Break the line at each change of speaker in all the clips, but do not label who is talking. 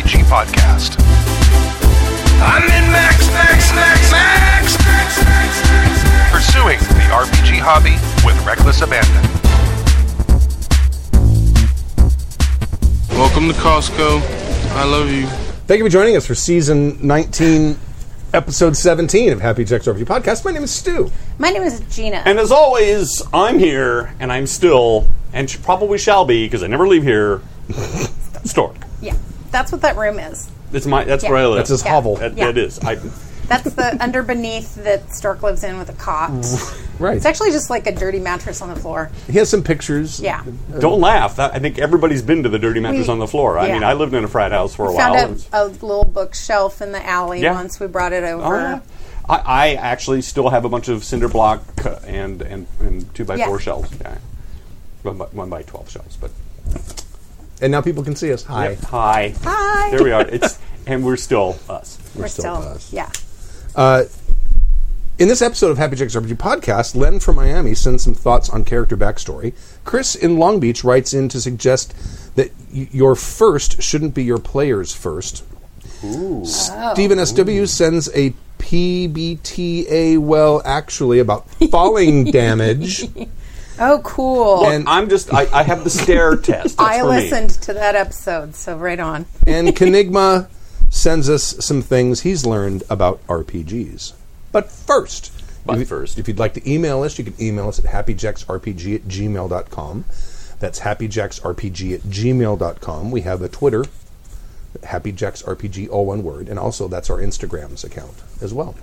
podcast. I'm in Max, Max, Max, Max, Max, Max, Max, Max. Pursuing the RPG hobby with reckless abandon.
Welcome to Costco. I love you.
Thank you for joining us for season 19, episode 17 of Happy Jack's RPG Podcast. My name is Stu.
My name is Gina.
And as always, I'm here, and I'm still, and sh- probably shall be, because I never leave here. Stork.
yeah, that's what that room is.
That's my. That's
Yeah.
where I live.
That's his
Yeah.
hovel.
That,
Yeah.
that is. I,
That's the under beneath that Stork lives in with a cot.
Right.
It's actually just like a dirty mattress on the floor.
He has some pictures.
Yeah.
don't laugh. That, I think everybody's been to the dirty mattress
We-
on the floor. I
yeah.
mean, I lived in a frat house for a while.
Found
and-
a, a little bookshelf in the alley
Yeah.
once we brought it
Oh,
over.
yeah. I, I actually still have a bunch of cinder block uh, and and, and two by
Yeah.
four shells. Yeah. One by, one by twelve shells, but
And now people can see us. Hi.
Yep. hi,
Hi.
There we are. It's and we're still us.
We're
still us.
Yeah.
In this episode of Happy Jack's RPG Podcast, Len from Miami sends some thoughts on character backstory. Chris in Long Beach writes in to suggest that y- your first shouldn't be your player's first. Stephen SW sends a PBTA, well, actually, about falling damage.
Oh, cool.
And-
I'm just I, I have the stare test. That's
I
for me.
listened to that episode, so right on.
and Kenigma sends us some things he's learned about RPGs. But first,
But
if,
first.
if you'd like to email us, you can email us at happyjacksrpg at gmail.com. That's happyjacksrpg at gmail.com. We have a Twitter, happyjacksrpg, all one word, and also that's our Instagram's account as well.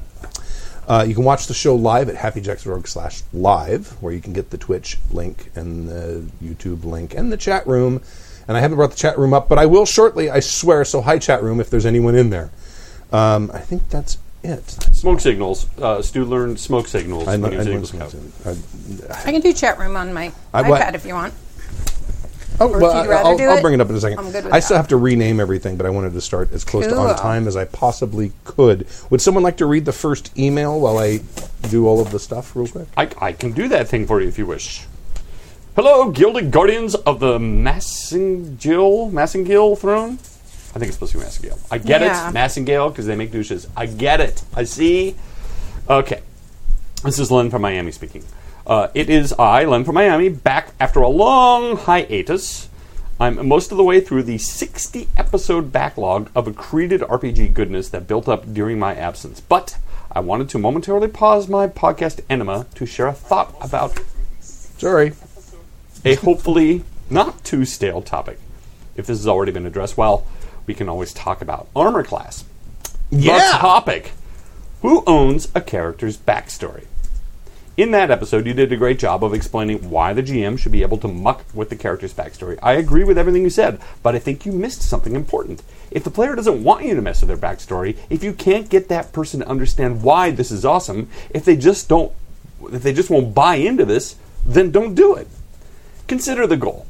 Uh, you can watch the show live at happyjacks.org slash live, where you can get the Twitch link and the YouTube link and the chat room. And I haven't brought the chat room up, but I will shortly, I swear. So, hi, chat room, if there's anyone in there. Um, I think that's it.
Smoke signals. Uh, Stu learned smoke signals.
I
when he
know- I
was
know
in Eagle
it's-
Scout.
I can do chat room on my
I-
iPad
what-
if you want.
Oh,
Or if
well,
you'd
I-
rather
I'll,
do
I'll
it,
bring it up in a second.
I'm good with
I still
that.
have to rename everything, but I wanted to start as close to on
Cool.
time as I possibly could. Would someone like to read the first email while I do all of the stuff real quick?
I, I can do that thing for you if you wish. Hello, Gilded Guardians of the Massengill Massengill Throne. I think it's supposed to be Massengill. I get
Yeah.
it, Massengill, because they make douches. I get it. I see. Okay, this is Len from Miami speaking. Uh, it is I, Len from Miami, back after a long hiatus. I'm most of the way through the 60 episode backlog of accreted RPG goodness that built up during my absence. But I wanted to momentarily pause my podcast enema to share a thought about
Sorry.
a hopefully not too stale topic. If this has already been addressed, well, we can always talk about armor class. The topic. Who owns a character's backstory? In that episode, you did a great job of explaining why the GM should be able to muck with the character's backstory. I agree with everything you said, but I think you missed something important. If the player doesn't want you to mess with their backstory, if you can't get that person to understand why this is awesome, if they just don't if they just won't buy into this, then don't do it. Consider the goal.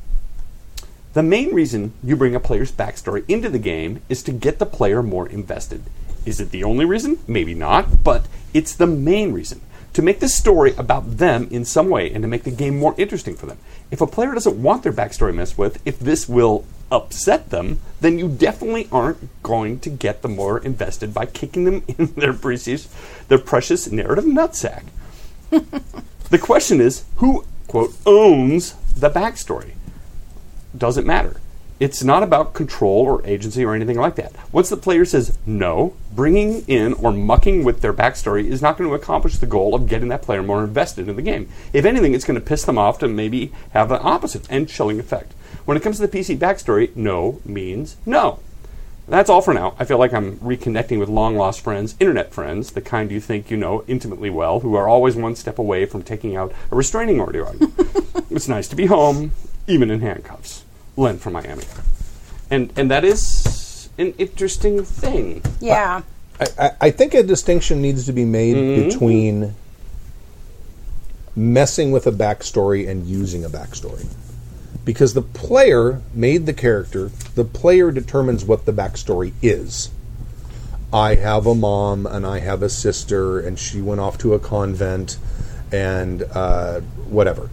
The main reason you bring a player's backstory into the game is to get the player more invested. Is it the only reason? Maybe not, but it's the main reason. To make the story about them in some way and to make the game more interesting for them. If a player doesn't want their backstory messed with, if this will upset them, then you definitely aren't going to get them more invested by kicking them in their precious, their precious narrative nutsack. the question is who, quote, owns the backstory? doesn't matter. It's not about control or agency or anything like that. Once the player says no, bringing in or mucking with their backstory is not going to accomplish the goal of getting that player more invested in the game. If anything, it's going to piss them off to maybe have the opposite and chilling effect. When it comes to the PC backstory, no means no. That's all for now. I feel like I'm reconnecting with long lost friends, internet friends, the kind you think you know intimately well, who are always one step away from taking out a restraining order on you. it's nice to be home, even in handcuffs. Len from Miami. And and that is an interesting thing.
Yeah.
I, I- I think a distinction needs to be made between messing with a backstory and using a backstory. Because the player made the character, the player determines what the backstory is. I have a mom and I have a sister, and she went off to a convent and uh, whatever.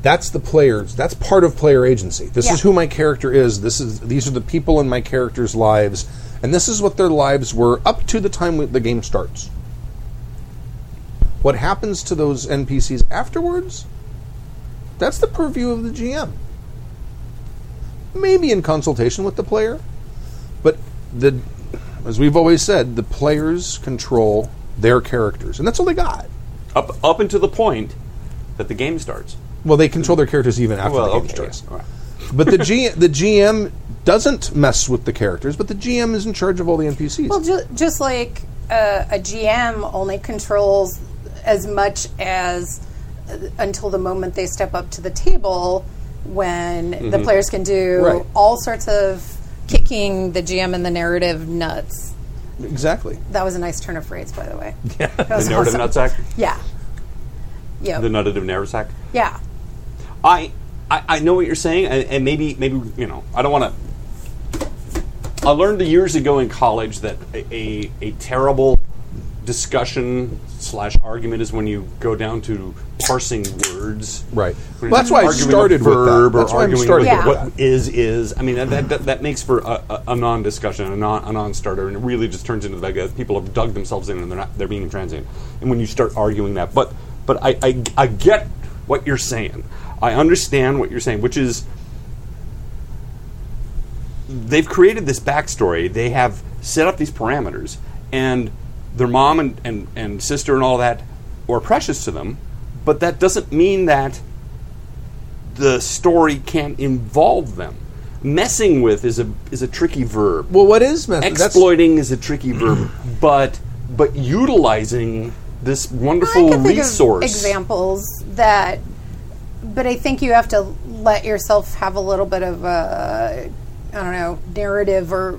That's the players. That's part of player agency. This
Yeah.
is who my character is. This is these are the people in my character's lives, and this is what their lives were up to the time the game starts. What happens to those NPCs afterwards? That's the purview of the GM. Maybe in consultation with the player, but the as we've always said, the players control their characters, and that's all they got.
Up up until the point that the game starts.
Well, they control their characters even after the game
okay,
starts.
yeah, all right.
But the G- the GM doesn't mess with the characters, but the GM is in charge of all the NPCs.
Well, ju- just like uh, a GM only controls as much as uh, until the moment they step up to the table, when
Mm-hmm.
the players can do
Right.
all sorts of kicking the GM and the narrative nuts.
exactly.
That was a nice turn of phrase, by the way. Yeah, that was
The narrative
awesome.
nutsack.
Yeah, yeah,
The narrative nutsack.
yeah.
I, I I know what you're saying, and, and maybe maybe you know I don't want to. I learned years ago in college that a, a, a terrible discussion slash argument is when you go down to parsing words.
Right.
When
Well, that's why I
arguing
started
a
with that.
verb
That's
or
why I'm
arguing
starting
with
with
what is is. I mean that that, that, that makes for a, a, a non-discussion, a non a non-starter, and it really just turns into the fact that people have dug themselves in and they're not they're being intransigent. And when you start arguing that, but but I I, I get what you're saying. I understand what you're saying, which is they've created this backstory. They have set up these parameters, and their mom and, and, and sister and all that were precious to them, but that doesn't mean that the story can't involve them. Messing with is a is a tricky verb.
Well, what is mess? that's-
Exploiting is a tricky verb, but but utilizing this
I
wonderful
can think
resource.
Of examples that, but I think you have to let yourself have a little bit of a, I don't know, narrative or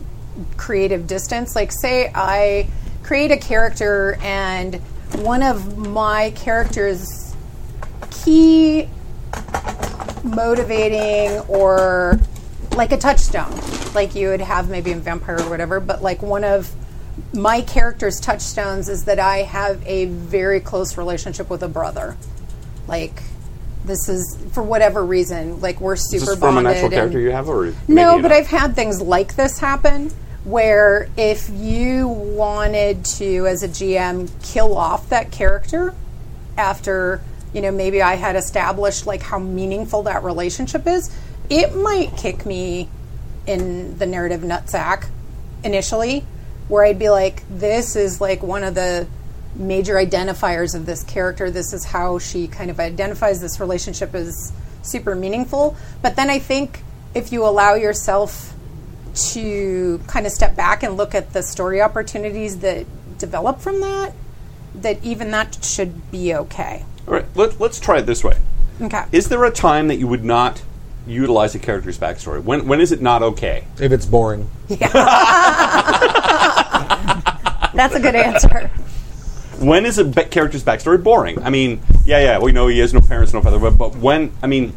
creative distance. Like, say I create a character and one of my character's key motivating or like a touchstone like you would have maybe in vampire or whatever but like one of my character's touchstones is that i have a very close relationship with a brother like this is for whatever reason like we're super
Is this from
bonded
an actual character
and-
you have, or
no but
maybe not?
i've had things like this happen where if you wanted to as a gm kill off that character after you know maybe i had established like how meaningful that relationship is it might kick me in the narrative nutsack initially where i'd be like this is like one of the major identifiers of this character this is how she kind of identifies this relationship is super meaningful but then i think if you allow yourself to kind of step back and look at the story opportunities that develop from that that even that should be okay.
All right, let, let's try it this way.
Okay.
Is there a time that you would not utilize a character's backstory? When when is it not okay?
If it's boring,
That's a good answer.
When is a ba- character's backstory boring? I mean, yeah, yeah, we know he has no parents, no father, but, but when? I mean,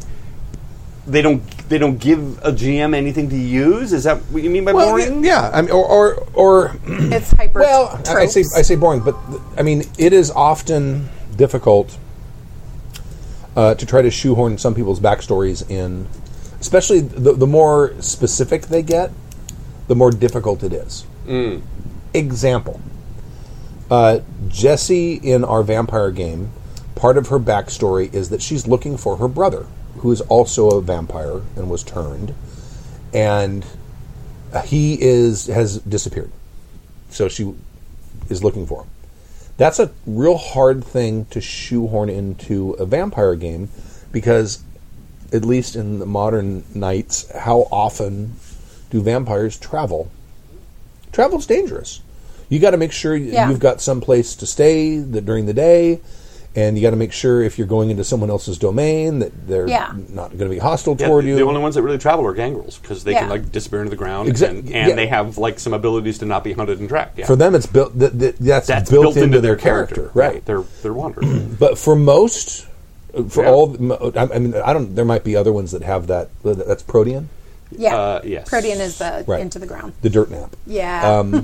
they don't they don't give a GM anything to use. Is that what you mean by
well,
boring?
yeah. I mean, or or, or
It's hyper.
well, I, I say
tropes.
I say boring, but th- I mean it is often difficult uh, to try to shoehorn some people's backstories in, especially the, the more specific they get, the more difficult it is. Example: uh, Jesse in our vampire game, part of her backstory is that she's looking for her brother, who is also a vampire and was turned, and he is has disappeared so she is looking for him. That's a real hard thing to shoehorn into a vampire game because, at least in the modern nights, how often do vampires travel? Travel's dangerous. You got to make sure y-
Yeah.
you've got some place to stay the, during the day, and you got to make sure if you're going into someone else's domain that they're
Yeah.
not going to be hostile
Yeah,
toward
the,
you.
the only ones that really travel are gangrels because they
Yeah.
can like disappear into the ground
Exac-
and, and
yeah.
they have like some abilities to not be hunted and tracked. Yeah.
For them, it's built. Th- th- that's,
that's
built, into, their, character, right?
They're they're wanderers.
but for most, uh, for
Yeah.
all, m- I I mean, I don't. There might be other ones that have that. That's protean,
yeah.
uh, yes.
Protean is the
Right. um,
into the ground.
the dirt nap.
Yeah.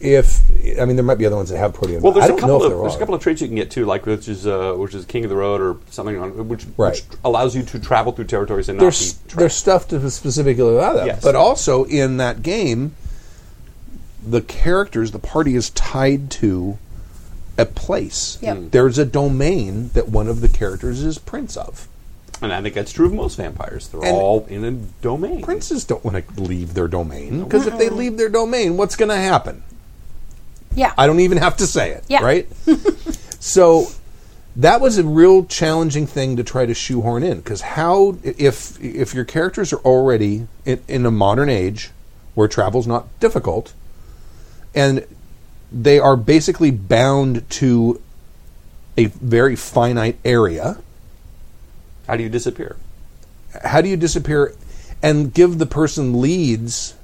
if I mean there might be other ones that have protein.
Well,
but
there's
I
a
don't know
couple
if
of
there
there's
are.
a couple of traits you can get too, like which is uh, which is king of the road or something on which,
Right.
which allows you to travel through territories and not
there's
be tracked.
there's stuff to specifically about that.
Yes.
But also in that game, the characters, the party is tied to a place.
Yep. Mm.
There's a domain that one of the characters is prince of.
And I think that's true of most vampires. They're
And-
all in a domain.
Princes don't want to leave their domain because if they leave their domain, what's going to happen?
Yeah.
I don't even have to say it,
Yeah.
right? so that was a real challenging thing to try to shoehorn in because how if if your characters are already in, in a modern age where travel's not difficult and they are basically bound to a very finite area
How do you disappear?
how do you disappear and give the person leads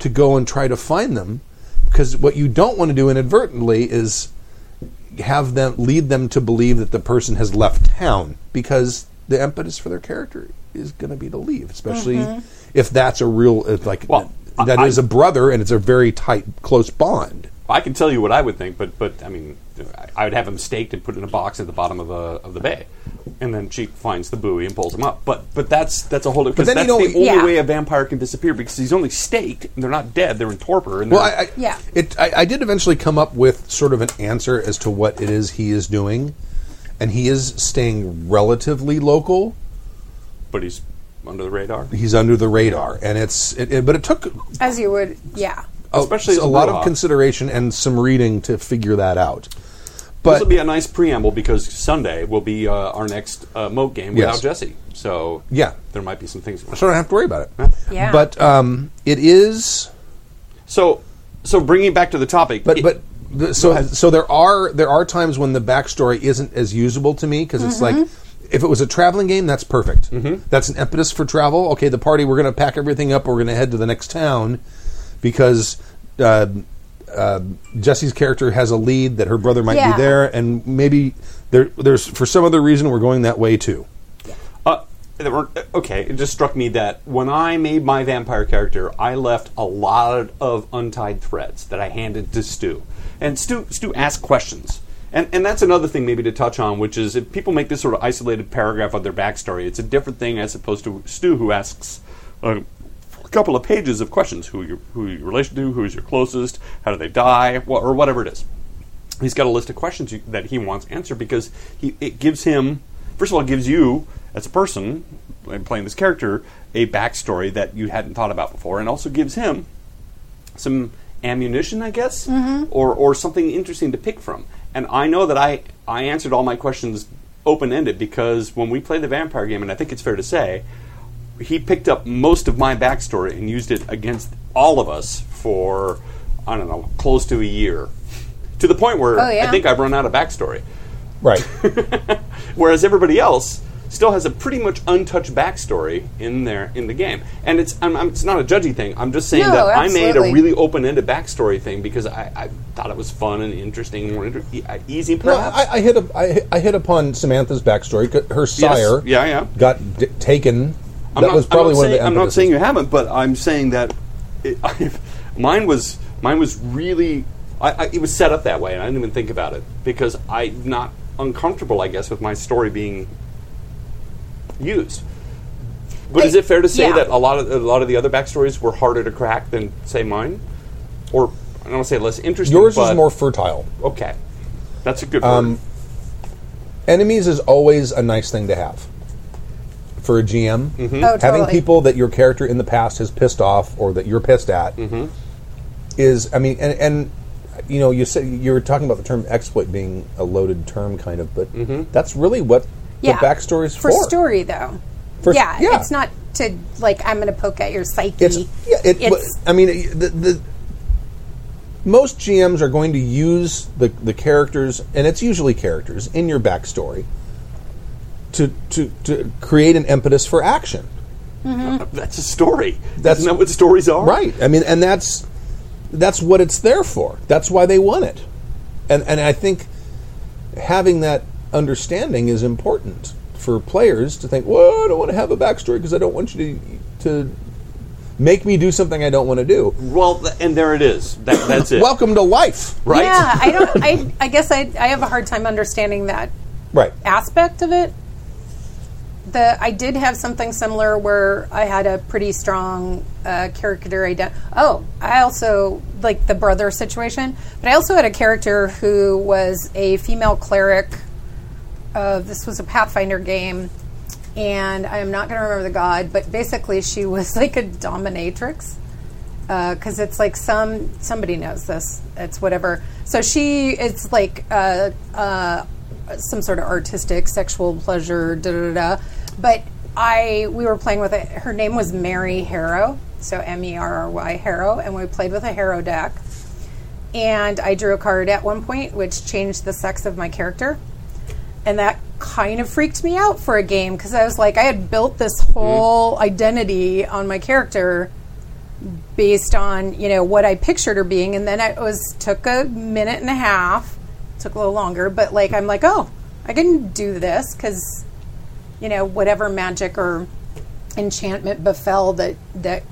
to go and try to find them because what you don't want to do inadvertently is have them lead them to believe that the person has left town because the impetus for their character is going to be to leave especially if that's a real if like
Well, I-
that
I-
is a brother and it's a very tight close bond
I can tell you what I would think, but but I mean, I- I would have him staked and put in a box at the bottom of the of the bay, and then she finds the buoy and pulls him up. But but that's that's a whole because
then
that's
you
the
don't-
only
Yeah.
way a vampire can disappear because he's only staked. And they're not dead; they're in torpor. And
Well,
they're-
I, I,
Yeah.
It, I, I did eventually come up with sort of an answer as to what it is he is doing, and he is staying relatively local.
but he's under the radar.
He's under the radar, and it's it, it- but it took
As you would, yeah.
a,
Especially as
a
a
lot of
Bruja.
consideration and some reading to figure that out.
this will
But
be a nice preamble because Sunday will be uh, our next uh, moat game without
Yes.
Jesse. So
Yeah.
there might be some things.
so I don't have to worry about it.
Yeah.
But um, it is.
So so bringing it back to the topic,
But
it-
but th- so so there are there are times when the backstory isn't as usable to me because it's like
Mm-hmm.
if it was a traveling game, that's perfect. That's an impetus for travel. Okay, the party we're going to pack everything up. We're going to head to the next town because. Uh, uh, Jesse's character has a lead that her brother might
Yeah.
be there, and maybe there, there's for some other reason we're going that way too.
Uh, there were- okay, it just struck me that when I made my vampire character, I left a lot of untied threads that I handed to Stu. And Stu, Stu asked questions. And, and that's another thing maybe to touch on, which is if people make this sort of isolated paragraph of their backstory, it's a different thing as opposed to Stu who asks a couple of pages of questions: who you who you relation to, who's your closest, how do they die, wha- or whatever it is he's got a list of questions you, that he wants answered because he, it gives him first of all it gives you as a person and playing this character a backstory that you hadn't thought about before and also gives him some ammunition i guess
Mm-hmm.
or, or something interesting to pick from and i know that i, I answered all my questions open-ended because when we played the vampire game and i think it's fair to say he picked up most of my backstory and used it against all of us for I don't know, close to a year, to the point where
Oh, yeah.
I think I've run out of backstory.
Right.
Whereas everybody else still has a pretty much untouched backstory in there in the game, and it's I'm, I'm, it's not a judgy thing. I'm just saying
No,
that I made a
absolutely.
really open-ended backstory thing because I, I thought it was fun and interesting and more inter- e- uh, easy.
No,
Perhaps
I, I hit up. I, I hit upon Samantha's backstory. 'cause Her sire,
Yeah, yeah.
got d- taken.
I'm
that
not,
was probably
I'm not
one
saying,
of the.
I'm not
impetuses.
saying you haven't, but I'm saying that it, I've, mine was mine was really I, I, it was set up that way, and I didn't even think about it because I'm not uncomfortable, I guess, with my story being used. But is
They-
it fair to say
yeah.
that a lot of a lot of the other backstories were harder to crack than say mine, or I don't want to say less interesting?
Yours
but,
is more Um, fertile.
okay. That's a good word.
Enemies is always a nice thing to have for a GM.
Oh,
Hmm? Having
totally.
people that your character in the past has pissed off or that you're pissed at is, I mean, and, and you know, you said you were talking about the term exploit being a loaded term, kind of, but that's really what
yeah.
the backstory is for.
for story though.
For-
yeah,
yeah.
it's not to like I'm going to poke at your psyche.
It's yeah. It, but,
It's-
I mean, it- the, the most GMs are going to use the the characters, and it's usually characters in your backstory to to to create an impetus for action.
That's a story.
That's-
That's Isn't that what stories are.
Right. I mean, and that's that's what it's there for. That's why they want it. And and I think having that understanding is important for players to think, well, I don't want to have a backstory because I don't want you to to Make me do something I don't want to do.
Well, th- and there it is. That, that's it.
Welcome to life, right?
Yeah, I don't. I, I guess I, I have a hard time understanding that
Right.
aspect of it. The I did have something similar where I had a pretty strong uh, character ident. Oh, I also like the brother situation, but I also had a character who was a female cleric. Uh, this was a Pathfinder game, and I am not going to remember the god, but basically she was like a dominatrix because Uh, it's like some somebody knows this. It's whatever. So she it's like uh, uh, some sort of artistic sexual pleasure. Da da da. da. But I we were playing with it. Her name was Mary Harrow, so M E R R Y Harrow, and we played with a Harrow deck. And I drew a card at one point, which changed the sex of my character and that kind of freaked me out for a game because I was like, I had built this whole identity on my character based on you know what I pictured her being, and then I was took a minute and a half, took a little longer, but like I'm like, oh, I can do this because you know whatever magic or enchantment befell that that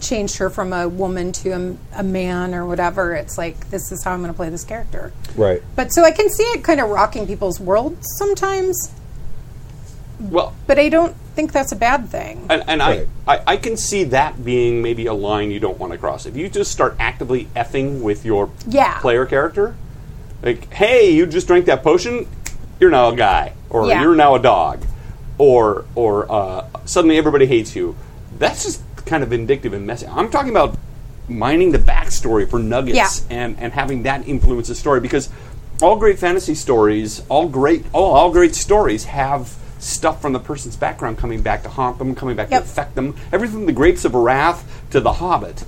changed her from a woman to a m a a man or whatever. It's like this is how I'm going to play this character.
Right.
But so I can see it kind of rocking people's world sometimes,
Well,
but I don't think that's a bad thing.
and, and
Right.
I, I, I can see that being maybe a line you don't want to cross. If you just start actively effing with your
Yeah.
player character, like, hey, you just drank that potion, you're now a guy, or
Yeah.
you're now a dog, or or uh, suddenly everybody hates you. That's just kind of vindictive and messy. I'm talking about mining the backstory for nuggets
Yeah.
and, and having that influence the story because all great fantasy stories, all great all, all great stories have stuff from the person's background coming back to haunt them, coming back
Yep.
to affect them. Everything from the grapes of wrath to the hobbit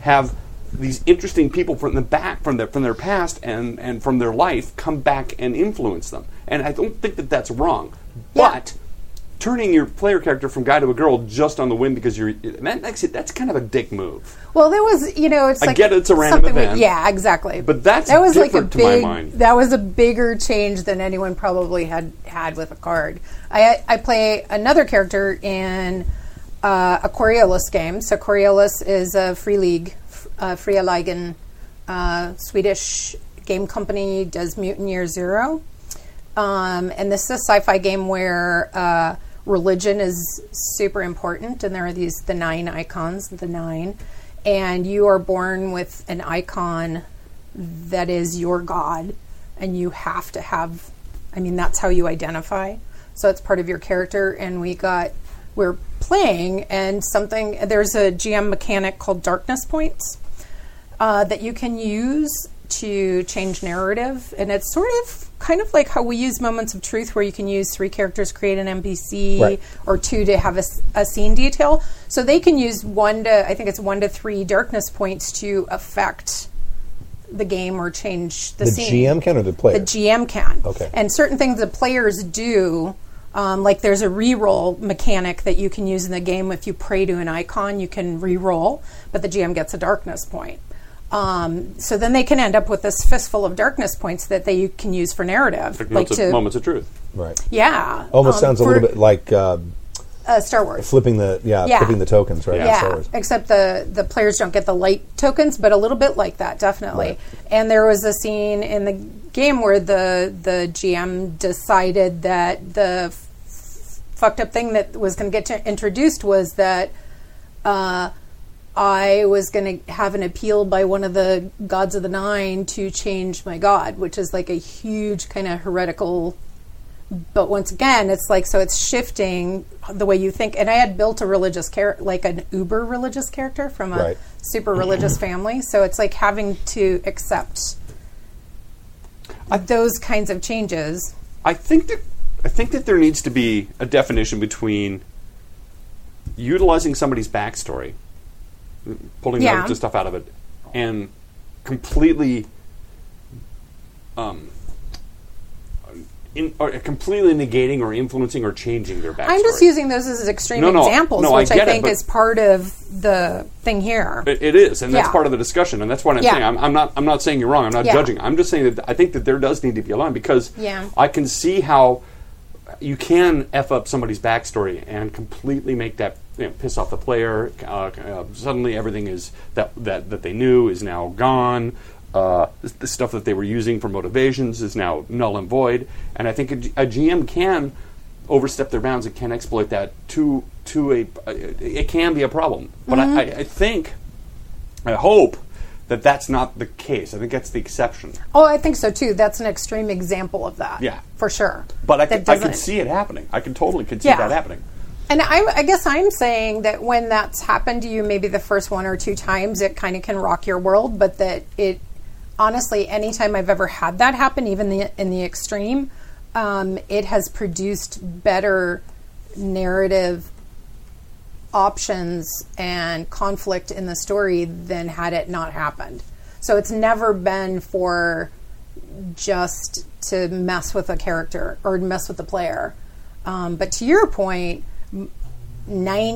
have these interesting people from the back from their from their past and, and from their life come back and influence them. And I don't think that that's wrong.
Yeah.
But turning your player character from guy to a girl just on the whim because you're that makes it that's kind of a dick move.
Well, there was, you know, it's
I
like
get it's a random
something we-
event.
yeah, exactly.
But that's
that was like a
different to my
big
mind.
that was a bigger change than anyone probably had had with a card. I I play another character in uh, a Coriolis game. So Coriolis is a free league, f- uh, Fria Ligen, uh, Swedish game company does Mutineer Zero, um, and this is a sci-fi game where. Uh, Religion is super important, and there are these the nine icons, the nine, and you are born with an icon that is your god and you have to have i mean that's how you identify so it's part of your character and we got we're playing and something there's a gm mechanic called darkness points uh, that you can use to change narrative and it's sort of kind of like how we use moments of truth where you can use three characters create an npc
Right.
or two to have a, s- a scene detail so they can use one to i think it's one to three darkness points to affect the game or change the,
The
scene.
GM can or the player?
The GM can.
Okay.
And certain things the players do, um, like there's a reroll mechanic that you can use in the game. If you pray to an icon, you can reroll, but the GM gets a darkness point. Um, so then they can end up with this fistful of darkness points that they can use for narrative, like
moments,
to
of, moments of truth.
Right.
yeah.
Almost
um,
sounds a
for,
little bit like uh,
uh, Star Wars.
flipping the yeah,
Yeah.
flipping the tokens, right? in
Yeah,
Star Wars.
except the the players don't get the light tokens, but a little bit like that, definitely.
Right.
And there was a scene in the game where the the GM decided that the f- fucked up thing that was going to get to- introduced was that uh, I was going to have an appeal by one of the gods of the nine to change my god, which is like a huge kind of heretical but once again, it's like so it's shifting the way you think. And I had built a religious character, like an uber religious character from a
Right.
super religious family. So it's like having to accept those kinds of changes.
I think that I think that there needs to be a definition between utilizing somebody's backstory, pulling
Yeah.
out the stuff out of it, and completely, um, in, or completely negating or influencing or changing their backstory.
I'm just using those as extreme
No, no,
examples,
no, I
which I,
get it,
think
but-
is part of the thing here.
It, it is, and that's
Yeah.
part of the discussion, and that's what I'm
Yeah.
saying. I'm, I'm not. I'm not saying you're wrong. I'm not
Yeah.
judging. I'm just saying that I think that there does need to be a line because
Yeah.
I can see how you can f up somebody's backstory and completely make that you know, piss off the player. Uh, uh, suddenly, everything is that, that that they knew is now gone. Uh, s- the stuff that they were using for motivations is now null and void. And I think a, G- a GM can overstep their bounds and can exploit that to to a. uh, it can be a problem, but I, I, I think, I hope that that's not the case. I think that's the exception.
Oh, I think so too. That's an extreme example of that.
Yeah.
for sure.
But I
That
could, I
doesn't-
could see it happening. I could totally could see
Yeah.
that happening.
And I, I guess I'm saying that when that's happened to you, maybe the first one or two times, it kind of can rock your world. But that it, honestly, anytime I've ever had that happen, even the, in the extreme, um, it has produced better narrative options and conflict in the story than had it not happened. So it's never been for just to mess with a character or mess with the player. Um, but to your point, m-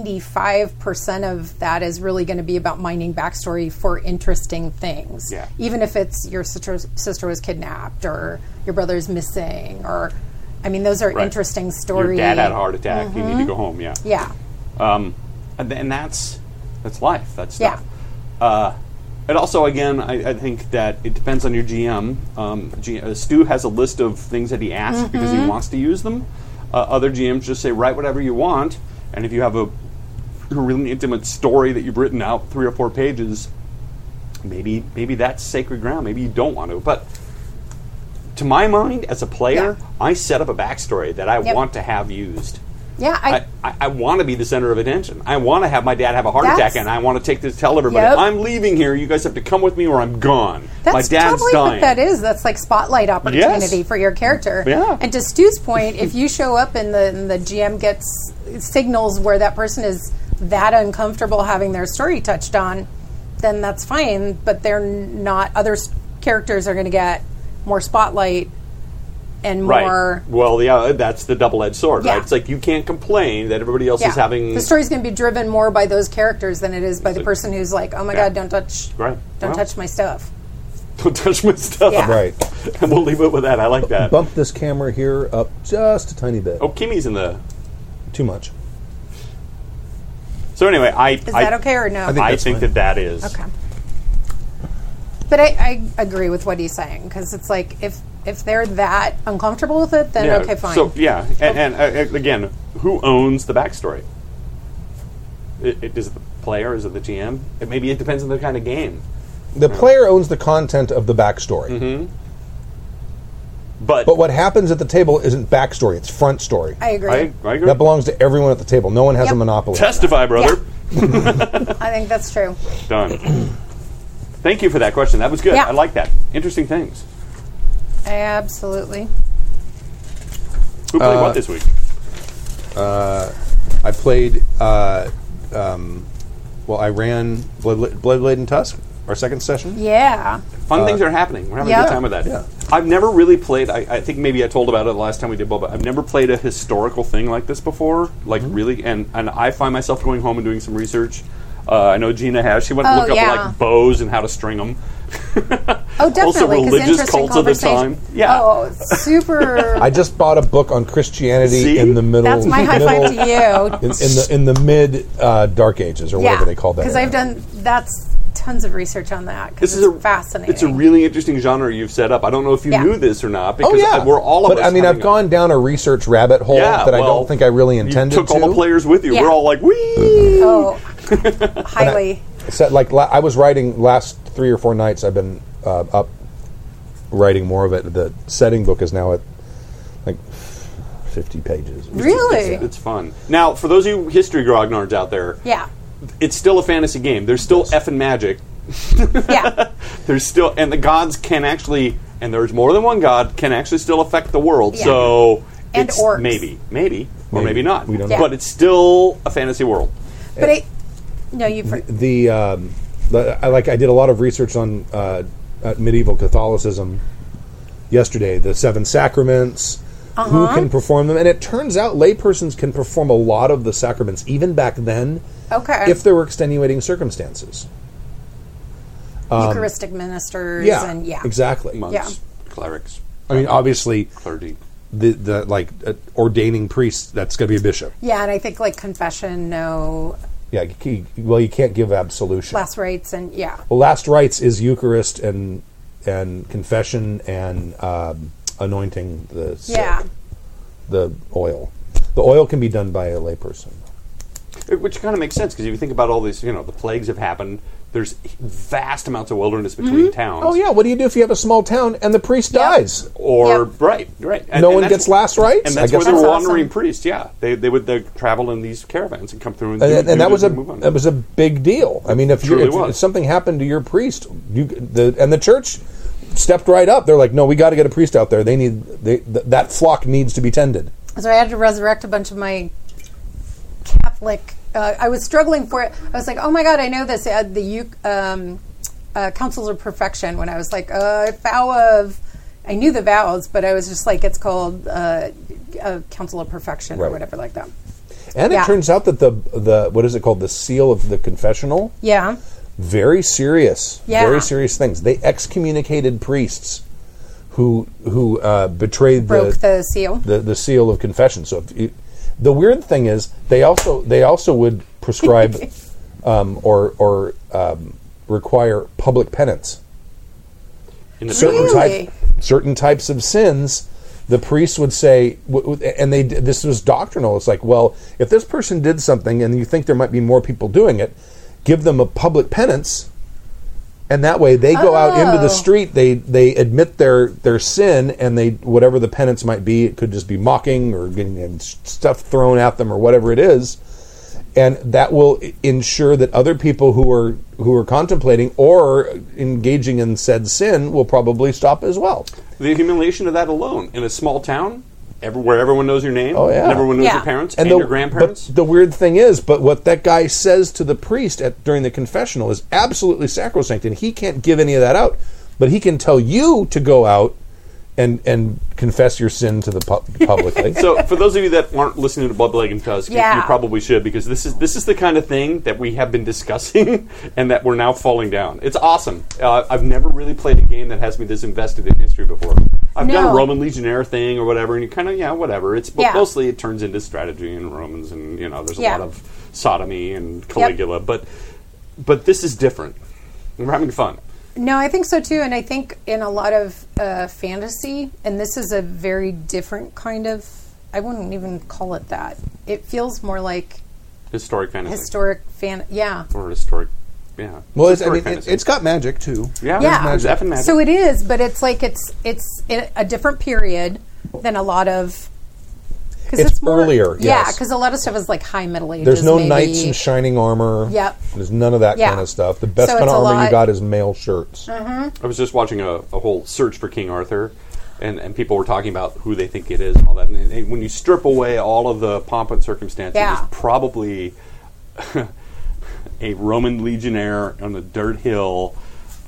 95% of that is really going to be about mining backstory for interesting things.
Yeah.
Even if it's your sister, sister was kidnapped or your brother's missing or, I mean, those are
Right.
interesting stories.
Your dad had a heart attack. You need to go home. Yeah.
Yeah.
Um, and, th- and that's that's life. That's
Yeah.
stuff. Uh, and also, again, I, I think that it depends on your GM. Um, G- uh, Stu has a list of things that he asks
Mm-hmm.
because he wants to use them. Uh, other GMs just say write whatever you want, and if you have a really intimate story that you've written out three or four pages, maybe maybe that's sacred ground. Maybe you don't want to, but to my mind, as a player,
Yeah.
I set up a backstory that I
Yep.
want to have used.
Yeah. I,
I, I, I want to be the center of attention. I want to have my dad have a heart
That's-
attack, and I want to take this tell everybody
Yep.
I'm leaving here. You guys have to come with me, or I'm gone.
That's
my dad's
totally
dying.
what that is. That's like spotlight opportunity for your character.
Yeah.
And to Stu's point, if you show up and the and the GM gets signals where that person is that uncomfortable having their story touched on, then that's fine. But they're not. Other s- characters are going to get more spotlight and
Right.
more.
Well, yeah, that's the double-edged sword,
Yeah.
right? It's like you can't complain that everybody else
Yeah.
is having
the story's going to be driven more by those characters than it is by the person who's like, oh my
Yeah.
god, don't touch,
Right.
don't
Well.
touch my stuff.
Don't touch my stuff.
Yeah.
Right.
and we'll leave it with that. I like that.
Bump this camera here up just a tiny bit.
Oh, Kimmy's in the.
Too much.
So anyway, I
Is that okay or no?
I think
I
that's
think
fine.
that that is
Okay. But I, I agree with what he's saying because it's like if if they're that uncomfortable with it, then
Yeah.
okay, fine.
So yeah, and, and uh, again, who owns the backstory? It, it, is it the player? Is it the GM? It, maybe it depends on the kind of game.
The player owns the content of the backstory.
But,
But what happens at the table isn't backstory, it's front story.
I agree.
I, I agree.
that belongs to everyone at the table. No one has
Yep.
a monopoly.
Testify, brother.
I think that's true.
Done. Thank you for that question. That was good.
Yeah.
I like that. Interesting things.
Absolutely.
Who
Uh,
played what this week?
I played, uh, um, well, I ran Blood, Blood Blade and Tusk, our second session.
Yeah.
Fun things are happening. We're having a
yeah.
good time with that.
Uh, Yeah.
I've never really played. I, I think maybe I told about it the last time we did Boba. I've never played a historical thing like this before. Like
Mm-hmm.
really, and and I find myself going home and doing some research. Uh, I know Gina has. She went and
Oh,
looked up
yeah.
like bows and how to string them.
Oh, definitely. 'cause
religious
interesting
cults of the
conversation-
time. Yeah.
Oh, super.
I just bought a book on Christianity
See?
in the middle.
that's my high
middle-
five to you.
In, in the in the mid uh, Dark Ages or
yeah.
whatever they call that.
Because
era.
I've done that's tons of research on that. 'cause
This is
it's
a
fascinating.
It's a really interesting genre you've set up. I don't know if you
Yeah.
knew this or not
Oh
because
yeah,
I- we're all of
But
us
I mean,
having
I've
a-
gone down a research rabbit hole
Yeah,
that I
well,
don't think I really intended
You took
to.
all the players with you.
Yeah.
We're all like, wee.
oh, highly.
So, like la- I was writing last three or four nights. I've been uh, up writing more of it. The setting book is now at like fifty pages.
really?
It's fun. Now, for those of you history grognards out there,
Yeah.
it's still a fantasy game. There's still effing magic.
Yeah.
There's still, and the gods can actually, and there's more than one god can actually still affect the world.
Yeah.
So
And
it's
orcs.
maybe, maybe, or
Maybe.
maybe not.
We don't
know.
But it's still a fantasy world.
but I. No, you. For,
the um, the- I like I did a lot of research on uh, uh, medieval Catholicism yesterday. The seven sacraments, who can perform them, and it turns out laypersons can perform a lot of the sacraments even back then,
okay.
if there were extenuating circumstances.
Eucharistic ministers and yeah,
um, exactly.
Monks,
Yeah.
clerics,
I mean, obviously,
clergy.
the, the like uh, ordaining priest that's going to be a bishop.
Yeah, and I think like confession, no
Yeah, he, well, you can't give absolution.
last rites, and yeah,
Well, last rites is Eucharist and and confession and um, anointing the sick,
yeah,
the oil. The oil can be done by a layperson.
It- Which kind of makes sense because if you think about all these, you know, the plagues have happened. There's vast amounts of wilderness
Mm-hmm.
between towns.
Oh yeah, what do you do if you have a small town and the priest dies?
Or
Yeah.
right, right. And,
No
and
one
that's-
gets last rites?
And
I
that's
guess
where they
that's
were
awesome.
wandering priests. Yeah, they they would uh, travel in these caravans and come through and,
And,
do-
Uh, and,
do
that
the-
was a
move on.
that was a big deal. I mean, if, you,
Truly
if,
was.
if something happened to your priest, you the and the church stepped right up. They're like, no, we got to get a priest out there. They need they, th- that flock needs to be tended.
So I had to resurrect a bunch of my Catholic. Uh, I was struggling for it. I was like, oh my god, I know this. Uh, the Eu- um, uh, Councils of Perfection. When I was like, uh, vow of, I knew the vows, but I was just like, it's called uh, uh, Council of Perfection
Right.
or whatever like that.
And it
Yeah.
turns out that the the what is it called the seal of the confessional
Yeah.
very serious,
Yeah.
very serious things. They excommunicated priests who who uh, betrayed
Broke
the,
the seal.
the the seal of confession. So if you, the weird thing is, they also they also would prescribe um, or or um, require public penance.
in the
Certain
pilgrims.
Really?
type, certain types of sins. The priest would say, w- w- and they d- this was doctrinal. It's like, well, if this person did something, and you think there might be more people doing it, give them a public penance, and that way they go out into the
Oh.
street. They they admit their their sin, and they whatever the penance might be, it could just be mocking or getting and s- stuff thrown at them or whatever it is, and that will i- ensure that other people who are who are contemplating or engaging in said sin will probably stop as well.
The humiliation of that alone in a small town, every, where everyone knows your name,
Oh, yeah.
and everyone knows
Yeah.
your parents and, your grandparents.
But the weird thing is, but what that guy says to the priest at, during the confessional is absolutely sacrosanct, and he can't give any of that out. But he can tell you to go out and and confess your sin to the pu- publicly.
so for those of you that aren't listening to Blood Leg and Tusk, you- you
Yeah.
probably should because this is this is the kind of thing that we have been discussing and that we're now falling down. It's awesome. Uh, I've never really played a game that has me this invested in history before. I've done a
No.
Roman legionnaire thing or whatever, and you kind of yeah, whatever. It's but
Yeah.
mostly it turns into strategy and Romans and you know there's a
Yeah.
lot of sodomy and Caligula, but but this is different. We're having fun.
No, I think so too, and I think in a lot of uh, fantasy, and this is a very different kind of. I wouldn't even call it that. It feels more like
Historic kind of
historic fan. Yeah,
or historic. Yeah.
well, it's, I
Historic
mean, it,
fantasy.
it's got magic too.
yeah,
yeah.
It's effing magic.
So it is, but it's like it's it's i- a different period than a lot of. Cause
It's earlier,
Yeah,
yes.
because a lot of stuff is like high middle ages.
There's no
maybe.
knights in shining armor.
Yep.
There's none of that
Yeah.
kind of stuff. The best
So
kind
it's
of
a
armor you
lot-
got is male shirts.
I was just watching a, a whole search for King Arthur, and, and people were talking about who they think it is and all that. And, and when you strip away all of the pomp and circumstance,
Yeah.
it's probably a Roman legionnaire on a dirt hill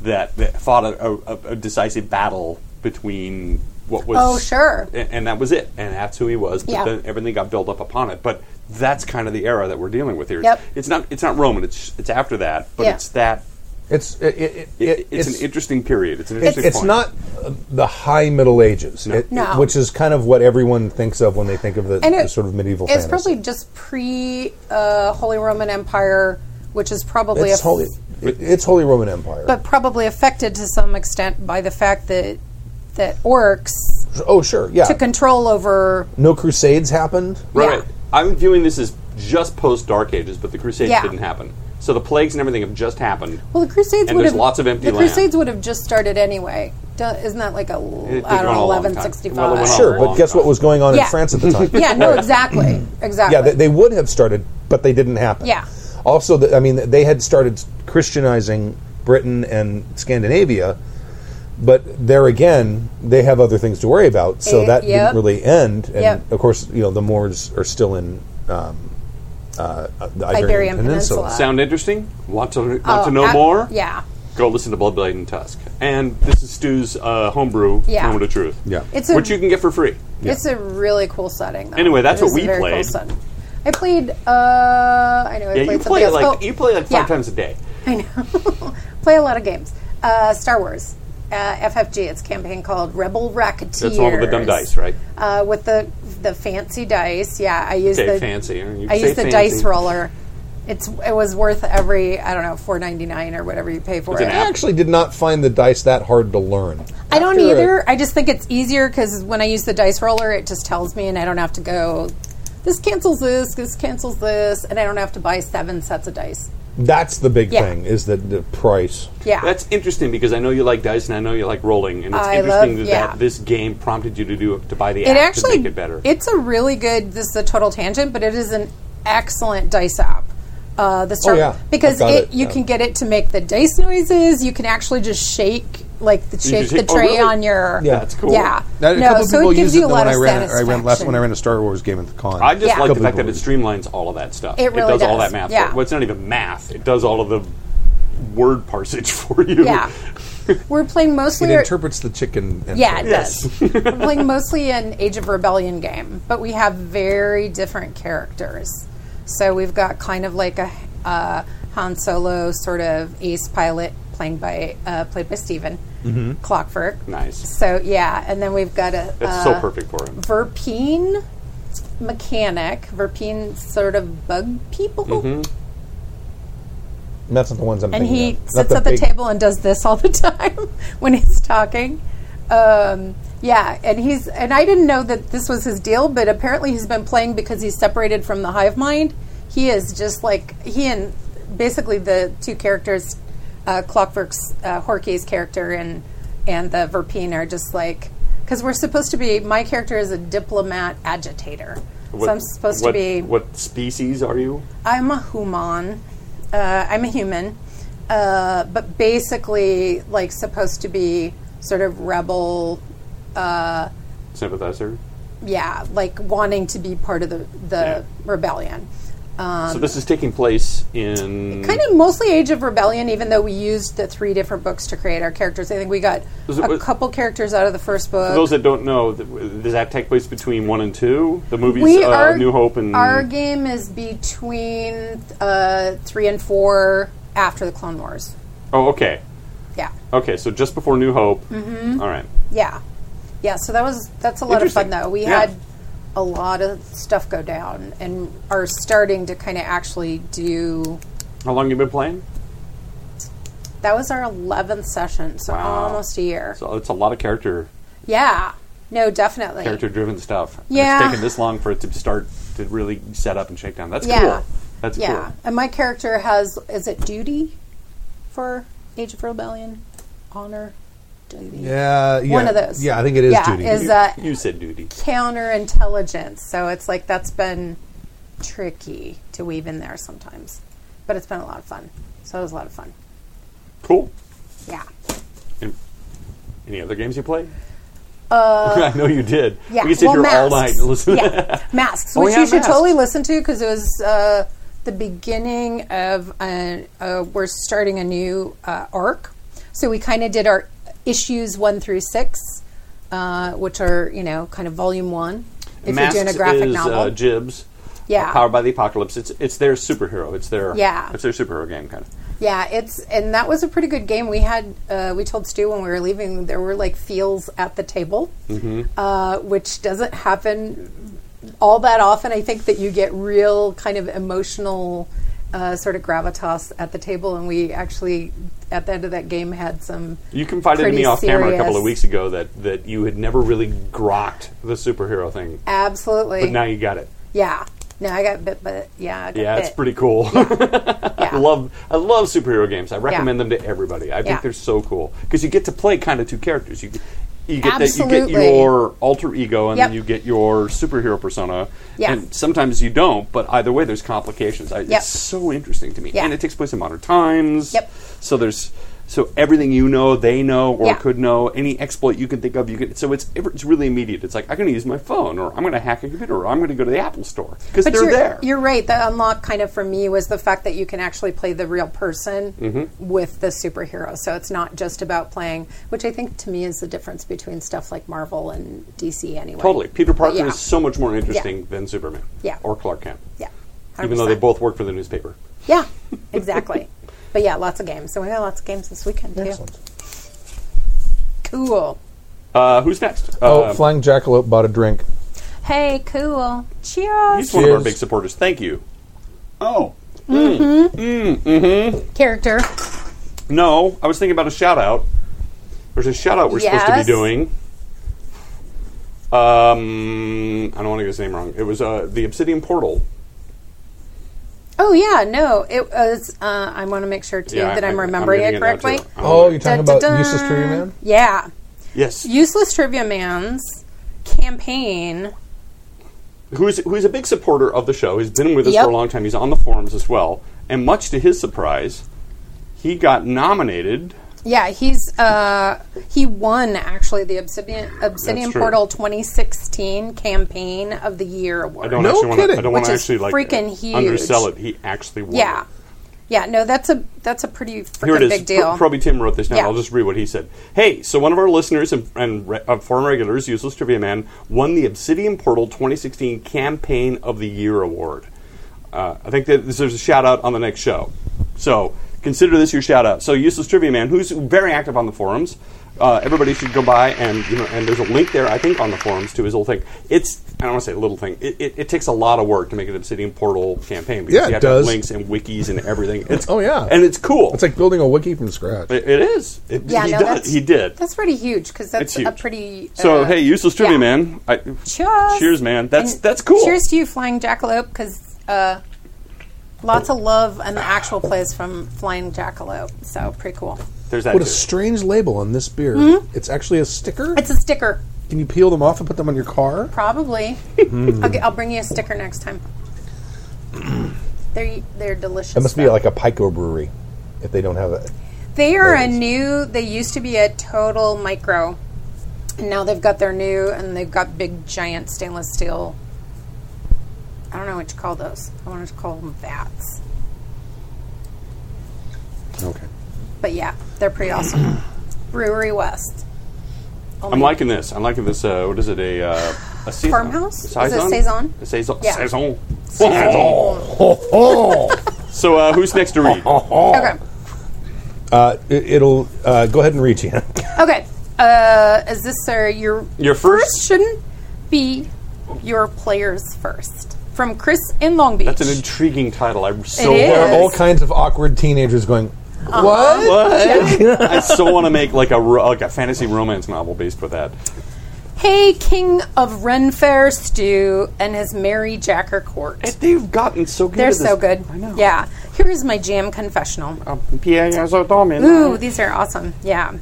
that, that fought a, a, a- a decisive battle between what was.
Oh, sure.
a- And, that was it. And that's who he was. But
Yeah.
then everything got built up upon it. But that's kind of the era that we're dealing with here.
Yep.
It's not it's not Roman, it's, it's after that, but
Yeah.
it's that.
It's it, it, it,
It, it's,
it's
an interesting period. It's an interesting
it's
point.
not uh, the high Middle Ages, it-
No.
which is kind of what everyone thinks of when they think of the,
And it-
the sort of medieval.
It's
fantasy.
probably just pre uh, Holy Roman Empire, which is probably
it's
a
holy. it- it's Holy Roman Empire.
but probably affected to some extent by the fact that that orcs
oh sure, yeah.
took control over.
no crusades happened.
Right.
Yeah.
I'm viewing this as just post Dark Ages, but the Crusades
Yeah.
didn't happen. So the plagues and everything have just happened.
Well, the Crusades
And
would
there's
have
lots of empty
The
land.
Crusades would have just started anyway. Duh, Isn't that like a I
did go on
don't
a
know
long time.
eleven sixty
Well, it
five?
went on
Sure,
long
but guess
time.
what was going on in
Yeah.
France at the time?
Yeah. No. Exactly. Exactly.
yeah, they, they would have started, but they didn't happen.
Yeah.
Also, the, I mean, they had started Christianizing Britain and Scandinavia, but there again, they have other things to worry about, so
Eh,
that
yep.
didn't really end. And
Yep.
of course, you know, the Moors are still in um, uh, uh, the Iberian,
Iberian
Peninsula.
Peninsula.
Sound interesting? Want to want to
Oh,
know
ab-
more?
Yeah.
Go listen to Bloodblade and Tusk. And this is Stu's uh, homebrew
Yeah.
Moment of Truth.
Yeah.
It's a-
which you can get for free.
It's a really cool setting. Though.
Anyway, that's
It
what
is a
we
very
played.
Cool setting. I played. Uh, I know. I
Yeah,
played
you
something
play it
else.
like
Oh,
you play like five
yeah.
times a day.
I know. play a lot of games. Uh, Star Wars. uh, FFG. It's a campaign called Rebel Racketeers.
That's all with the dumb dice, right?
Uh, with the the fancy dice. Yeah, I use
Okay,
the
fancy. You
I
say
use the
fancy.
dice roller. It's it was worth every I don't know four ninety nine or whatever you pay for
It's
it.
an
I actually did not find the dice that hard to learn.
I don't
After
either.
it-
I just think it's easier because when I use the dice roller, it just tells me, and I don't have to go. This cancels this. This cancels this, and I don't have to buy seven sets of dice.
That's the big
Yeah.
thing is the, the price.
Yeah,
That's interesting because I know you like dice and I know you like rolling, and it's
I
interesting
love-
that,
yeah.
that this game prompted you to do to buy the
it
app
actually
to make it better.
It's a really good. This is a total tangent, but it is an excellent dice app. Uh, the start
yeah.
because
I've got
it,
it,
you
yeah.
can get it to make the dice noises. You can actually just shake like the, shake
just
the
shake- oh,
tray
really?
on your
Yeah.
That's cool.
Yeah,
Now, a couple
so
people
it
used
gives you
it
a
though
lot
when I
of
ran. I ran last
satisfaction.
when I ran a Star Wars game at the con.
I just
Yeah.
like the
Couple
fact that it
doors.
streamlines all of that stuff.
It really
does, all
does.
that math.
Yeah.
For, well, it's not even math. It does all of the word parsage for you.
Yeah. We're playing mostly.
it interprets the chicken. And
yeah, it
Yes.
does. We're playing mostly an Age of Rebellion game, but we have very different characters. So we've got kind of like a uh, Han Solo sort of ace pilot playing by uh, played by Steven Clockwork.
Mm-hmm. Nice.
So yeah, and then we've got a
That's
uh,
so perfect for him.
Verpine mechanic. Verpine sort of bug people.
Mm-hmm.
And that's not the ones I'm
and
thinking
he
of. Not
sits at the
big-
table and does this all the time when he's talking. Um, yeah, and he's and I didn't know that this was his deal, but apparently he's been playing because he's separated from the hive mind. He is just like he and basically the two characters, uh, Clockwork's uh, Horky's character and and the Verpine are just like because we're supposed to be. My character is a diplomat agitator, so I'm supposed
what-
to be.
What species are you?
I'm a human. Uh, I'm a human, uh, but basically, like, supposed to be sort of rebel. Uh,
Sympathizer.
yeah, like wanting to be part of the
Yeah. Mm.
the rebellion. Um,
so this is taking place in.
kind of mostly Age of Rebellion, even though we used the three different books to create our characters. I think we got
Was it-
a
was-
couple characters out of the first book.
For those that don't know, th- does that take place between one and two? The movies
we
uh,
our-
New Hope and
our game is between uh, three and four after the Clone Wars.
oh, okay,
Yeah.
okay. So just before New Hope.
Mm-hmm.
All right.
Yeah, yeah. So that was that's a lot of fun
Interesting.
though. We
Yeah.
had a lot of stuff go down and are starting to kind of actually do.
How long you been playing?
That was our eleventh session, so
Wow.
almost a year.
So it's a lot of character
yeah, no, definitely.
character driven stuff. And
Yeah.
it's taken this long for it to start to really set up and shake down. That's
Yeah.
cool. That's
yeah,
cool.
and my character has is it duty for Age of Rebellion, honor, duty.
Yeah, yeah.
One of those.
Yeah, I think it is
Yeah,
duty.
is
You-
uh,
you, said duty.
counterintelligence. So it's like that's been tricky to weave in there sometimes, but it's been a lot of fun. So it was a lot of fun.
Cool.
Yeah.
And any other games you play? Uh, I know you did.
Yeah.
We could sit
well,
here all night
masks.
and listen.
Yeah. masks,
Oh,
which
yeah,
you should
Masks.
totally listen to because it was uh, the beginning of uh uh, we're starting a new uh, arc. So we kind of did our issues one through six, uh, which are you know kind of volume one. If
Masks
you're doing a graphic
is,
novel,
Uh, Jibs. uh,
Yeah.
Powered by the Apocalypse. It's it's their superhero. It's their
Yeah.
It's their superhero game kind of.
Yeah, it's and that was a pretty good game. We had uh, we told Stu when we were leaving there were like feels at the table,
Mm-hmm.
uh, which doesn't happen all that often. I think that you get real kind of emotional uh, sort of gravitas at the table, and we actually at the end of that game had some.
You confided to
pretty
me off camera a couple of
serious-
weeks ago that, that you had never really grokked the superhero thing,
Absolutely.
but now you got it.
yeah. No, I got bit, but yeah. I got
Yeah,
bit.
it's pretty cool. I
Yeah.
love I love superhero games. I recommend them to everybody. I think
Yeah.
they're so cool because you get to play kind of two characters. You get, you get that you get
Absolutely.
your alter ego and
Yep.
then you get your superhero persona.
Yeah.
And sometimes you don't, but either way, there's complications. I,
Yep.
It's so interesting to me,
Yeah.
and it takes place in modern times.
Yep.
So there's so everything you know, they know or
Yeah.
could know. Any exploit you can think of, you can. So it's it's really immediate. It's like I'm going to use my phone, or I'm going to hack a computer, or I'm going to go to the Apple store because they're
you're,
there.
You're right. The unlock kind of for me was the fact that you can actually play the real person
Mm-hmm.
with the superhero. So it's not just about playing, which I think to me is the difference between stuff like Marvel and DC anyway.
Totally. Peter Parker
yeah.
is so much more interesting than Superman.
Yeah.
Or Clark Kent.
Yeah.
Even though they
100%.
both work for the newspaper.
Yeah, exactly. but yeah, lots of games. So we got lots of games this weekend too.
Excellent.
Cool.
Uh, who's next?
Oh,
Uh,
Flying Jackalope bought a drink.
Hey, cool. Cheers.
he's one of our
Cheers.
big supporters. Thank you. Oh.
Character.
No, I was thinking about a shout out. There's a shout out we're supposed to be
Yes.
doing. Um, I don't want to get his name wrong. It was uh, the Obsidian Portal.
Oh yeah, no, it was. Uh, I want to make sure too
Yeah,
that
I-
I, am
I- I'm
remembering
gonna
it
get that
correctly.
too.
Oh, you're talking about
Da-da-da.
Useless Trivia Man?
Yeah,
Yes.
useless trivia man's campaign.
who's who's a big supporter of the show. He's been with us
Yep.
for a long time. He's on the forums as well, and much to his surprise, he got nominated.
Yeah, he's uh, he won actually the Obsidian Obsidian
That's true.
Portal 2016 campaign of the year award.
I don't
No
actually want to. I
kidding.
don't want
Which
to
is
actually like
freaking huge.
undersell it. He actually won.
Yeah,
it.
yeah, no, that's a that's a pretty
Here it
freaking
is.
big deal.
Pro- Proby Tim wrote this down.
Yeah.
I'll just read what he said. Hey, so one of our listeners and, and re- uh, former regulars, Useless Trivia Man, won the Obsidian Portal 2016 Campaign of the Year award. Uh, I think that this, there's a shout out on the next show. So consider this your shout out. So Useless Trivia Man, who's very active on the forums, uh, everybody should go by and you know. And there's a link there, I think, on the forums to his little thing. It's I don't want to say little thing. It, it, it takes a lot of work to make an Obsidian Portal campaign because
Yeah,
you
it
have to have
does.
links and wikis and everything. It's
Oh, yeah.
and it's cool.
It's like building a wiki from scratch.
It, it is. It,
yeah,
he
no,
does.
that's-
He did.
That's pretty huge because
It's
that's
huge.
a pretty.
So
uh,
hey, useless trivia,
yeah.
man. I,
Cheers.
Cheers, man. That's
And
that's cool.
Cheers to you, Flying Jackalope, because uh, lots of love and the actual plays from Flying Jackalope. So pretty cool.
There's that.
What a
too.
strange label on this beer. It's actually a sticker.
Hmm? It's a sticker,
Can you peel them off and put them on your car?
probably.
Hmm.
I'll, get, I'll bring you a sticker next time. They're they're delicious.
It must be
though.
like a Pico brewery if they don't have it.
They are a
Those.
new. They used to be a total micro, and now they've got their new, and they've got big, giant stainless steel. I don't know what you call those. I wanted to call them vats,
Okay.
but yeah, they're pretty awesome. Brewery West.
I'm liking this. I'm liking this. Uh, what is it? A uh, a saison.
Farmhouse? Is it
Saison.
saison?
A saison.
Yeah.
Saison. So uh, who's next to read?
Oh.
Okay.
Uh, it, it'll uh, go ahead and reach you.
Okay. Uh, is this uh, your
Your first.
shouldn't be your players first from Chris in Long Beach?
That's an intriguing title. I so
It
there
wanna
are all
make-
kinds of awkward teenagers going.
Uh-huh.
What? I so want to make like a ro- like a fantasy romance novel based with that.
hey, King of Renfair Stew and his merry jacker court.
And They've gotten so good.
They're
at this.
so good.
I know. Um,
Yeah. Here is my jam confessional.
Pierre Zotomin.
Ooh, these are awesome. Yeah.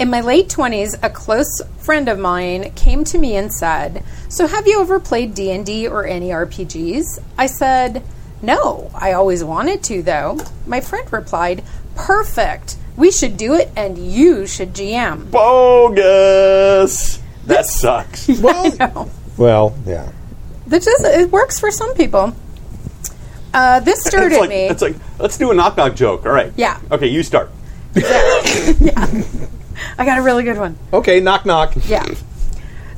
In my late 20s, a close friend of mine came to me and said, "So have you ever played D&D or any RPGs?" I said, "No, I always wanted to though." My friend replied, "Perfect. We should do it and you should GM."
Bogus. That sucks.
Well, well, yeah.
This is, it works for some people. Uh, this stirred
it's
at
like,
me.
It's like, let's do a knock knock joke. All right.
Yeah.
Okay, you start.
I got a really good one.
Okay, knock knock.
Yeah.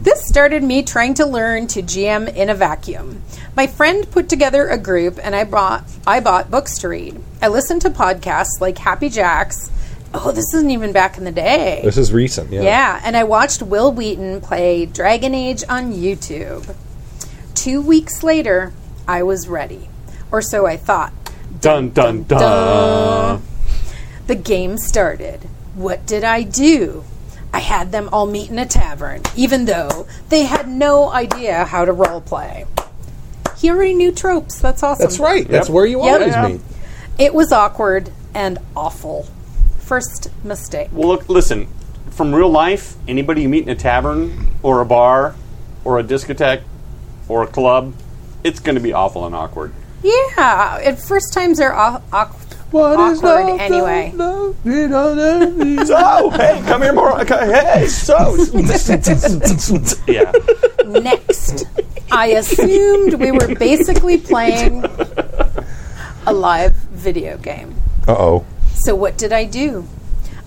This started me trying to learn to GM in a vacuum. My friend put together a group and I bought I bought books to read. I listened to podcasts like Happy Jacks. Oh, this isn't even back in the day.
This is recent. Yeah.
Yeah, and I watched Will Wheaton play Dragon Age on YouTube. 2 weeks later, I was ready. Or so I thought.
Dun dun dun.
The game started. What did I do? I had them all meet in a tavern, even though they had no idea how to roleplay. He already knew tropes. That's awesome.
That's right. That's where you
Yep.
always
Yeah.
meet.
It was awkward and awful. First mistake.
Well, look, listen. From real life, anybody you meet in a tavern or a bar or a discotheque or a club, it's going to be awful and awkward.
Yeah, at first times are aw- aw- awkward anyway.
So, hey, come here more. okay, Hey, so. yeah.
Next, I assumed we were basically playing a live video game.
Uh oh.
So what did I do?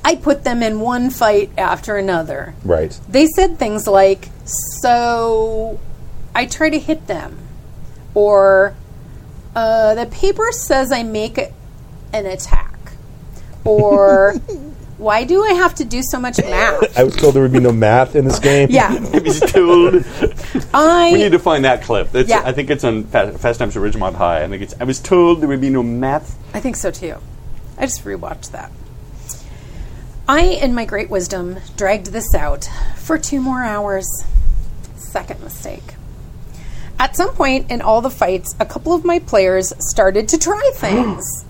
I put them in one fight after another.
Right.
They said things like, "So I try to hit them," or uh, "The paper says I make an attack," or Why do I have to do so much math?
I was told there would be no math in this game.
yeah,
He's told.
I
We need to find that clip. That's,
Yeah.
I think it's on Fa- Fast Times at Ridgemont High. I think it's. I was told there would be no math.
I think so too. I just rewatched that. I, in my great wisdom, dragged this out for two more hours. Second mistake. At some point in all the fights, a couple of my players started to try things.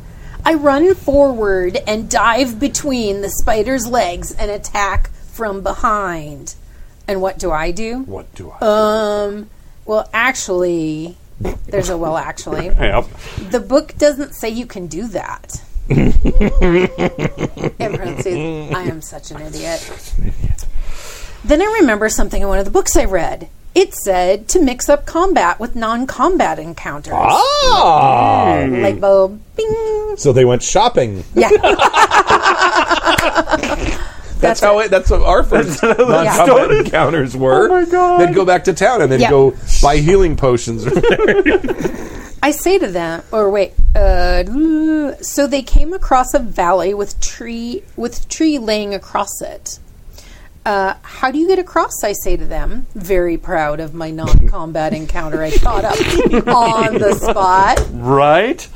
I run forward and dive between the spider's legs and attack from behind. And what do I do?
What do I?
Um, well, actually, there's a well, actually.
yep.
The book doesn't say you can do that. In parentheses, I am such an idiot. Then I remember something in one of the books I read. It said to mix up combat with non-combat encounters.
Ah!
Light bulb, bing.
So they went shopping.
Yeah,
That's, how it. That's what our first non-combat encounters were.
Oh my God.
They'd go back to town and then
Yeah.
go buy healing potions.
I say to them, or wait. Uh, so they came across a valley with tree with tree laying across it. Uh, how do you get across? I say to them, very proud of my non-combat encounter. I caught up on the spot.
Right.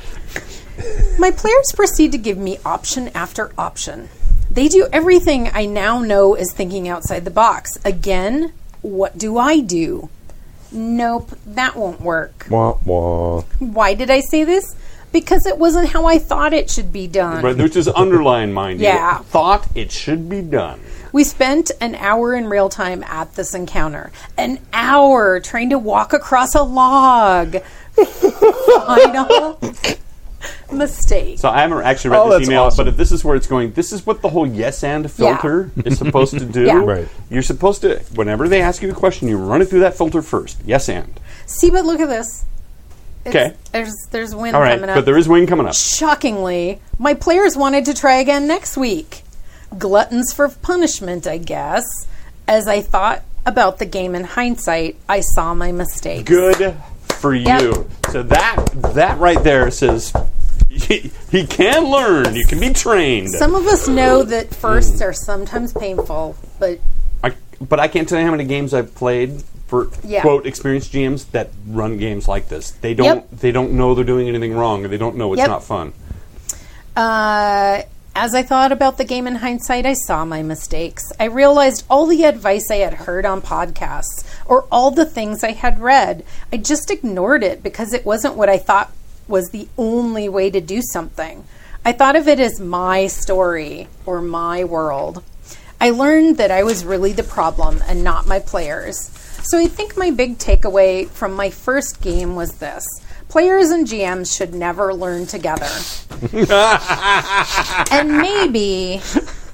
My players proceed to give me option after option. They do everything I now know is thinking outside the box. Again, what do I do? Nope, that won't work.
Wah, wah.
Why did I say this? Because it wasn't how I thought it should be done.
Right. Which is underline mind. you.
Yeah.
Thought it should be done.
We spent an hour in real time at this encounter. An hour trying to walk across a log. Final mistake.
So I haven't actually read
Oh,
this
that's
email,
awesome.
but if this is where it's going, this is what the whole yes and filter is supposed to do.
Yeah.
Right.
You're supposed to, whenever they ask you a question, you run it through that filter first. Yes and.
See, but look at this. It's-
'Kay.
There's there's wind
All right.
coming up.
But there is wing coming up.
Shockingly, my players wanted to try again next week. Gluttons for punishment, I guess. As I thought about the game in hindsight, I saw my mistake.
Good for
Yep.
you. So that that right there says he, he can learn. You can be trained.
Some of us know that firsts are sometimes painful, but
I, but I can't tell you how many games I've played for
Yeah.
quote experienced GMs that run games like this. They don't
Yep.
they don't know they're doing anything wrong. and They don't know it's
Yep.
not fun.
Uh, as I thought about the game in hindsight, I saw my mistakes. I realized all the advice I had heard on podcasts or all the things I had read. I just ignored it because it wasn't what I thought was the only way to do something. I thought of it as my story or my world. I learned that I was really the problem and not my players. So I think my big takeaway from my first game was this players and GMs should never learn together. and maybe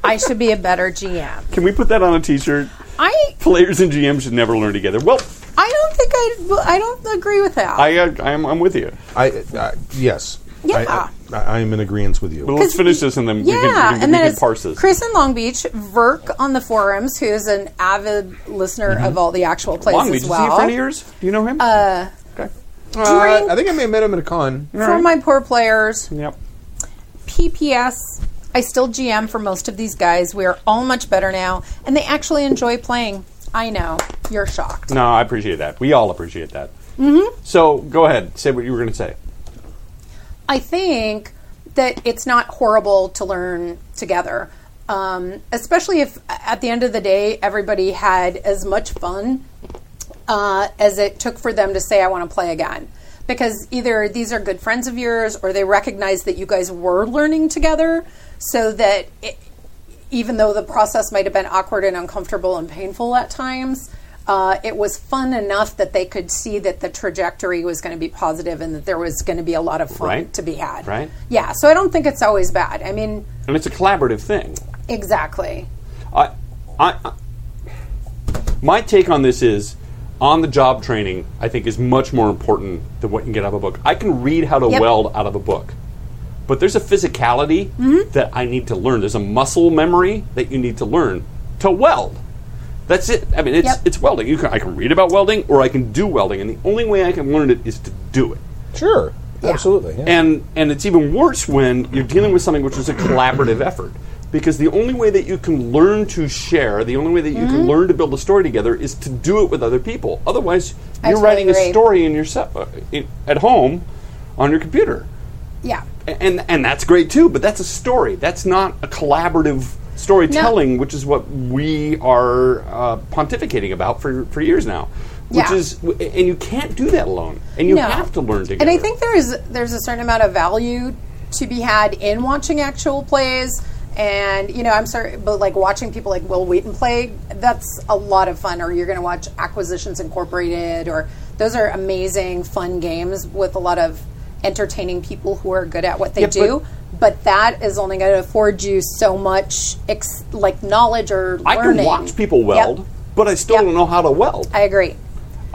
I should be a better GM.
Can we put that on a T-shirt?
I
Players and GMs should never learn together. Well,
I don't think I I don't agree with that.
I, uh, I'm, I'm with you.
I, I yes.
Yeah.
I, I, I am in agreement with
But
you.
let's
'Cause
finish this and then we
yeah,
can, we can,
and
we
then
can
it's
parse this.
Chris in Long Beach, Verk on the forums, who's an avid listener of all the actual plays
Mm-hmm. Long Beach,
as
is
well.
he a friend of yours? Do you know him? Uh,
Uh, I think I may have met him at a con.
For my poor players,
yep.
PPS. I still GM for most of these guys. We are all much better now, and they actually enjoy playing. I know you're shocked.
No, I appreciate that. We all appreciate that. Mm-hmm. So go ahead, say what you were going to say.
I think that it's not horrible to learn together, um, especially if at the end of the day everybody had as much fun uh, as it took for them to say, I want to play again. Because either these are good friends of yours or they recognize that you guys were learning together so that it, even though the process might have been awkward and uncomfortable and painful at times, uh, it was fun enough that they could see that the trajectory was going to be positive and that there was going to be a lot of fun
Right.
to be had.
Right.
Yeah. So I don't think it's always bad. I mean,
And it's a collaborative thing.
exactly.
I, I, I- my take on this is on the job training, I think, is much more important than what you can get out of a book. I can read how to
Yep.
weld out of a book, but there's a physicality
Mm-hmm.
that I need to learn. There's a muscle memory that you need to learn to weld. That's it. I mean, it's,
Yep.
it's welding. You can, I can read about welding or I can do welding, and the only way I can learn it is to do it
Sure. Absolutely. yeah.
and and it's even worse when you're dealing with something which is a collaborative effort. Because the only way that you can learn to share, the only way that you can
Mm-hmm.
learn to build a story together is to do it with other people. Otherwise,
I
you're
totally
writing
agree.
a story in yourself uh, in, at home on your computer.
Yeah.
A- And and that's great too, but that's a story. That's not a collaborative storytelling, which is what we are uh, pontificating about for, for years now. Which
Yeah.
is w- and you can't do that alone. And you
No.
have to learn together.
And I think there is there's a certain amount of value to be had in watching actual plays. And you know, I'm sorry, but like watching people like Will Wheaton play, that's a lot of fun. Or you're going to watch Acquisitions Incorporated, or those are amazing, fun games with a lot of entertaining people who are good at what they
Yeah, but-
do. But, that is only going to afford you so much ex- like knowledge or
I
learning.
can watch people
Yep.
weld, but I still
Yep.
don't know how to weld.
I agree.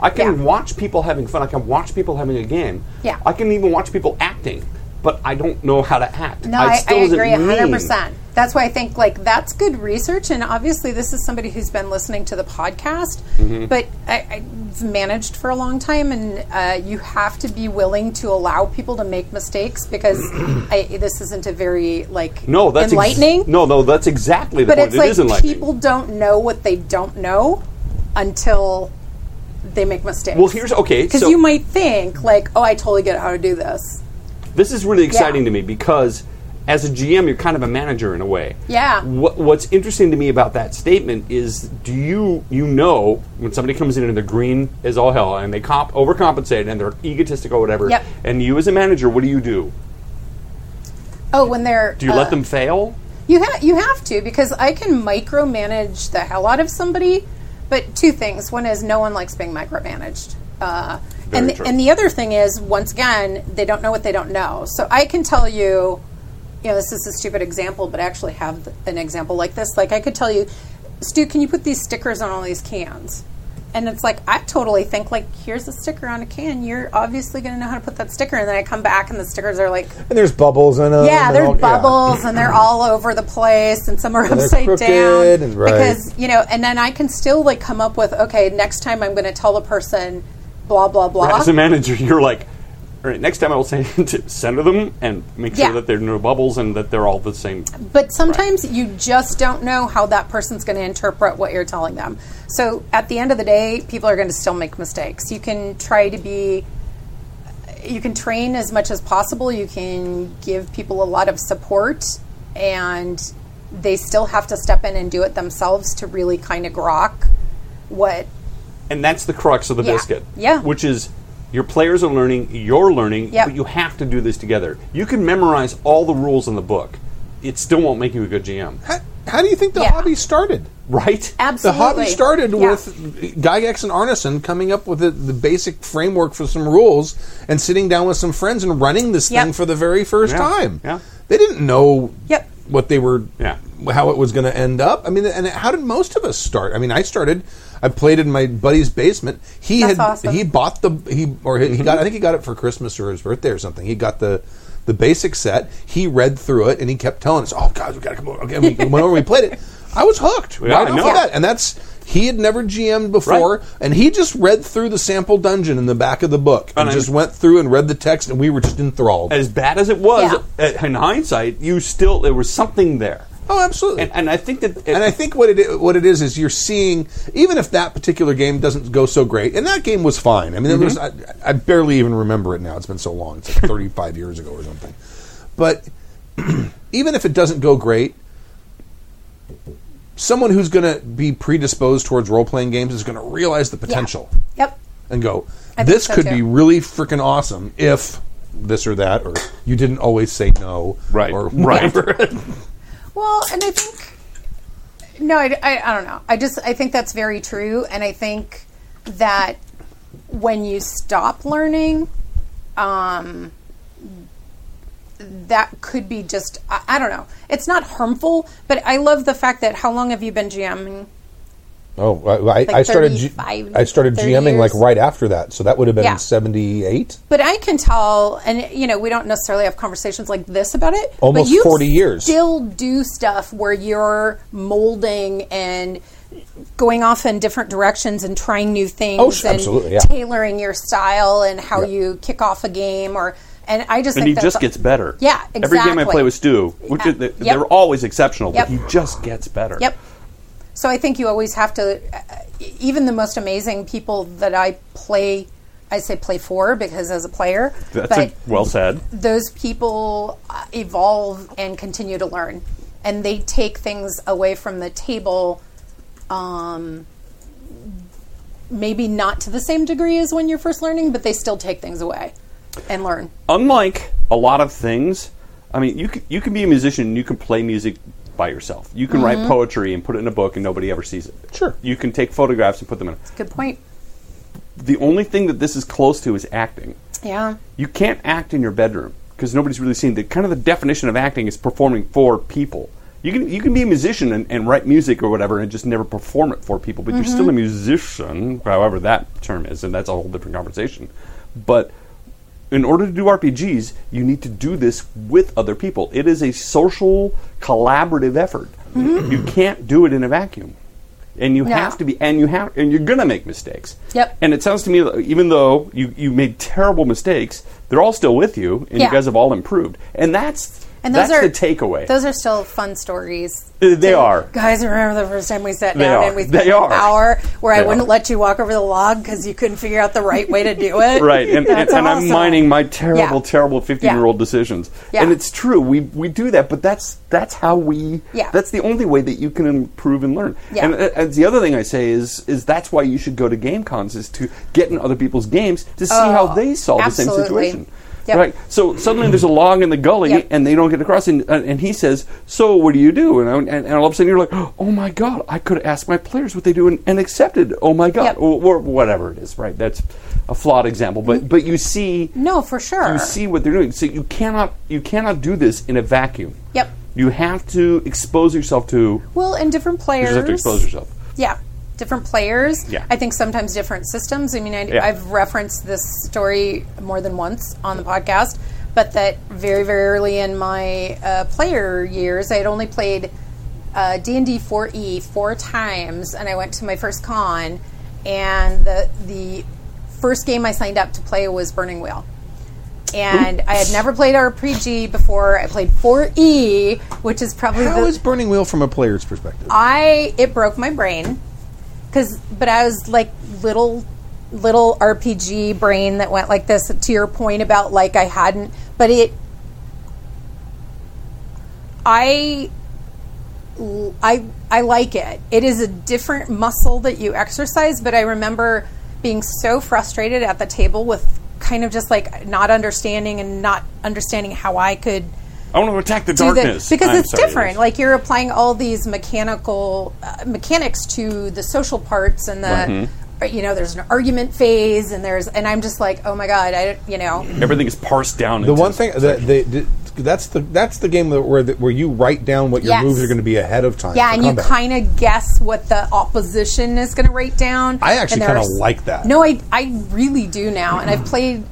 I can
Yeah.
watch people having fun. I can watch people having a game.
Yeah.
I can even watch people acting, but I don't know how to act.
No, I, I
still isn't
agree
me.
100%. That's why I think like that's good research, and obviously this is somebody who's been listening to the podcast,
Mm-hmm.
but I, I it's managed for a long time, and uh, you have to be willing to allow people to make mistakes because I, this isn't a very like
No, that's ex-
enlightening.
no, no, that's exactly the
but
point.
it's
It
like
is enlightening.
people don't know what they don't know until they make mistakes.
Well, here's- okay,
because
so-
you might think like, oh, I totally get how to do this.
This is really exciting
Yeah.
to me because as a GM, you're kind of a manager in a way.
Yeah.
What, what's interesting to me about that statement is, do you you know when somebody comes in and they're green as all hell and they comp overcompensate and they're egotistical, whatever.
Yep.
And you as a manager, what do you do?
Oh, when they're
Do you let them fail?
You ha- you have to because I can micromanage the hell out of somebody. But two things: one is no one likes being micromanaged, uh, and the,
true.
and the other thing is once again they don't know what they don't know. So I can tell you, you know, this is a stupid example, but I actually have th- an example like this. Like I could tell you, Stu, can you put these stickers on all these cans? And it's like I totally think like here's a sticker on a can. You're obviously going to know how to put that sticker, and then I come back and the stickers are like
And there's bubbles in them.
yeah,
and
there's
all- yeah.
bubbles and they're all over the place and some are
they're
upside
crooked
down.
and right.
Because, you know, and then I can still like come up with, okay, next time I'm going to tell the person blah, blah, blah.
As a manager, you're like, all right, next time I will say to center them and make sure
Yeah.
that there are no bubbles and that they're all the same.
But sometimes you just don't know how that person's going to interpret what you're telling them. So at the end of the day, people are going to still make mistakes. You can try to be, you can train as much as possible. You can give people a lot of support, and they still have to step in and do it themselves to really kind of grok what.
And that's the crux of the
Yeah.
biscuit.
Yeah.
Which is your players are learning, you're learning,
Yep.
but you have to do this together. You can memorize all the rules in the book. It still won't make you a good GM,
How, how do you think the
Yeah.
hobby started?
right?
The
Absolutely.
hobby started
Yeah.
with Gygax and Arneson coming up with the, the basic framework for some rules and sitting down with some friends and running this
Yep.
thing for the very first
Yeah,
time.
yeah.
They didn't know
Yep.
what they were,
Yeah.
how it was going to end up. I mean, and how did most of us start? I mean, I started. I played in my buddy's basement. He
That's
had
awesome.
he bought the he or he, he
Mm-hmm.
got I think he got it for Christmas or his birthday or something. He got the the basic set. He read through it and he kept telling us, "Oh God, we got to come over." Okay, we went over. and We played it. I was hooked
Yeah,
right
I
off
know.
of that, and that's he had never GM'd before,
Right.
and he just read through the sample dungeon in the back of the book and,
And I-
just went through and read the text, and we were just enthralled.
As bad as it was,
Yeah.
uh, in hindsight, you still there was something there,
oh, absolutely.
and, and I think that it,
And I think what it what it is is you're seeing even if that particular game doesn't go so great, and that game was fine. I mean, it was I,
Mm-hmm.
I barely even remember it now. It's been so long. It's like 35 years ago or something. But even if it doesn't go great, someone who's going to be predisposed towards role playing games is going to realize the potential
Yep.
and go,
I think
this
so,
could
too.
be really freaking awesome if this or that, or you didn't always say no,
Right.
Or
Right.
whatever.
Well, and I think no, I, I, I don't know. I just I think that's very true, and I think that when you stop learning, um, that could be just I, I don't know. It's not harmful, but I love the fact that how long have you been GMing?
Oh, I, I, I started. G-
35,
I started
30
GMing like
years.
right after that, so that would have been
Yeah.
'78.
But I can tell, and you know, we don't necessarily have conversations like this about it.
Almost
but you
40 years.
Still do stuff where you're molding and going off in different directions and trying new things.
Oh, sure,
and
absolutely, yeah.
Tailoring your style and how
Yeah.
you kick off a game, or And I just
and he
think that's
just
a-
gets better.
Yeah,
Every game I
exactly.
play with Stu, which
Yeah.
is, they're
Yep.
always exceptional,
Yep.
but he just gets better.
Yep. So I think you always have to, uh, even the most amazing people that I play, I say play for because as a player,
That's
but
a, well said.
those people uh, evolve and continue to learn. And they take things away from the table, um, maybe not to the same degree as when you're first learning, but they still take things away and learn.
unlike a lot of things, I mean, you can, you can be a musician and you can play music by yourself. You can write poetry and put it in a book and nobody ever sees it.
Sure.
You can take photographs and put them in.
Good point.
The only thing that this is close to is acting.
Yeah.
You can't act in your bedroom because nobody's really seen the kind of the definition of acting is performing for people. You can you can be a musician and, and write music or whatever and just never perform it for people, but you're still a musician, however that term is, and that's a whole different conversation. But in order to do RPGs, you need to do this with other people. It is a social collaborative effort. You can't do it in a vacuum. And you
No.
have to be and you have and you're gonna make mistakes.
Yep.
And it sounds to me, that even though you, you made terrible mistakes, they're all still with you, and
Yeah.
you guys have all improved. And that's
And those
that's
are
the takeaway.
Those are still fun stories.
Uh, they
too.
are.
Guys, remember the first time we sat
They
down
are.
and we
They
spent an
are.
hour where
They
I wouldn't
are.
let you walk over the log because you couldn't figure out the right way to do it.
right, and, and,
That's
and I'm
awesome.
mining my terrible,
Yeah.
terrible 15 year old
Yeah.
decisions.
Yeah.
And it's true, we, we do that, but that's that's how we.
Yeah.
That's the only way that you can improve and learn.
Yeah.
And, uh, and the other thing I say is is that's why you should go to game cons is to get in other people's games to see how they solve the same
Oh, absolutely.
situation.
Yep.
Right. So suddenly there's a log in the gully,
Yep.
and they don't get across. And, uh, and, and he says, "So what do you do?" And, I, and, and all of a sudden you're like, "Oh my god! I could ask my players what they do and, and accepted. Oh my god!"
Yep.
Or, or whatever it is. Right. That's a flawed example, but but you see,
No, for sure.
you see what they're doing. So you cannot you cannot do this in a vacuum.
Yep.
You have to expose yourself to.
Well, and different
You
players.
just have to expose yourself.
Yeah. Different players.
Yeah.
I think sometimes different systems. I mean, I,
Yeah.
I've referenced this story more than once on the podcast, but that very, very early in my uh, player years, I had only played uh, D&D 4E four times, and I went to my first con, and the, the first game I signed up to play was Burning Wheel and I had never played RPG before. I played 4E, which is probably
How
the,
is Burning Wheel from a player's perspective?
I it broke my brain because but I was like little little RPG brain that went like this to your point about like I hadn't but it I l- I I like it. It is a different muscle that you exercise, but I remember being so frustrated at the table with kind of just like not understanding and not understanding how I could
I want to attack the
do the-
darkness
because
I'm
it's
sorry,
different.
yes.
Like you're applying all these mechanical uh, mechanics to the social parts and the.
Mm-hmm.
uh, You know, there's an argument phase, and there's, and I'm just like, oh my god, I, don't- you know,
Mm-hmm.
everything is parsed down.
The one thing that they, th- that's the that's the game that- where the, where you write down what your
Yes.
moves are going to be ahead of time.
yeah,
for
and
combat.
you kind of guess what the opposition is going to write down.
I actually
and
kinda
there's-
like that. Mm-hmm.
No, I, I really do now, and I've played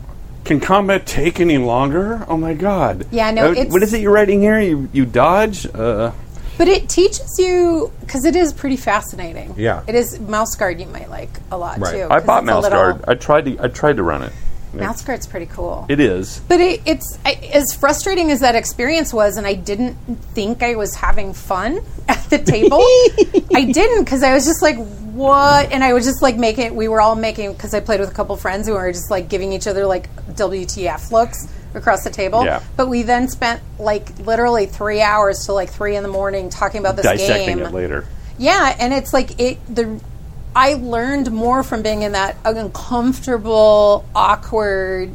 Can combat take any longer? Oh my god.
Yeah, no,
Uh,
it's-
what is it you're writing here? You, you dodge? Uh,
But it teaches you because it is pretty fascinating.
Yeah.
it is mouse guard. You might like a lot
Right.
too.
I
'cause
bought
it's a
mouse
little-
guard. I tried to I tried to run it.
Mouse guard's pretty cool.
It is.
But it, it's I, as frustrating as that experience was, and I didn't think I was having fun at the table. I didn't because I was just like, "What?" And I was just like making. We were all making because I played with a couple friends who were just like giving each other like WTF looks across the table.
Yeah.
But we then spent like literally three hours till like three in the morning talking about this
Dissecting
game.
it later.
Yeah, and it's like it the I learned more from being in that uncomfortable, awkward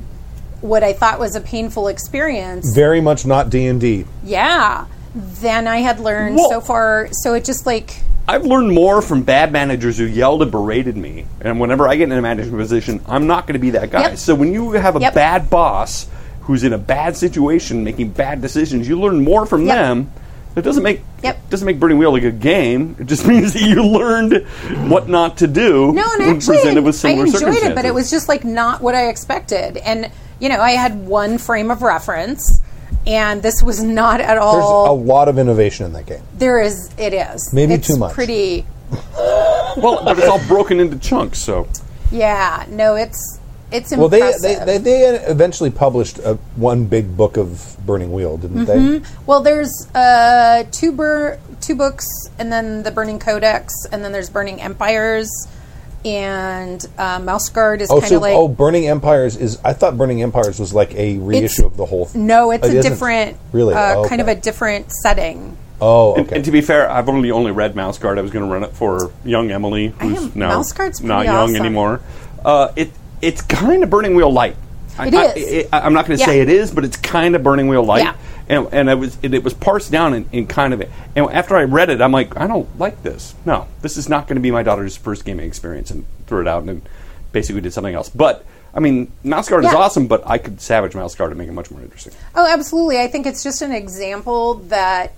what I thought was a painful experience.
very much not D and D.
yeah. Than I had learned
Well-
so far. So it just like
I've learned more from bad managers who yelled and berated me. And whenever I get in a management position, I'm not going to be that guy.
Yep.
So when you have a
Yep.
bad boss who's in a bad situation making bad decisions, you learn more from
Yep.
them. It doesn't make
Yep.
doesn't make Burning Wheel a good game. It just means that you learned what not to do
No, and
when
actually,
presented with
I
similar
enjoyed it,
circumstances.
but it was just like not what I expected. And you know, I had one frame of reference, and this was not at
There's a
all.
lot of innovation in that game.
there is, it is
Maybe
It's
too much.
Pretty,
well, but it's all broken into chunks. So
yeah. No, it's It's
Well,
impressive.
they, they, they, they eventually published a, one big book of Burning Wheel, didn't they?
Well, there's uh, two bur- two books, and then the Burning Codex, and then there's Burning Empires, and uh, Mouse Guard is
Oh,
kind
so,
of like
oh, Burning Empires is. I thought Burning Empires was like a reissue of the whole.
no, it's
oh, It
a
isn't.
different
Really?
uh,
Oh,
kind of
okay.
a different setting.
Oh, okay.
And, and to be fair, I've only only read Mouse Guard. I was going to run it for young Emily, who's
am-
now
Mouse Guard's
not
pretty
young
awesome.
anymore. Uh, it it's kind of Burning Wheel light. I-
It
I,
is.
I, am not going to say
Yeah.
it is, but it's kind of Burning Wheel light.
Yeah.
And, and I was it, it was parsed down in, in kind of it. And after I read it, I'm like, I don't like this. No, this is not going to be my daughter's first gaming experience. And threw it out and basically did something else. But I mean, Mouse Guard is
Yeah.
awesome, but I could savage Mouse Guard and make it much more interesting.
Oh, absolutely. I think it's just an example that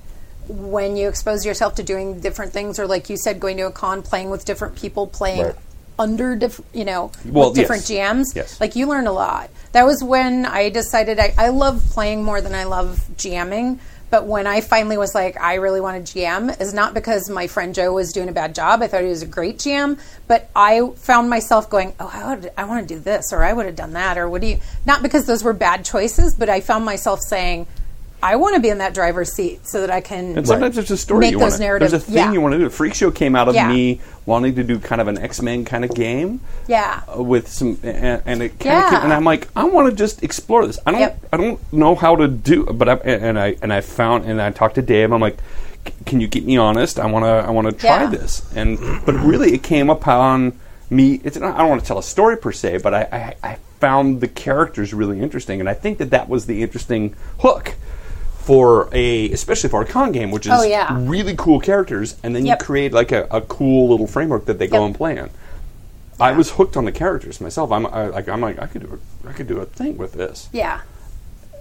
when you expose yourself to doing different things, or like you said, going to a con, playing with different people, playing
Right.
under diff- you know
Well,
with different
yes.
GMs,
Yes.
like you learn a lot. That was when I decided I, I love playing more than I love GMing. But when I finally was like, I really want to GM, is not because my friend Joe was doing a bad job. I thought he was a great GM, but I found myself going, "Oh, how did I want to do this?" or "I would have done that," or "What do you?" Not because those were bad choices, but I found myself saying, "I want to be in that driver's seat so that I can."
And sometimes there's a story
Make
you
those
want.
narratives.
There's a thing
Yeah.
you want to do. Freak Show came out of
Yeah.
me wanting to do kind of an X Men kind of game.
Yeah.
uh, With some and, and it kind
Yeah.
of came, and I'm like I want to just explore this. I don't
Yep.
I don't know how to do but I and I and I found and I talked to Dave. I'm like "C- can you get me honest? I want to I want to try
Yeah.
this. And but really it came upon me it's not, I don't want to tell a story per se, but I, I I found the characters really interesting and I think that that was the interesting hook for a especially for a con game, which is
Oh, yeah.
really cool characters, and then
Yep.
you create like a, a cool little framework that they go
Yep.
and play in. I was hooked on the characters myself. I'm I, like I'm like I could do a, I could do a thing with this.
yeah.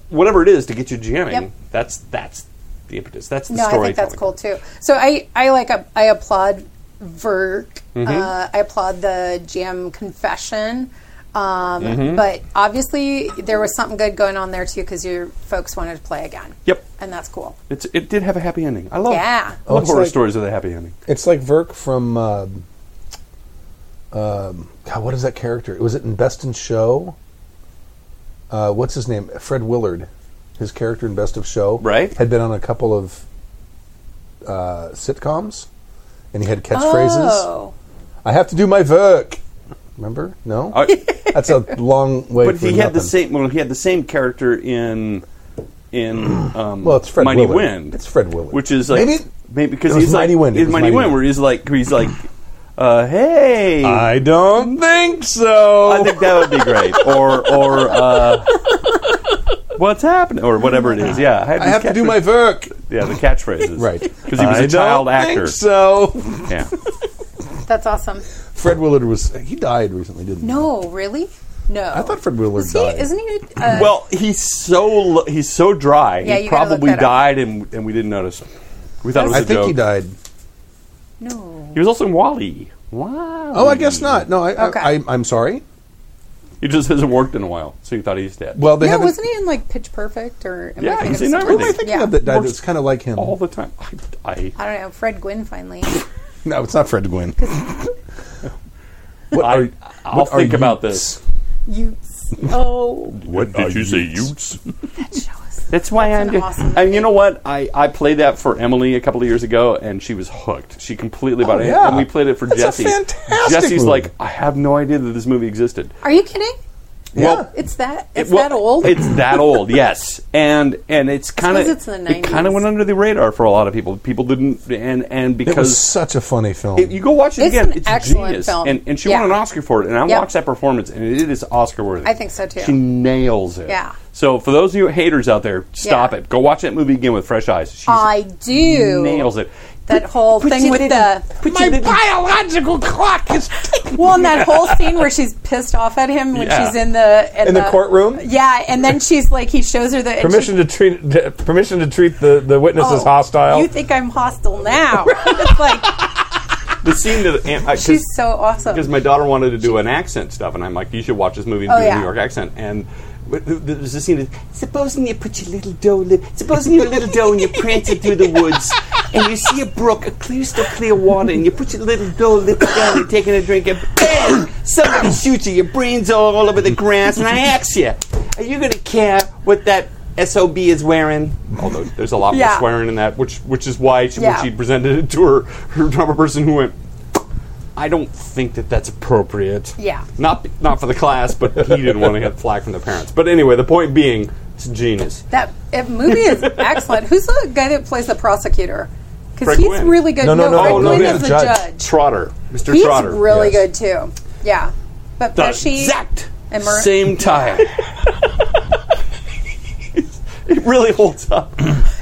Whatever it is to get you jamming,
Yep.
that's that's the impetus. That's the
no, I
story.
think that's cool too. So I, I like a, I applaud Verk. Uh, I applaud the GM confession. Um, But obviously, there was something good going on there too because your folks wanted to play again.
Yep.
and that's cool.
It's it did have a happy ending. I love
Yeah.
I love
it's
horror
like-
stories with a happy ending.
It's like Verk from. Uh, um, God, what is that character? Was it in Best in Show? Uh, what's his name? Fred Willard. His character in Best of Show
Right.
had been on a couple of uh, sitcoms, and he had catchphrases.
Oh,
I have to do my work. Remember? No,
Uh,
that's a long way.
but
for
he had the
nothing.
same. Well, he had the same character in in um,
Well, it's Fred
Mighty
Willard.
Wind.
It's Fred Willard.
which is like
Maybe-
maybe because
it was
he's
Mighty
like
Wind. It
It's
was
Mighty
Mighty
Wind,
Wind.
where he's like he's like, uh, hey,
I don't think so.
I think that would be great. Or or uh, what's happening? Or whatever it is. Yeah,
I have to do my
catchphrase-
work.
yeah the catchphrases.
Right.
because he was
a
a child actor.
so
Yeah,
that's awesome.
Fred Willard was. He died recently, didn't he?
No, really? No.
I thought Fred Willard
Is he,
died.
Isn't he? Uh,
well he's so lo- he's so dry.
Yeah,
he
you gotta look
probably
that up.
died and and we didn't notice. We thought it was
I
a
think
joke.
he died.
no.
He was also in Wally. Wow.
Oh, I guess not. No, I, I-
Okay.
I, I'm sorry.
He just hasn't worked in a while, so you thought he's dead.
Well, they
yeah,
haven't.
wasn't he in like Pitch Perfect or? am I
Yeah,
thinking
he's
of
in
Who am
something
everything.
I
else?
thinking
Yeah.
of that died?
Works
That's kind of like him.
all the time. I,
I don't know. Fred Gwynn finally.
No, it's not Fred Gwynn.
I,
what
I will
what are
think about
Utes?
this.
you. Oh,
What did you say, Utes?
That's why I'm.
an
doing-
awesome
and you
movie.
know what? I, I played that for Emily a couple of years ago, and she was hooked. She completely bought
Oh,
it,
yeah.
and we played it for
That's a
Jesse.
fantastic
Jesse's
movie.
like, I have no idea that this movie existed.
are you kidding?
Well,
It's that. It's
It- well,
that old.
It's that old, yes. And and it's kind of
suppose it's in the
it kind of
90s.
went under the radar for a lot of people. People didn't, and and
it was
because
such a funny film.
It- you go watch it
It's
again.
an
it's
excellent
genius.
film.
And, and she
Yeah.
won an Oscar for it. And I
Yep.
watched that performance, and it is Oscar worthy.
I think so, too.
She nails it.
Yeah.
So for those of you haters out there, stop
Yeah.
it. Go watch that movie again with fresh eyes. She
I do.
nails it.
That whole thing
your
with
little-
the-
put your little-
biological clock is
Well, and that whole scene where she's pissed off at him when
Yeah.
she's in the
In the courtroom?
Yeah, and then she's like, he shows her the and
Permission to treat to- permission to treat the, the witness
she's,
as hostile.
Oh, You think I'm hostile now? it's like
the scene that and I- 'cause-
she's so awesome.
because my daughter wanted to do an accent stuff, and I'm like, you should watch this movie and
Oh,
do
yeah.
a New York accent. And w- th- th- there's a scene that supposing you put your little doe, li- supposing your little doe and you pranted through the woods, and you see a brook, a clear, still clear water, and you put your little doe lips down and taking a drink, and bam, Hey, somebody shoots you, your brain's all over the grass, and I axe you. Are you gonna care what that sob is wearing? Although Oh, there's a lot more
Yeah.
swearing in that, which which is why she,
Yeah.
when she presented it to her her drama person who went. I don't think that that's appropriate.
Yeah.
Not not for the class, but he didn't want to get flack from the parents. But anyway, the point being, it's genius.
That uh, movie is excellent. Who's the guy that plays the prosecutor? Because
Fred
he's
Gwynn.
really good.
No, no, no,
Fred
no, no,
Gwynn
yeah,
is the
judge.
judge.
Trotter, Mr.
He's
Trotter.
really
yes.
good too. Yeah, but
the
Pesci,
exact
and Mur-
same time. it really holds up.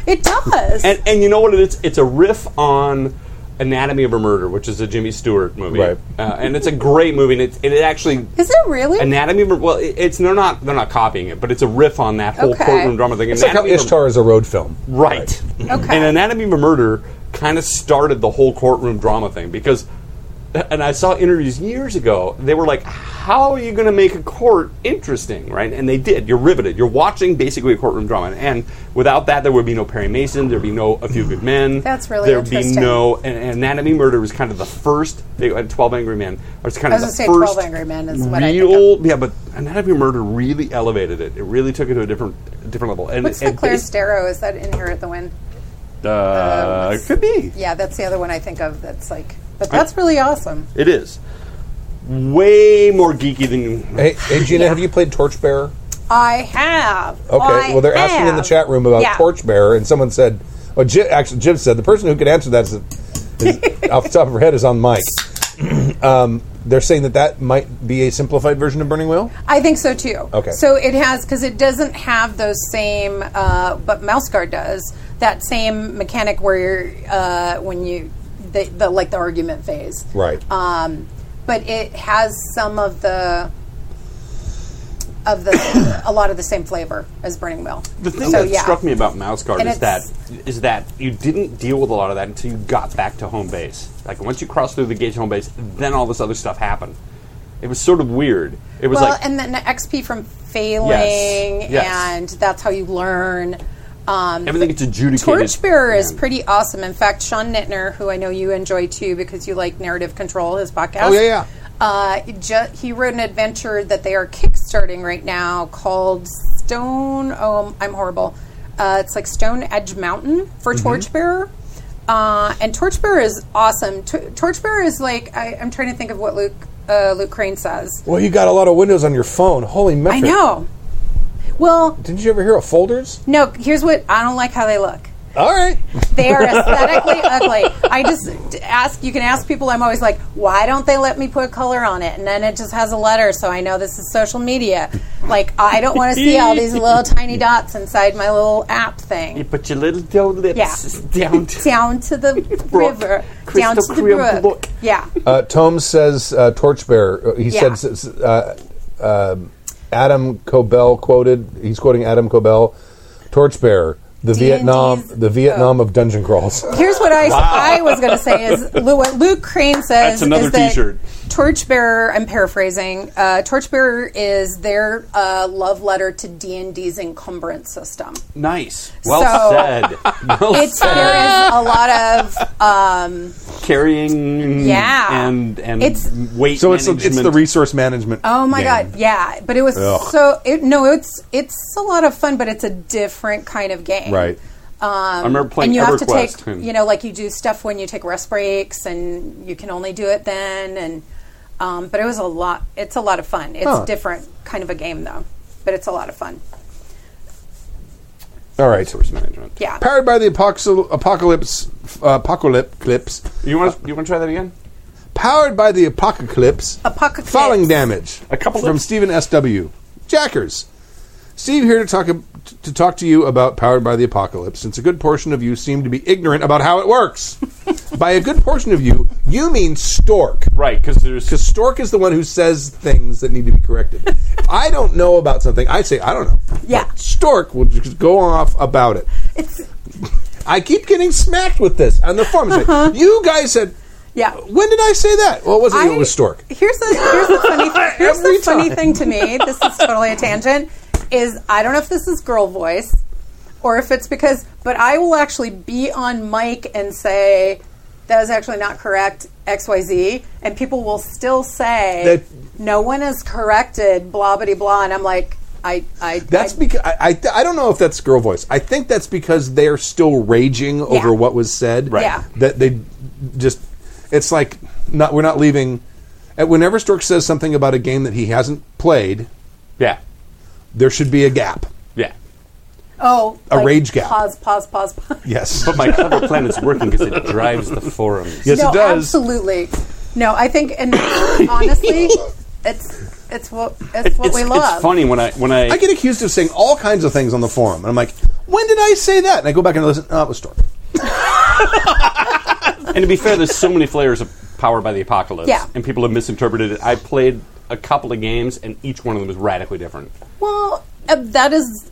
it does.
And and you know what it is? It's a riff on Anatomy of a Murder, which is a Jimmy Stewart movie,
Right.
Uh, and it's a great movie. And it, and it actually
is it really?
Anatomy. Of a, well, it, it's they're not they're not copying it, but it's a riff on that whole
Okay.
courtroom drama thing.
It's like how
Anatomy of a-
Ishtar is a road film.
Right.
Okay.
And Anatomy of a Murder kind of started the whole courtroom drama thing because, and I saw interviews years ago, they were like, how are you going to make a court interesting, right? And they did. You're riveted. You're watching basically a courtroom drama. And without that, there would be no Perry Mason, there'd be no A Few Good Men.
That's really
There'd be
interesting.
no, and and Anatomy of a Murder was kind of the first, they had 12 Angry Men. Or it's kind
I
of
was
the
gonna say
first
12 Angry Men is what I think
real, Yeah, but Anatomy of a Murder really elevated it. It really took it to a different different level. And,
What's the
and
Claire
based-
Darrow? Is that Inherit the Wind? Um,
uh, it could be.
Yeah, that's the other one I think of. That's like, but that's really awesome.
It is. Way more geeky than.
Hey, hey Gina, have you played Torchbearer?
I have.
Okay,
I
well, they're asking in the
have.
chat room about
Yeah.
Torchbearer, and someone said, well, Jim, actually, Jim said, the person who could answer that is, is off the top of her head is on mic. um, they're saying that that might be a simplified version of Burning Wheel?
I think so too.
Okay.
So it has because it doesn't have those same, uh, but Mouse Guard does that same mechanic where uh, when you the, the like the argument phase,
Right.
Um, but it has some of the of the a lot of the same flavor as Burning Wheel.
The thing
so,
that
yeah.
struck me about Mouse Guard
And
is that
it's-
is that you didn't deal with a lot of that until you got back to home base. Like once you crossed through the gate to home base, then all this other stuff happened. It was sort of weird. It was
Well,
like
and then the XP from failing,
yes.
and that's how you learn. Um,
everything gets adjudicated.
Torchbearer is
Yeah.
pretty awesome. In fact, Sean Nittner, who I know you enjoy too because you like narrative control, his podcast.
Oh, yeah, yeah.
Uh, he ju- he wrote an adventure that they are kickstarting right now called Stone. Oh, I'm horrible. Uh, it's like Stone Edge Mountain for
Mm-hmm.
Torchbearer. Uh, and Torchbearer is awesome. T- Torchbearer is like I, I'm trying to think of what Luke uh, Luke Crane says.
Well, you got a lot of windows on your phone. Holy metric.
I know. Well,
Didn't you ever hear of folders?
no. Here's what I don't like how they look.
All right.
They are aesthetically ugly. I just d- ask, you can ask people, I'm always like, why don't they let me put color on it? And then it just has a letter, so I know this is social media. Like, I don't want to see all these little tiny dots inside my little app
You
thing.
put your little toe lips down. To
Down to the
Brook.
river,
Crystal
down to the
clear
brook.
brook.
Yeah.
Uh, Tome says uh, Torchbearer. He
Yeah.
says uh, um Adam Cobell quoted. He's quoting Adam Cobell. Torchbearer, the
D&D's
Vietnam, the
Oh.
Vietnam of dungeon crawls.
Here's what I, I was going to say is Lu- what Luke Crane says
That's another
is that
t-shirt.
Torchbearer. I'm paraphrasing. Uh, Torchbearer is their uh, love letter to D and D's encumbrance system.
nice.
So-
Well said. Well
It's
said.
there is a lot of um,
carrying.
Yeah.
And and
It's-
weight.
So it's the, it's the
management.
resource management.
oh my
game.
god yeah, but it was so it, no it's it's a lot of fun, but it's a different kind of game, Um,
Right.
I remember playing
and you have to
EverQuest.
take
and-
you know like you do stuff when you take rest breaks and you can only do it then and um, but it was a lot it's a lot of fun it's different kind of a game though but it's a lot of fun
All right.
resource management.
yeah
Powered by the apoxy- apocalypse, uh, apocalypse,
You want to you want to try that again?
powered by the apocalypse.
Apocalypse.
Falling damage.
A couple
from
of-
Stephen S.W. Jackers. Steve here to talk to talk to you about powered by the apocalypse. Since a good portion of you seem to be ignorant about how it works. by a good portion of you, you mean Stork.
Right, because there's
Because Stork is the one who says things that need to be corrected. If I don't know about something. I say I don't know.
Yeah.
Stork will just go off about it.
it's
I keep getting smacked with this on the forums. Like,
Uh-huh.
You guys said,
Yeah.
When did I say that? Well, it wasn't you, it was Stork.
Here's the here's the funny here's the funny thing to me. This is totally a tangent. Is I don't know if this is girl voice or if it's because, but I will actually be on mic and say, that is actually not correct, XYZ. And people will still say,
That-
no one is corrected, blah, blah, blah. And I'm like, I, I,
That's
I-
because I, I th- I don't know if that's girl voice. I think that's because they're still raging over what was said.
Right. Yeah.
That they just it's like not we're not leaving. And whenever Stork says something about a game that he hasn't played,
Yeah.
there should be a gap.
Yeah.
oh,
a rage gap.
Pause, pause, pause, pause.
Yes.
But my clever plan is working because it drives the forums.
yes,
no,
it does.
absolutely. No, I think, and honestly, it's, it's what, it's what
it's,
we
it's
love.
funny when I when I,
I get accused of saying all kinds of things on the forum, and I'm like, when did I say that? And I go back and I listen. Oh, it was Stork.
and to be fair, there's so many flavors of Power by the Apocalypse,
Yeah.
and people have misinterpreted it. I played a couple of games, and each one of them was radically different.
Well, uh, that is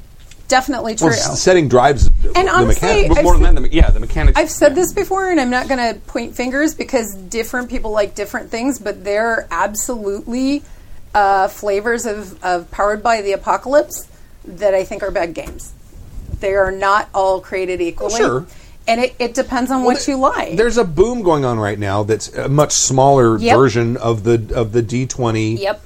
definitely true.
Well, s- setting drives
And
the
honestly,
mechanic.
But
I've
more
said-
than that, the, me- yeah, the mechanics.
I've said
yeah.
this before, and I'm not going to point fingers because different people like different things, but there are absolutely uh, flavors of, of Powered by the Apocalypse that I think are bad games. They are not all created equally.
sure.
And it, it depends on what you like.
There's a boom going on right now that's a much smaller
Yep.
version of the of the D20
Yep.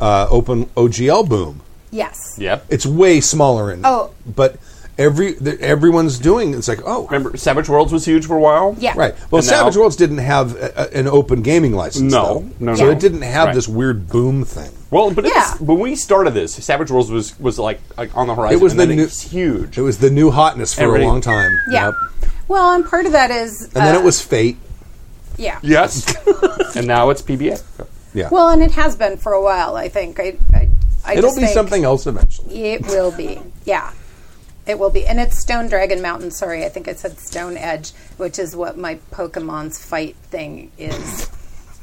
uh, open OGL boom.
Yes.
Yep.
It's way smaller in
Oh.
but every th- everyone's doing it's like oh
Remember, Savage Worlds was huge for a while.
Yeah.
right. Well,
And now-
Savage Worlds didn't have a, a- an open gaming license.
No,
though.
no,
so
no.
it didn't have
Right.
this weird boom thing.
Well, but it
Yeah.
was, when we started this, Savage Worlds was was like, like on the horizon.
It was
and
the
then
new-
it was huge.
It was the new hotness for
Everybody-
a long time.
Yeah.
Yep.
Well, and part of that is. uh,
And then it was Fate.
Yeah.
yes, and now it's PBA.
Yeah.
Well, and it has been for a while, I think. I, I, I
It'll
just
be
think-
something else eventually.
It will be. Yeah. It will be. And it's Stone Dragon Mountain. Sorry, I think I said Stone Edge, which is what my Pokemon's fight thing is.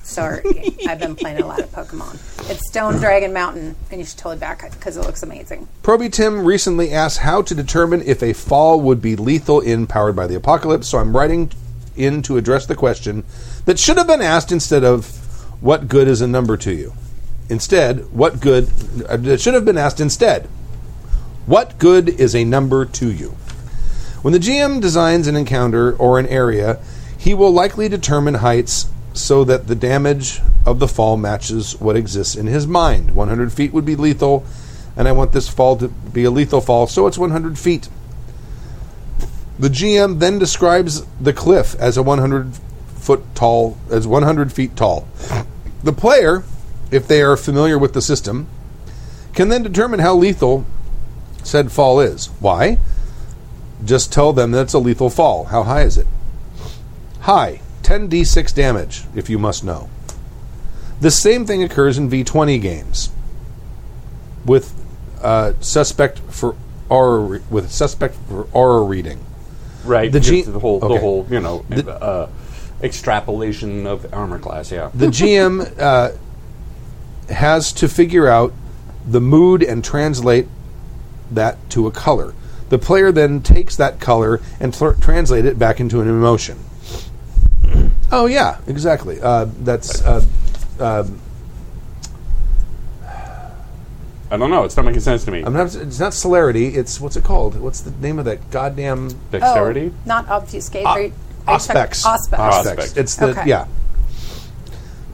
Sorry. I've been playing a lot of Pokemon. It's Stone Dragon Mountain, and you should totally back it because it looks amazing.
Proby Tim recently asked how to determine if a fall would be lethal in Powered by the Apocalypse, so I'm writing in to address the question that should have been asked instead of what good is a number to you. Instead, what good uh, it should have been asked instead. What good is a number to you? When the GM designs an encounter or an area, he will likely determine heights so that the damage of the fall matches what exists in his mind. 100 feet would be lethal, and I want this fall to be a lethal fall, so it's 100 feet. The GM then describes the cliff as a 100 foot tall, as 100 feet tall. The player, if they are familiar with the system, can then determine how lethal said fall is. Why? Just tell them that it's a lethal fall. How high is it? High, 10d6 damage, if you must know. The same thing occurs in V20 games with uh, suspect for aura re- with suspect for aura reading.
Right.
The
The,
G-
the whole
okay.
the whole you know
The-
uh, extrapolation of armor class. Yeah.
The GM uh, has to figure out the mood and translate that to a color. The player then takes that color and tr- translate it back into an emotion. Oh yeah, exactly. Uh, that's uh,
I don't know. It's not making sense to me.
I'm not. It's not celerity. It's what's it called? What's the name of that goddamn
Dexterity.
Oh, Not obfuscate. right? I checked-
aspects?
Auspex.
Auspex.
It's the
Okay.
yeah.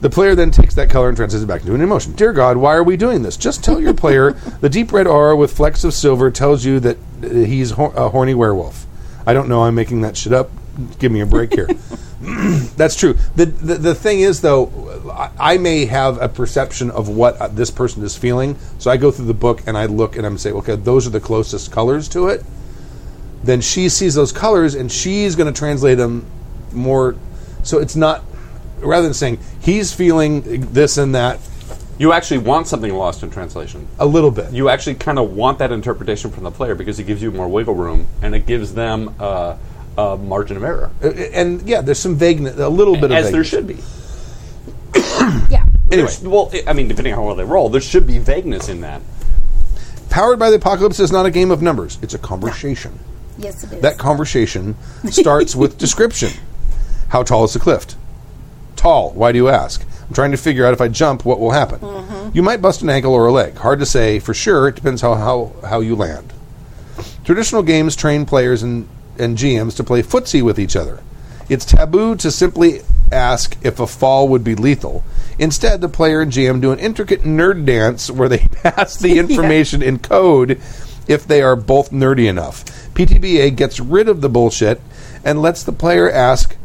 The player then takes that color and translates it back into an emotion. Dear God, why are we doing this? Just tell your player the deep red aura with flecks of silver tells you that uh, he's hor- a horny werewolf. I don't know. I'm making that shit up. Give me a break here. That's true. The, the the thing is though, I, I may have a perception of what uh, this person is feeling. So I go through the book and I look and I'm say, okay, those are the closest colors to it. Then she sees those colors and she's going to translate them more. So it's not rather than saying he's feeling this and that
You actually want something lost in translation.
a little bit.
You actually kind of want that interpretation from the player because it gives you more wiggle room and it gives them uh, a margin of error,
Uh, and yeah, there's some vagueness, a little bit of
as there
vagueness.
should be.
Yeah.
Anyway,
There's- well, I- I mean, depending on how well they roll, there should be vagueness in that.
powered by the apocalypse is not a game of numbers; it's a conversation.
Yes, it is.
That conversation starts with description. How tall is the cliff? Tall. Why do you ask? I'm trying to figure out if I jump, what will happen.
Mm-hmm.
You might bust an ankle or a leg. Hard to say for sure. It depends how how, how you land. Traditional games train players and, and GMs to play footsie with each other. It's taboo to simply ask if a fall would be lethal. Instead, the player and GM do an intricate nerd dance where they pass the information in code if they are both nerdy enough. PTBA gets rid of the bullshit and lets the player ask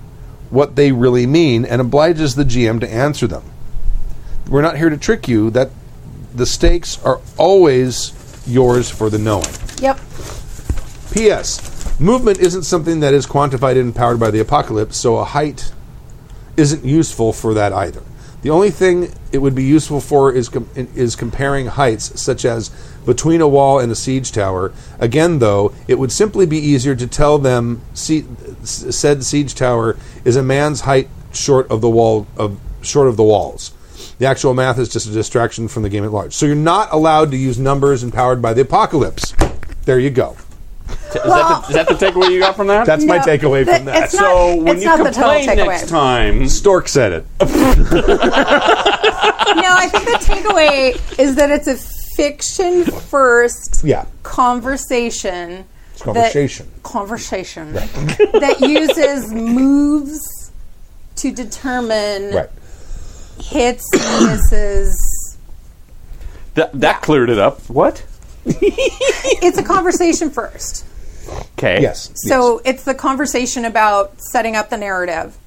what they really mean and obliges the GM to answer them. We're not here to trick you. That the stakes are always yours for the knowing.
Yep.
P.S. Movement isn't something that is quantified and powered by the apocalypse, so a height isn't useful for that either. The only thing it would be useful for is com- is comparing heights, such as between a wall and a siege tower. Again, though, it would simply be easier to tell them see, s- said siege tower is a man's height short of the wall of short of the walls. The actual math is just a distraction from the game at large. So you're not allowed to use numbers and powered by the apocalypse. There you go.
Is, that the, is that the takeaway you got from that?
That's my takeaway
th-
from that.
It's
so
not,
when
it's
you
not the total
complain next
takeaway.
time,
Stork said it.
No, I think the takeaway is that it's a fiction first
Yeah.
conversation. that-
conversation.
conversation. that uses moves to determine
Right.
hits, misses.
That, that cleared it up. What?
It's a conversation first.
Okay.
Yes.
So it's the conversation about setting up the narrative.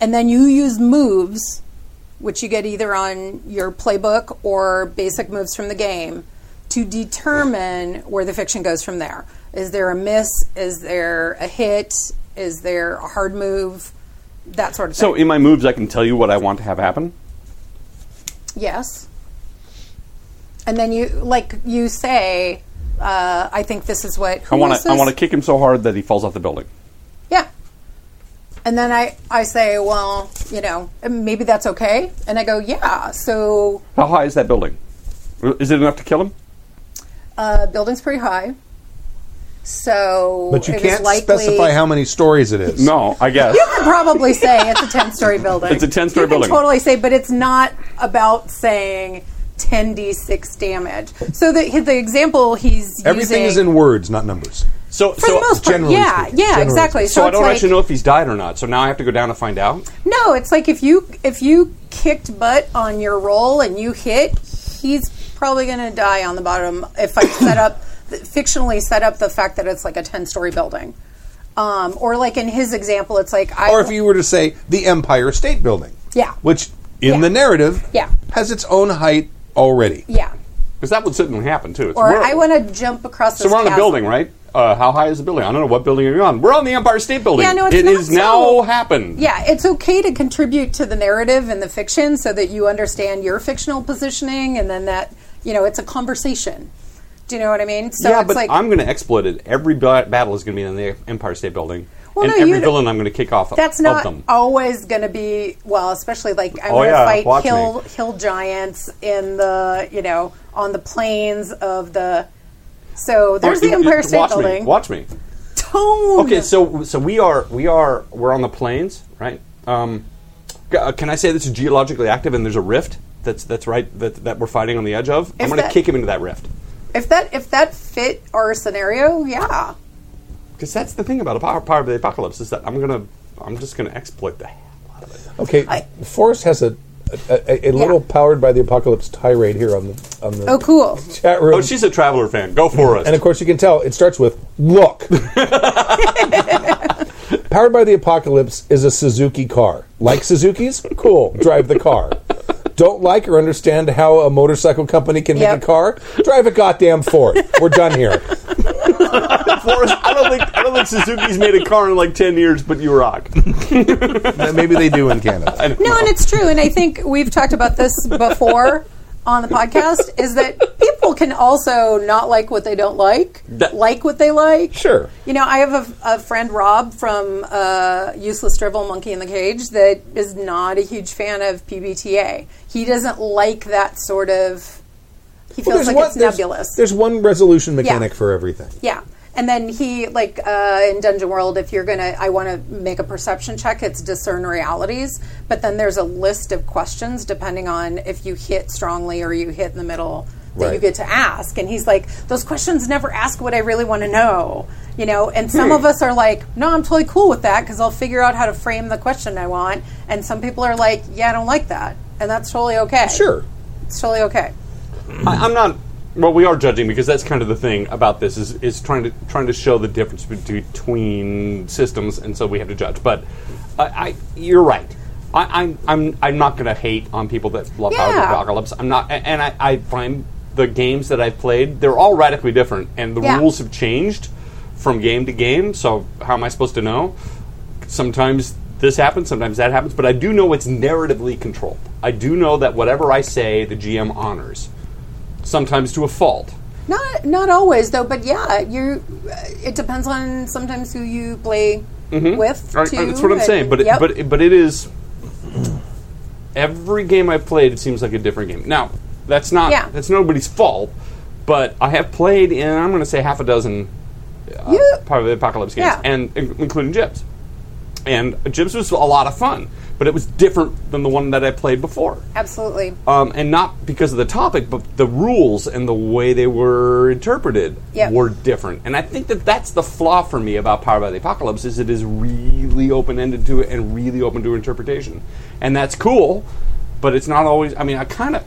And then you use moves, which you get either on your playbook or basic moves from the game, to determine where the fiction goes from there. Is there a miss? Is there a hit? Is there a hard move? That sort of
So
thing.
in my moves, I can tell you what I want to have happen.
Yes. And then you, like, you say, uh, I think this is what.
I
who
want
is
to. I
this?
want to kick him so hard that he falls off the building.
Yeah. And then I, I say, well, you know, maybe that's okay. And I go, yeah. So
How high is that building? Is it enough to kill him?
uh, building's pretty high. So
But you
it was
can't
likely,
specify how many stories it is.
No, I guess.
You could probably say it's a ten-story building.
It's a 10-story
You could
building.
Totally say, but it's not about saying ten d six damage. So the the example he's
Everything
using
is in words, not numbers.
So,
for
so,
the most part.
generally
Yeah,
speaking,
yeah,
generally
exactly.
so I
it's
don't
like,
actually know if he's died or not. So now I have to go down and find out.
No, it's like if you if you kicked butt on your roll and you hit, he's probably going to die on the bottom. If I set up fictionally set up the fact that it's like a ten story building, um, or like in his example, it's like I
Or if you were to say the Empire State Building.
Yeah.
Which in
Yeah.
the narrative
Yeah.
has its own height already.
yeah,
Because that would certainly happen too. It's-
or
we're-
I want to jump across.
So
this
we're on a
chasm.
building, right? Uh, how high is the building? I don't know what building are you on. We're on the Empire State Building.
Yeah, no, it's
It
not
is
so-
now happened.
Yeah, it's okay to contribute to the narrative and the fiction so that you understand your fictional positioning, and then that you know it's a conversation. Do you know what I mean? So
yeah,
it's
but
like
I'm going to exploit it. Every ba- battle is going to be in the Empire State Building,
Well,
and
no,
every
you-
villain I'm going to kick off
that's
of
not Oh,
them.
always going to be well, especially like I'm
Oh,
going to
yeah, watch
fight hill
me.
hill giants in the you know on the plains of the. So there's the
Oh, You- you-
Empire State
watch
Building. Oh,
Me, watch me.
Tone.
Okay, so so we are we are we're on the plains, right? Um, g- uh, can I say this is geologically active and there's a rift that's that's right that, that we're fighting on the edge of? I'm
If
going to
that-
kick him into that rift
if that if that fit our scenario, yeah.
because that's the thing about a power, power of the apocalypse is that I'm going to I'm just going to exploit the hell out of it.
Okay, Forrest has a a, a, a little powered by the apocalypse tirade here on the on the
Oh, cool.
chat room.
Oh, she's a traveler fan. Go for us.
and of course, you can tell it starts with "Look." powered by the apocalypse is a Suzuki car. Like Suzuki's, cool. Drive the car. Don't like or understand how a motorcycle company can
Yep.
make a car? Drive a goddamn Ford. We're done here.
Forrest, I don't think I don't think Suzuki's made a car in like ten years, but you rock.
Maybe they do in Canada.
No, and it's true. And I think we've talked about this before on the podcast is that people can also not like what they don't like,
That-
like what they like.
Sure.
You know, I have a, a friend, Rob, from uh, Useless Drivel Monkey in the Cage, that is not a huge fan of PBTA. He doesn't like that sort of. He feels like it's
there's,
nebulous.
there's one resolution mechanic for everything.
Yeah. And then he, like uh, in Dungeon World, if you're going to, I want to make a perception check, it's discern realities. But then there's a list of questions depending on if you hit strongly or you hit in the middle. that you
Right.
get to ask. And he's like, those questions never ask what I really want to know, you know. And some of us are like, no, I'm totally cool with that because I'll figure out how to frame the question I want. And some people are like, yeah, I don't like that, and that's totally okay.
Sure.
it's totally okay.
I, I'm not. Well, we are judging because that's kind of the thing about this is is trying to trying to show the difference between systems, and so we have to judge. But I, I you're right. I, I'm I'm I'm not going to hate on people that love Power
Yeah.
the Apocalypse. I'm not, a- and I, I find the games that I've played they're all radically different, and the
Yeah.
rules have changed from game to game. So how am I supposed to know? sometimes this happens, sometimes that happens, but I do know it's narratively controlled. I do know that whatever I say, the GM honors, sometimes to a fault.
Not not always though, but yeah, you. uh, It depends on sometimes who you play with.
Mm-hmm. All right, uh,
too,
that's what I'm
and-
saying. But it,
yep.
but it- but it is every game I've played. It seems like a different game. Now that's not
Yeah.
that's nobody's fault, but I have played in I'm going to say half a dozen uh,
You-
part of the apocalypse games,
Yeah.
and in- including Jibs. And Jibs was a lot of fun, but it was different than the one that I played before.
absolutely,
um, and not because of the topic, but the rules and the way they were interpreted
Yep.
were different. And I think that that's the flaw for me about Power by the Apocalypse is it is really open ended to it and really open to interpretation, and that's cool, but it's not always. I mean, I kind of.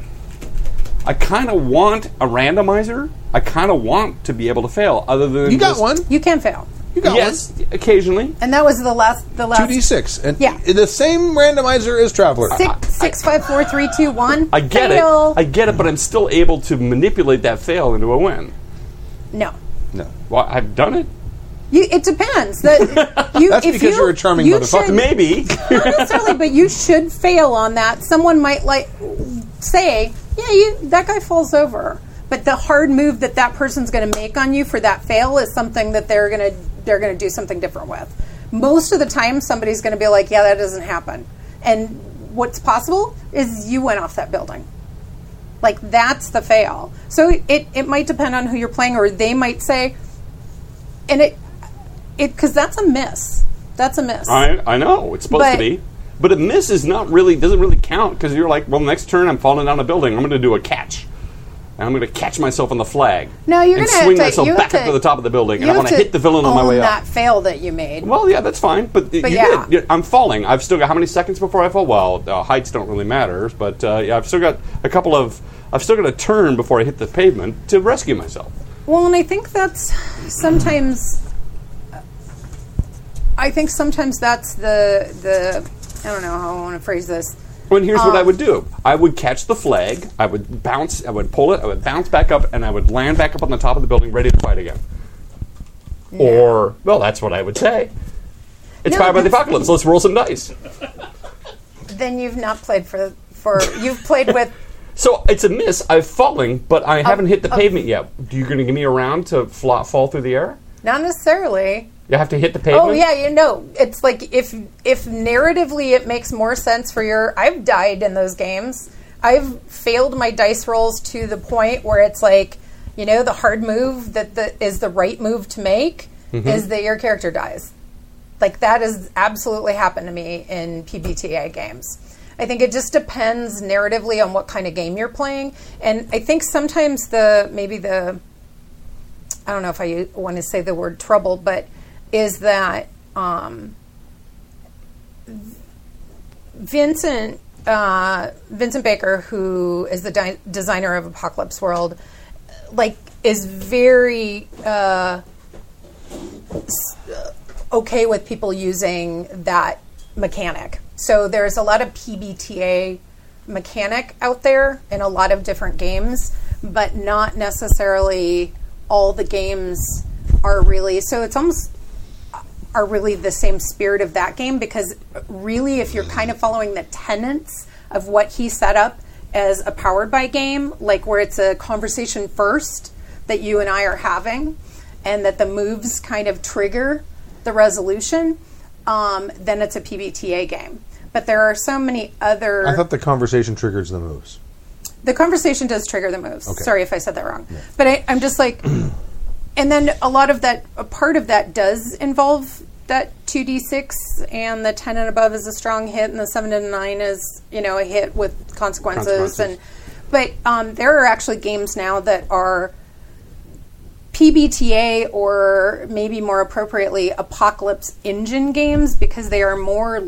I kind of want a randomizer. I kind of want to be able to fail, other than
You got
just-
one.
you can fail,
You got
Yes, occasionally.
and that was the last. The
one.
last
Two D six and
Yeah.
the same randomizer as Traveler.
six six five four three two one.
I get
fail.
it. I get it, but I'm still able to manipulate that fail into a win.
no.
No.
Well, I've done it.
You, it depends. That you,
That's
if
because
you,
you're a charming
you
motherfucker.
should-
Maybe.
not necessarily, but you should fail on that. Someone might like say, "Yeah, you, that guy falls over," but the hard move that that person's going to make on you for that fail is something that they're going to they're going to do something different with. Most of the time, somebody's going to be like, "Yeah, that doesn't happen," and what's possible is you went off that building. Like that's the fail. So it it might depend on who you're playing, or they might say, and it it because that's a miss. That's a miss.
I, I know it's supposed to
But-
be, but a miss is not really doesn't really count because you're like, well, next turn I'm falling down a building. I'm going to do a catch, and I'm going to catch myself on the flag.
No, you're
and
gonna
swing
have to,
myself
you have
back up to the top of the building, and I
you
want to
have
hit the villain on my
own
way
that
up.
fail that you made.
Well, yeah, that's fine, but, y-
But
you
yeah.
did. Yeah, I'm falling. I've still got how many seconds before I fall? Well, uh, heights don't really matter, but uh, yeah, I've still got a couple of. I've still got a turn before I hit the pavement to rescue myself.
Well, and I think that's sometimes. I think sometimes that's the the I don't know how I want to phrase this.
Well, and here's what I would do. I would catch the flag. I would bounce. I would pull it. I would bounce back up, and I would land back up on the top of the building, ready to fight again. Or, well, that's what I would say. It's
No,
powered by the
that's-
apocalypse. Let's roll some dice.
Then you've not played for for you've played with.
So it's a miss. I've falling, but
Oh,
I haven't hit the pavement yet. Do you going to give me a round to fla fall through the air?
Not necessarily.
You have to hit the pavement.
Oh yeah, you know, it's like if if narratively it makes more sense for your. I've died in those games. I've failed my dice rolls to the point where it's like, you know, the hard move that the, is the right move to make is that your character dies. Like that has absolutely happened to me in PBTA games. I think it just depends narratively on what kind of game you're playing, and I think sometimes the maybe the I don't know if I want to say the word trouble, but is that um, Vincent uh, Vincent Baker, who is the di- designer of Apocalypse World, like is very uh, s- okay with people using that mechanic. So there's a lot of PBTA mechanic out there in a lot of different games, but not necessarily all the games are really. So it's almost are really the same spirit of that game because really if you're kind of following the tenets of what he set up as a powered by game like where it's a conversation first that you and I are having and that the moves kind of trigger the resolution um, then it's a PBTA game but there are so many other
I thought the conversation triggers the moves.
the conversation does trigger the moves. Sorry if I said that wrong, but I, I'm just like, and then a lot of that, a part of that does involve that 2d6 and the 10 and above is a strong hit, and the 7 and 9 is you know a hit with consequences,
Consequences.
and but um, there are actually games now that are PBTA or maybe more appropriately Apocalypse Engine games because they are more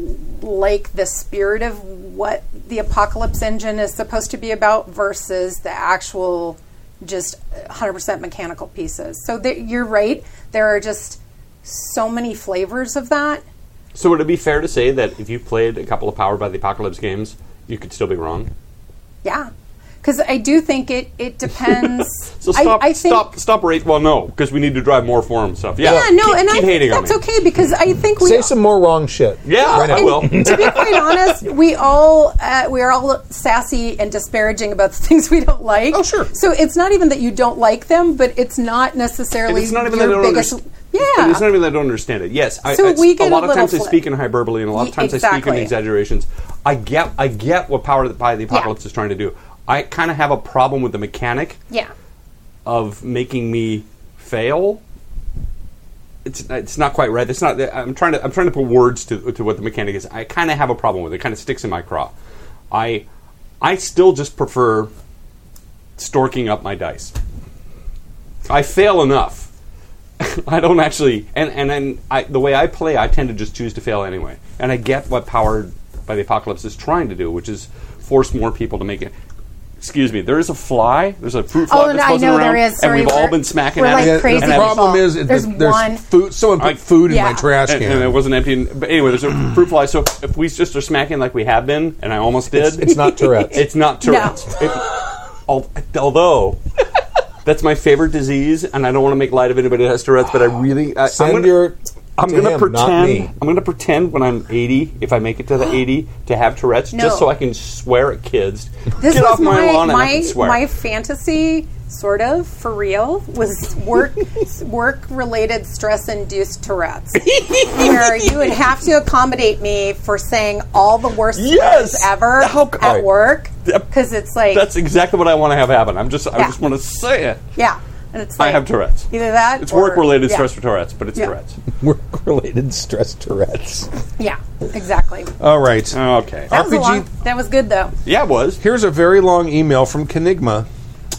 like the spirit of what the Apocalypse Engine is supposed to be about versus the actual just 100% mechanical pieces. So th- you're right. There are just so many flavors of that.
So would it be fair to say that if you played a couple of Powered by the Apocalypse games, you could still be wrong?
Yeah. Because I do think it, it depends.
So stop,
I, I think,
stop, stop. Rate. Well, no, because we need to drive more forum stuff. Yeah,
Yeah, no,
keep,
and
keep
I
hating
think
on
that's
me.
okay because I think we
Say some more wrong shit.
Yeah,
Well,
I
and
will.
to be quite honest, we all uh, we are all sassy and disparaging about the things we don't like.
Oh, sure.
So it's not even that you don't like them, but it's not
And
necessarily
it's not even that I
your
don't
biggest.
understand.
Yeah.
It's not even that I don't understand it. Yes, I,
So
I-
we get
a lot
a
of times
little
I
flip.
speak in hyperbole, and a lot of
Ye-
times I speak in
exactly.
exaggerations. I get, I get what Power by the Apocalypse is trying to do. I kind of have a problem with the mechanic
yeah.
of making me fail. It's, it's not quite right. It's not. I'm trying to. I'm trying to put words to to what the mechanic is. I kind of have a problem with it. it kind of sticks in my craw. I I still just prefer storking up my dice. I fail enough. I don't actually. And and then I, the way I play, I tend to just choose to fail anyway. And I get what powered by the apocalypse is trying to do, which is force more people to make it. Excuse me. There is a fly. There's a fruit fly
Oh,
that's
no, I
buzzing
know
around,
there is. Sorry,
and we've all
we're-
been smacking
we're
at
like
it.
Yeah,
crazy
and
the
I've-
people.
problem is, is
There's
that there's
one.
food. Someone put
Like-
food in
Yeah.
my trash
and,
can.
and it wasn't empty. And, but anyway, there's a fruit fly. So if we just are smacking like we have been, and I almost did,
it's not Tourette's.
It's not Tourette's. It- al- although that's my favorite disease, and I don't want to make light of anybody that has Tourette's, but I really I,
Send
I'm gonna,
your-
I'm
to
gonna
him, not
pretend.
me.
I'm gonna pretend when I'm 80, if I make it to the 80, to have Tourette's,
No.
just so I can swear at kids.
This
Get
was
off my, lawn, and I
my
can swear.
my fantasy sort of for real was work work related stress induced Tourette's, where you would have to accommodate me for saying all the worst
Yes!
words ever
How c-
at
all right.
work because it's like
that's exactly what I want to have happen. I'm just. I
Yeah.
just want to say it.
yeah, and it's
I
like
have Tourette's.
Either that,
It's
or-
work-related
yeah.
stress for Tourette's, but it's
Yeah.
Tourette's.
Work-related stress Tourette's. Uh,
Yeah, exactly.
All right.
Okay.
That was, a
RPG
long, that was good though.
Yeah, it was.
Here's a very long email from Kenigma.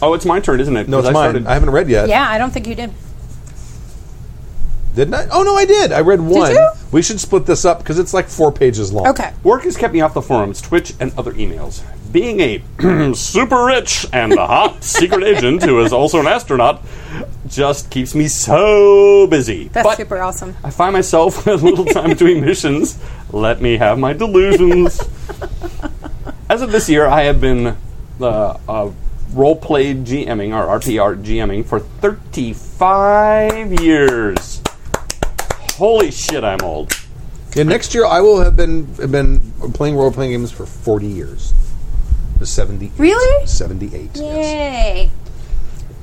Oh, it's my turn, isn't it?
No, it's
'Cause I
mine.
started-
I haven't read yet.
Yeah, I don't think you did.
Didn't I? Oh no, I did. I read one.
you?
We should split this up because it's like four pages long.
Okay.
Work has kept me off the forums, Twitch, and other emails. Being a super rich and a hot secret agent who is also an astronaut just keeps me so busy.
That's
But
super awesome.
I find myself with little time between missions. Let me have my delusions. As of this year, I have been uh, uh, role play GMing or RPR GMing for 35 years. Holy shit, I'm old.
Yeah, next year I will have been been playing role playing games for forty years. Seventy.
Really?
Seventy-eight. Yes.
Yay.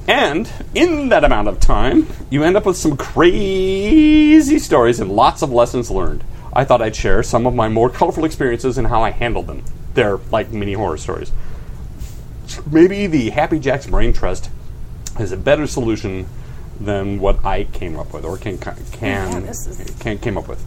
And in that amount of time, you end up with some crazy stories and lots of lessons learned. I thought I'd share some of my more colorful experiences and how I handled them. They're like mini horror stories. Maybe the Happy Jacks Brain Trust is a better solution than what I came up with or can can
Yeah, this is-
can came up with.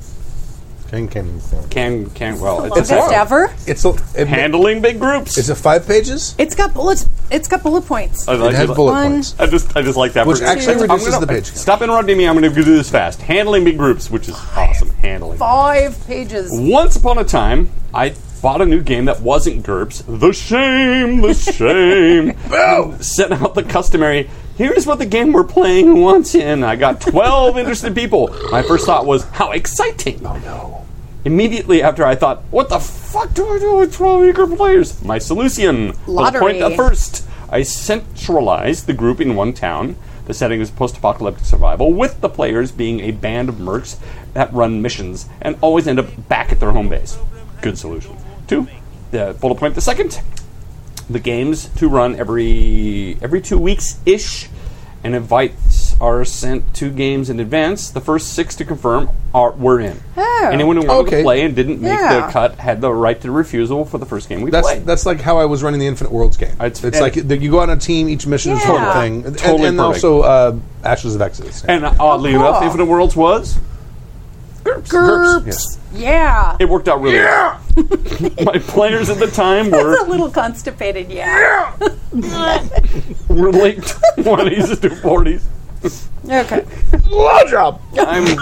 Can can. can.
Can can well
Longest
it's a-
ever.
It's a, it,
handling big groups.
is it five pages?
It's got bullets. It's got bullet points.
I like-
It has bullet
One.
points.
I just I just like that.
Which
version.
actually
I'm
reduces
gonna-
the page count.
Stop interrupting me. I'm going to do this fast. Handling big groups, which is awesome. Handling.
Five pages.
Once upon a time, I bought a new game that wasn't GURPS. The shame, the shame. And Sent out the customary. Here's what the game we're playing wants in. I got 12 interested people. My first thought was, how exciting! Oh no. Immediately after, I thought, what the fuck do I do with 12 eager players? My solution was
Lottery.
point at first. I centralized the group in one town. The setting is post apocalyptic survival, with the players being a band of mercs that run missions and always end up back at their home base. Good solution. Two, the bullet point the second the games to run every every two weeks ish, and invites are sent two games in advance. The first six to confirm are were in.
Oh.
Anyone who wanted to
Okay.
play and didn't make
Yeah.
the cut had the right to refusal for the first game we
That's
played.
that's like how I was running the Infinite Worlds game.
It's-
It's,
and-
like that you go on a team, each mission is
Yeah.
one thing, and,
Totally
and
perfect.
also uh, Ashes of Exodus.
and oddly
Oh, cool.
enough, Infinite Worlds was
Gerps. Yeah.
It worked out really well. My players at the time
It's a
were,
little constipated, yeah.
were late 20s to 40s.
Okay.
Blowjob.
I'm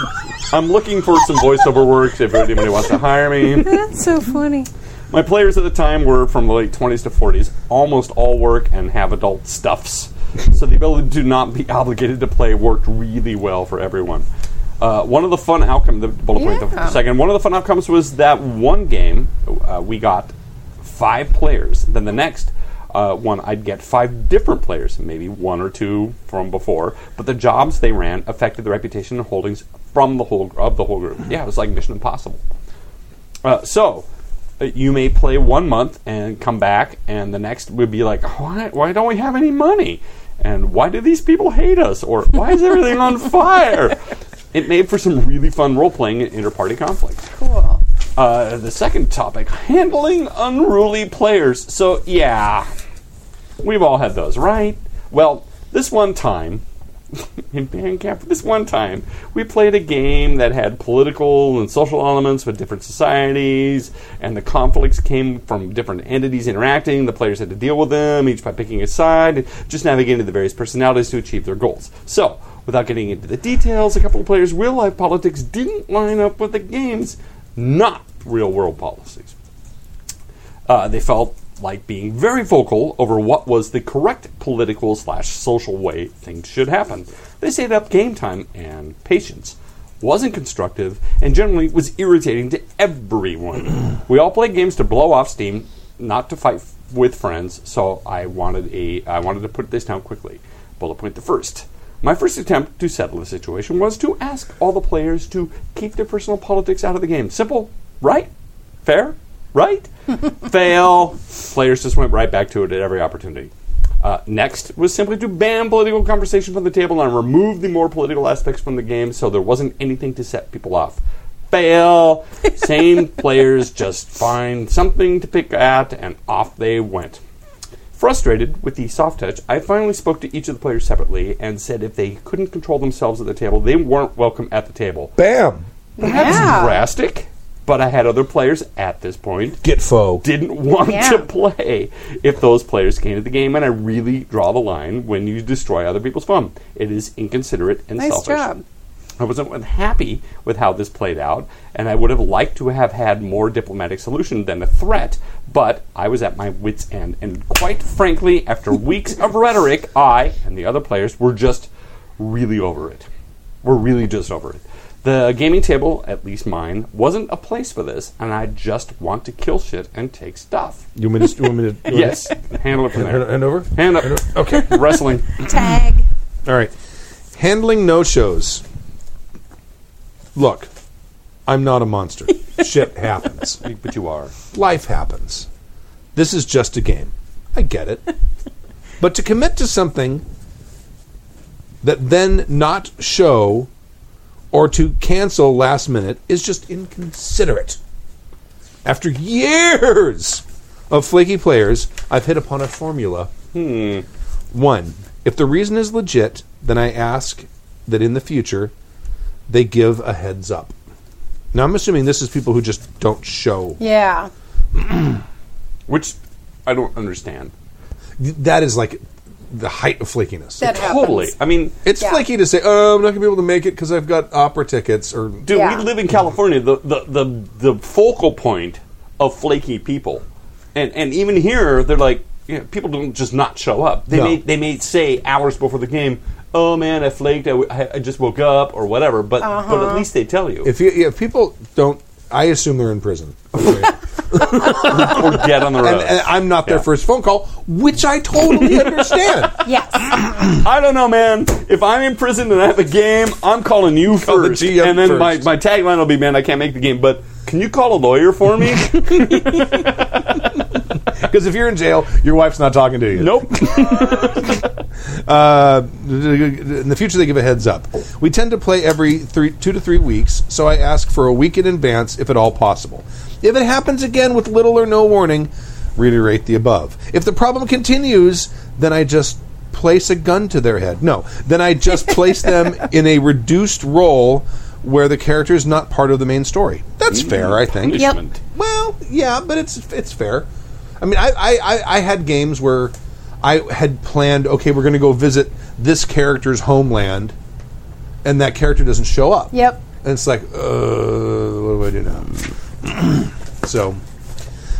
I'm looking for some voiceover work if anybody wants to hire me.
That's so funny.
My players at the time were from the late 20s to 40s, almost all work and have adult stuffs. So the ability to not be obligated to play worked really well for everyone. Uh, one of the fun outcomes, the bullet point the
Yeah.
second, one of the fun outcomes was that one game uh, we got five players. Then the next uh, one, I'd get five different players, maybe one or two from before. But the jobs they ran affected the reputation and holdings from the whole of the whole group. Yeah, it was like Mission Impossible. Uh, so uh, you may play one month and come back, and the next would be like, why, why don't we have any money? And why do these people hate us? Or why is everything on fire? It made for some really fun role playing in inter party conflicts.
Cool.
Uh, the second topic handling unruly players. So, yeah, we've all had those, right? Well, this one time in Bandcamp, this one time we played a game that had political and social elements with different societies, and the conflicts came from different entities interacting. The players had to deal with them, each by picking a side, and just navigating the various personalities to achieve their goals. So, without getting into the details, a couple of players' real life politics didn't line up with the game's not real world policies. Uh, they felt like being very vocal over what was the correct political slash social way things should happen. This ate up game time and patience, wasn't constructive, and generally was irritating to everyone. we all play games to blow off steam, not to fight f- with friends. So I wanted a I wanted to put this down quickly. Bullet point the first. My first attempt to settle the situation was to ask all the players to keep their personal politics out of the game. Simple, right? Fair? Right? Fail. Players just went right back to it at every opportunity. Uh, next was simply to ban political conversation from the table and remove the more political aspects from the game so there wasn't anything to set people off. Fail. Same players just find something to pick at and off they went. Frustrated with the soft touch, I finally spoke to each of the players separately and said if they couldn't control themselves at the table, they weren't welcome at the table.
Bam.
Perhaps
Yeah.
drastic, but I had other players at this point
Get foe.
didn't want
Yeah.
to play if those players came to the game, and I really draw the line when you destroy other people's fun. It is inconsiderate and
Nice
selfish.
job.
I wasn't happy with how this played out, and I would have liked to have had more diplomatic solution than a threat, but I was at my wits' end. And quite frankly, after weeks of rhetoric, I and the other players were just really over it. We're really just over it. The gaming table, at least mine, wasn't a place for this, and I just want to kill shit and take stuff.
You want me to? You want me to? you want
Yes, handle it from
me to- Hand,
there.
hand over.
Hand up. Okay, wrestling.
Tag.
All right. Handling no shows. Look, I'm not a monster. Shit happens.
But you are.
Life happens. This is just a game. I get it. But to commit to something that then not show or to cancel last minute is just inconsiderate. After years of flaky players, I've hit upon a formula one, if the reason is legit, then I ask that in the future they give a heads up. Now I'm assuming this is people who just don't show.
Yeah.
Which I don't understand.
That is like the height of flakiness.
That
Totally.
happens.
I mean,
it's
yeah.
flaky to say, "Oh, I'm not going to be able to make it because I've got opera tickets." Or
Dude,
Yeah.
we live in California, the, the, the, the focal point of flaky people. And, and even here, they're like, you know, people don't just not show up. They,
No.
may, they may say hours before the game, oh man, I flaked, I, w- I- I just woke up, or whatever, but, but at least they tell you.
if you, if people don't, I assume they're in prison. Okay.
or get on the road.
and, and I'm not their
Yeah.
first phone call, which I totally understand.
Yes.
I don't know, man. If I'm in prison and I have a game, I'm calling you
Call the
first.
GM
and then My,
first.
my tagline will be, man, I can't make the game, but can you call a lawyer for me?
Because if you're in jail, your wife's not talking to you.
nope.
Uh, in the future, they give a heads up. We tend to play every three, two to three weeks, so I ask for a week in advance if at all possible. If it happens again with little or no warning, reiterate the above. If the problem continues, then I just place a gun to their head. No, then I just place them in a reduced role where the character is not part of the main story. That's fair, I think.
Punishment.
Well, yeah, but it's it's fair. I mean, I I, I, I had games where I had planned, okay, we're going to go visit this character's homeland, and that character doesn't show up.
Yep.
And it's like, uh, what do I do now? so,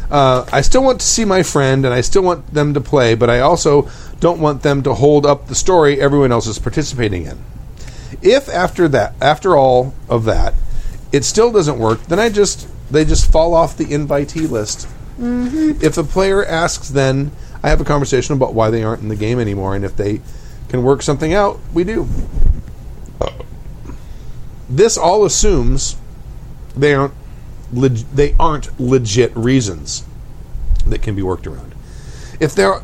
uh, I still want to see my friend, and I still want them to play, but I also don't want them to hold up the story everyone else is participating in. If after that, after all of that, it still doesn't work, then I just they just fall off the invitee list. If a player asks, then I have a conversation about why they aren't in the game anymore, and if they can work something out, we do. This all assumes they aren't leg- they aren't legit reasons that can be worked around. If there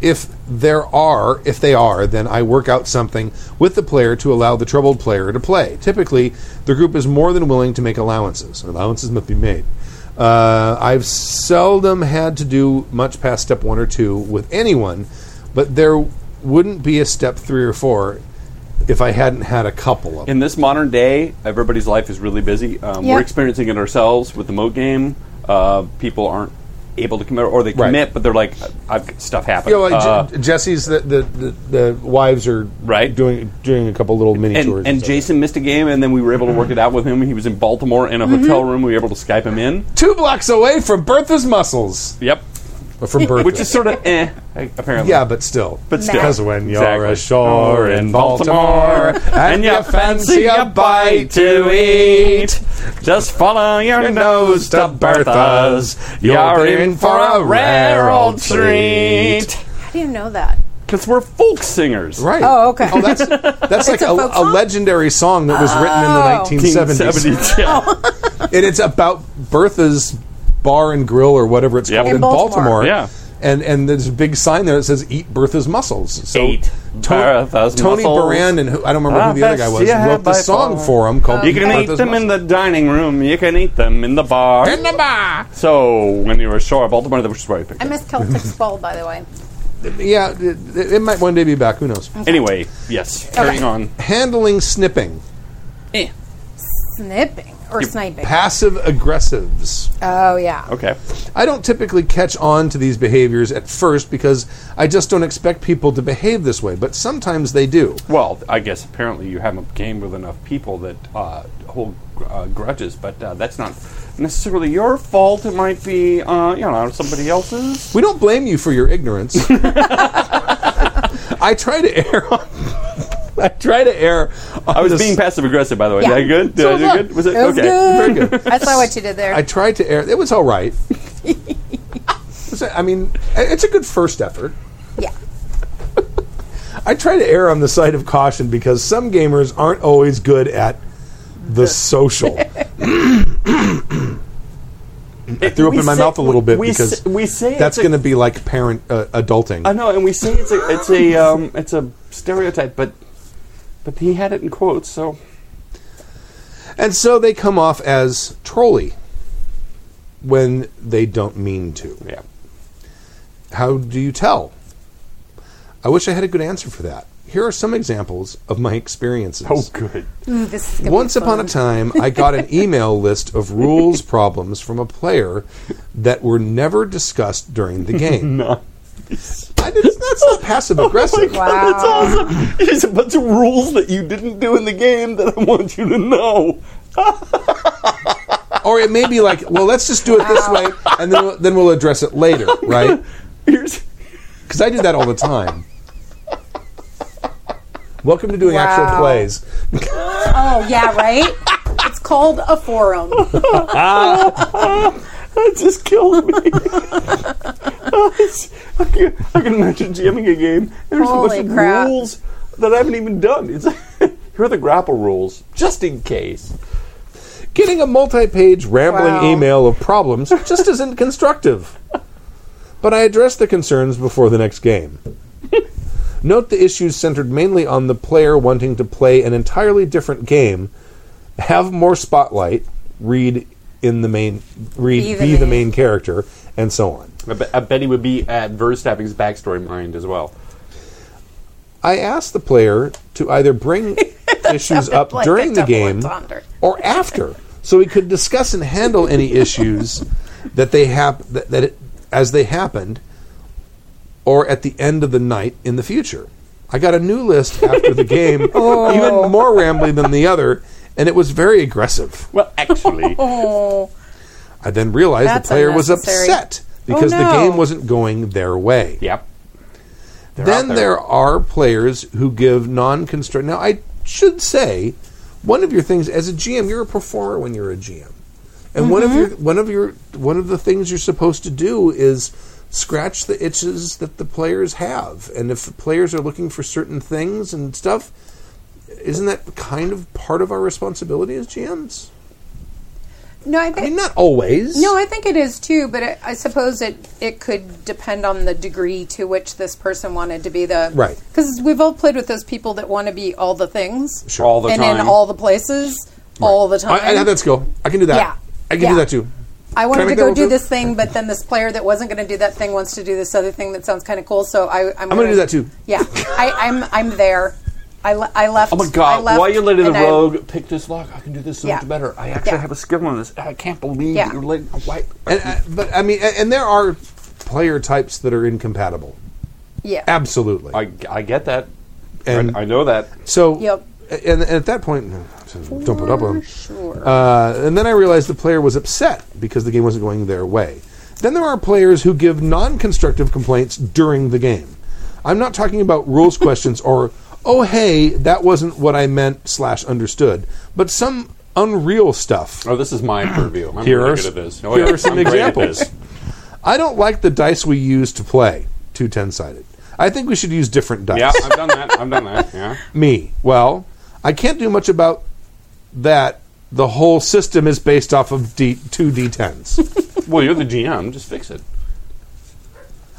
if there are if they are, then I work out something with the player to allow the troubled player to play. Typically, the group is more than willing to make allowances, and allowances must be made. Uh, I've seldom had to do much past step one or two with anyone, but there wouldn't be a step three or four if I hadn't had a couple of. them.
in this modern day, everybody's life is really busy. Um,
Yeah.
We're experiencing it ourselves with the moat game. Uh, people aren't able to commit, or they
Right.
commit, but they're like, "I've got stuff happened."
You know, like
Uh,
Je- Jesse's the, the, the, the wives are
Right.
doing doing a couple little mini tours.
and, and
stuff.
Jason missed a game, and then we were able to
Mm-hmm.
work it out with him. He was in Baltimore in a hotel room. We were able to Skype him in.
two blocks away from Bertha's muscles.
Yep,
Or From Bertha,
which is sort of eh, apparently.
yeah, but still,
But still.
because when you're
Exactly.
ashore in Baltimore and you fancy a bite to eat,
Just follow your nose to Bertha's. You're in for a rare old treat.
How do you know that?
Because we're folk singers.
right?
Oh, okay.
Oh, that's that's like a,
folk
a
song?
legendary song that was
Oh.
written in the 1970s.
1970s. Yeah.
and it's about Bertha's bar and grill or whatever it's
Yep.
called in,
In
Baltimore.
Baltimore.
Yeah.
And and there's a big sign there that says "Eat Bertha's Mussels." So
Eat Bertha's
Tony
mussels. Ah,
Baran and who, I don't remember who the other guy was
Yeah,
wrote the
by
song
far.
for him called
You can eat
Bertha's
them in
Mussels.
the dining room. You can eat them in the bar.
in the bar.
So when you were ashore, Baltimore, that was where I picked
I
it.
missed Celtic's Ball, by the way.
Yeah, it, it might one day be back. Who knows?
Anyway, yes, carrying on.
Handling snipping,
Snipping or sniping.
passive aggressives.
oh, yeah.
Okay.
I don't typically catch on to these behaviors at first because I just don't expect people to behave this way. But sometimes they do.
Well, I guess apparently you have a game with enough people that uh, hold uh, grudges, but uh, that's not necessarily your fault. It might be, uh, you know, somebody else's.
We don't blame you for your ignorance. I try to err on. I try to err. On
I was
the s-
being passive aggressive, by the way.
Yeah.
Did I good? Did
So
I do
look,
good? Was it,
it was
okay?
good.
Very good.
I saw what you did there.
I tried to err. It was all right. It's a- I mean, i- it's a good first effort.
yeah.
I try to err on the side of caution because some gamers aren't always good at the social. I threw up
We
in my
say-
mouth a little bit
we
because
say- we say
that's
it's a-
going to be like parent uh, adulting.
I know, and we say it's a it's a um, it's a stereotype, but but he had it in quotes, so
And so they come off as trolly when they don't mean to.
yeah.
How do you tell? I wish I had a good answer for that. Here are some examples of my experiences.
Oh, good.
Ooh, this is gonna be
Once upon a time,
fun.
I got an email list of rules problems from a player that were never discussed during the game. no. I did, that's
Oh
not passive aggressive.
That's awesome. There's a bunch of rules that you didn't do in the game that I want you to know.
or it may be like, well, let's just do it this way, and then we'll, then we'll address it later, right?
Here's
Because I do that all the time. Welcome to doing actual
Wow.
plays.
Oh, yeah, right? It's called a forum.
That just killed me. Oh, It's- I, can, I can imagine jamming a game. There's a
Holy
bunch of
crap.
rules that I haven't even done. It's here are the grapple rules, just in case.
Getting a multi-page rambling
Wow.
email of problems just isn't constructive. But I addressed the concerns before the next game. Note the issues centered mainly on the player wanting to play an entirely different game, have more spotlight, read in the main read
Be
be
the
the,
main.
main character, and so on.
I, bet I bet he would be adverse to having his backstory in mind as well.
I asked the player to either bring issues up
Like,
during
picked
the
up more
game
thunder.
or after, so we could discuss and handle any issues that they hap- that, that it, as they happened, or at the end of the night in the future. I got a new list after the game,
Oh.
even more rambly than the other, and it was very aggressive.
Well, actually,
Oh,
I then realized
That's
the player was
unnecessary. Oh,
upset because
no.
the game wasn't going their way.
yep. They're out
then there. are players who give non-constructive. Now, I should say, one of your things as a GM, you're a performer when you're a GM, and one
Mm-hmm.
of your one of your one of the things you're supposed to do is scratch the itches that the players have, and if the players are looking for certain things and stuff, isn't that kind of part of our responsibility as GMs?
no, I
I
think
mean, not always.
No, I think it is too, but it, I suppose it it could depend on the degree to which this person wanted to be the
Right.
Because we've all played with those people that want to be all the things,
all the
and
time.
in all the places, all the time.
I, I have that skill. I can do that.
Yeah.
I can
Yeah.
do that too.
I
Can I
wanted to
make
go
that
do
one too?
this thing, but then this player that wasn't going to do that thing wants to do this other thing that sounds kind of cool. So I, I'm,
gonna do that too.
Yeah, I, I'm I'm there. I, le- I left.
Oh my
I
god!
left
Why you letting the
and I-
rogue pick this lock? I can do this so
Yeah.
much better. I actually
Yeah.
have a skill on this. I can't believe
Yeah.
that you're letting. Why?
And, uh, but I mean, a- and there are player types that are incompatible.
Yeah.
Absolutely.
I, I get that.
And-
I, I know that.
so,
Yep.
and, and at that point, don't put up with them.
Sure.
Uh, and then I realized the player was upset because the game wasn't going their way. Then there are players who give non constructive complaints during the game. I'm not talking about rules questions or, oh, hey, that wasn't what I meant slash understood, but some unreal stuff.
Oh, this is my purview. I'm
Here
really
are
good
s-
at this. No,
here
yeah,
are some
I'm great at
examples.
this.
I don't like the dice we use to play, two 10 sided. I think we should use different dice.
Yeah, I've done that. I've done that. Yeah.
Me. Well, I can't do much about that. The whole system is based off of D- two D10s.
Well, you're the GM. Just fix it.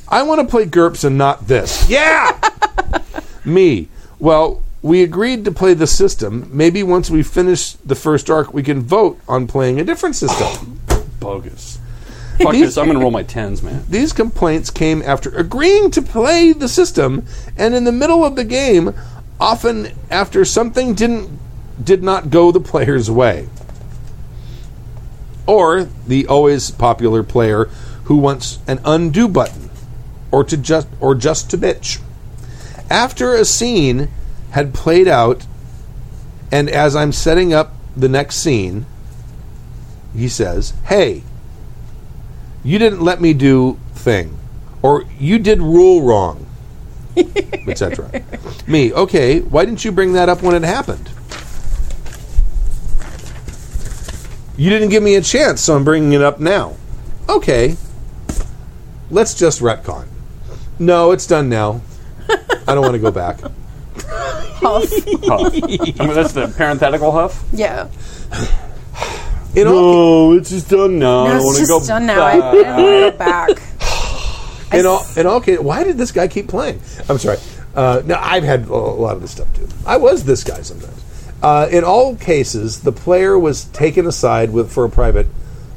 I want to play GURPS and not this. Yeah! Me. Well, we agreed to play the system. Maybe once we finish the first arc, we can vote on playing a different system.
Bogus. Fuck this. I'm gonna roll my tens, man.
These complaints came after agreeing to play the system and in the middle of the game, often after something didn't did not go the player's way. Or the always popular player who wants an undo button or to just or just to bitch. After a scene had played out and as I'm setting up the next scene, he says, "Hey, you didn't let me do thing or you did rule wrong etc me okay why didn't you bring that up when it happened you didn't give me a chance so i'm bringing it up now okay let's just retcon no it's done now i don't want to go back
Huff.
Huff. I mean, that's the parenthetical huff.
yeah.
in all,
No, it's just done now. I
No,
don't
it's
wanna go
just done now. I, I don't want to go back.
in all, in all cases why did this guy keep playing i'm sorry uh, no i've had a lot of this stuff too i was this guy sometimes uh, in all cases the player was taken aside with for a private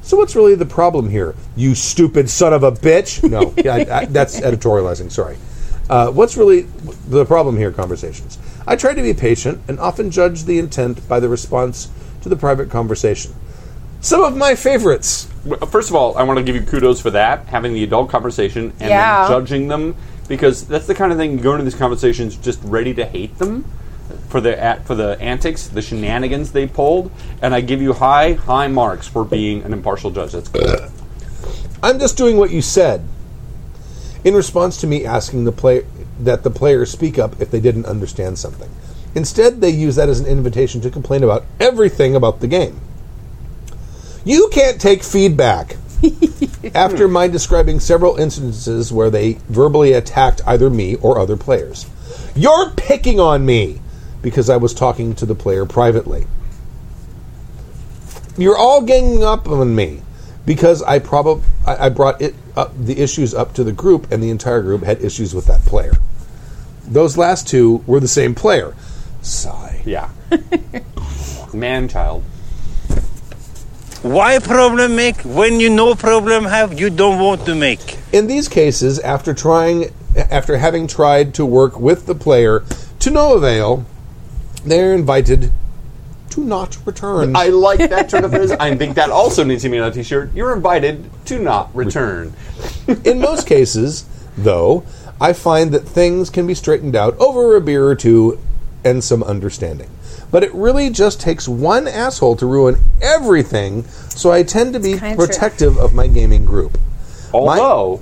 so what's really the problem here you stupid son of a bitch no yeah, I, I, that's editorializing sorry uh, what's really the problem here conversations i tried to be patient and often judged the intent by the response to the private conversation some of my favorites
Well, Uh, First of all, I want to give you kudos for that, having the adult conversation and
Yeah.
then judging them, because that's the kind of thing you go into these conversations just ready to hate them for the at, for the antics, the shenanigans they pulled, and I give you high high marks for being an impartial judge. That's good.
I'm just doing what you said. In response to me asking the player that the player speak up if they didn't understand something. Instead, they use that as an invitation to complain about everything about the game. You can't take feedback. After my describing several instances where they verbally attacked either me or other players. You're picking on me because I was talking to the player privately. You're all ganging up on me because I probably I, I brought it up, the issues up to the group, and the entire group had issues with that player. Those last two were the same player. Sigh.
Yeah, man child.
Why problem make when you no problem have you don't want to make?
In these cases, after trying, after having tried to work with the player to no avail, They're invited to not return.
I like that turn of phrase. I think that also needs to be on a T-shirt. You're invited to not return.
In most cases, though, I find that things can be straightened out over a beer or two and some understanding. But it really just takes one asshole to ruin everything, so I tend to be
kinda true.
protective of my gaming group.
Although,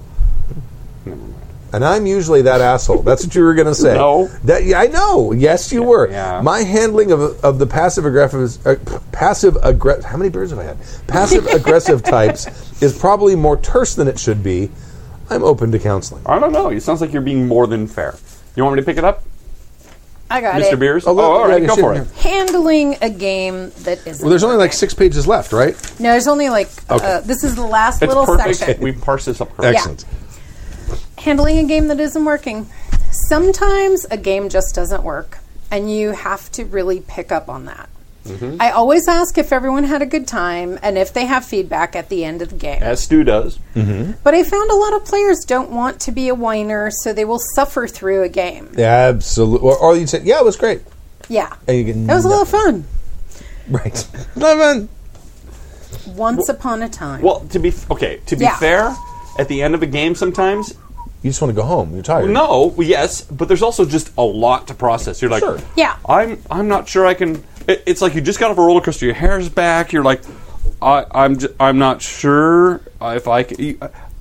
And I'm usually that asshole. That's what you were going to say.
No.
That yeah, I know. Yes, you were.
yeah.
My handling of, of the passive aggressive uh, passive aggressive how many beers have I had? Passive aggressive types is probably more terse than it should be. I'm open to counseling.
I don't know. Oh, It sounds like you're being more than fair. You want me to pick it up,
I got
Mr.
it.
Beers?
Oh,
Oh,
look,
all right,
yeah,
go
shit,
for
yeah.
it.
Handling a game that isn't.
Well, there's only like six pages left, right?
No, there's only like. Uh, this is the last
It's
little
perfect.
section.
We parse this up perfectly.
Excellent.
handling a game that isn't working. Sometimes a game just doesn't work, and you have to really pick up on that.
Mm-hmm.
I always ask if everyone had a good time and if they have feedback at the end of the game.
As Stu does.
But I found a lot of players don't want to be a whiner, so they will suffer through a game. Yeah,
Absolutely. Or, or you say, yeah, it was great. And you get
that was a lot of fun.
Right. Eleven.
Once upon a time.
Well, to be okay, to be
Yeah.
fair, at the end of a game, sometimes
You just want to go home. You're tired.
no, yes, but there's also just a lot to process. You're like,
Sure.
Yeah.
I'm I'm not sure I can. It, it's like you just got off a roller coaster. Your hair's back. You're like, I, I'm j- I'm not sure uh, if I can.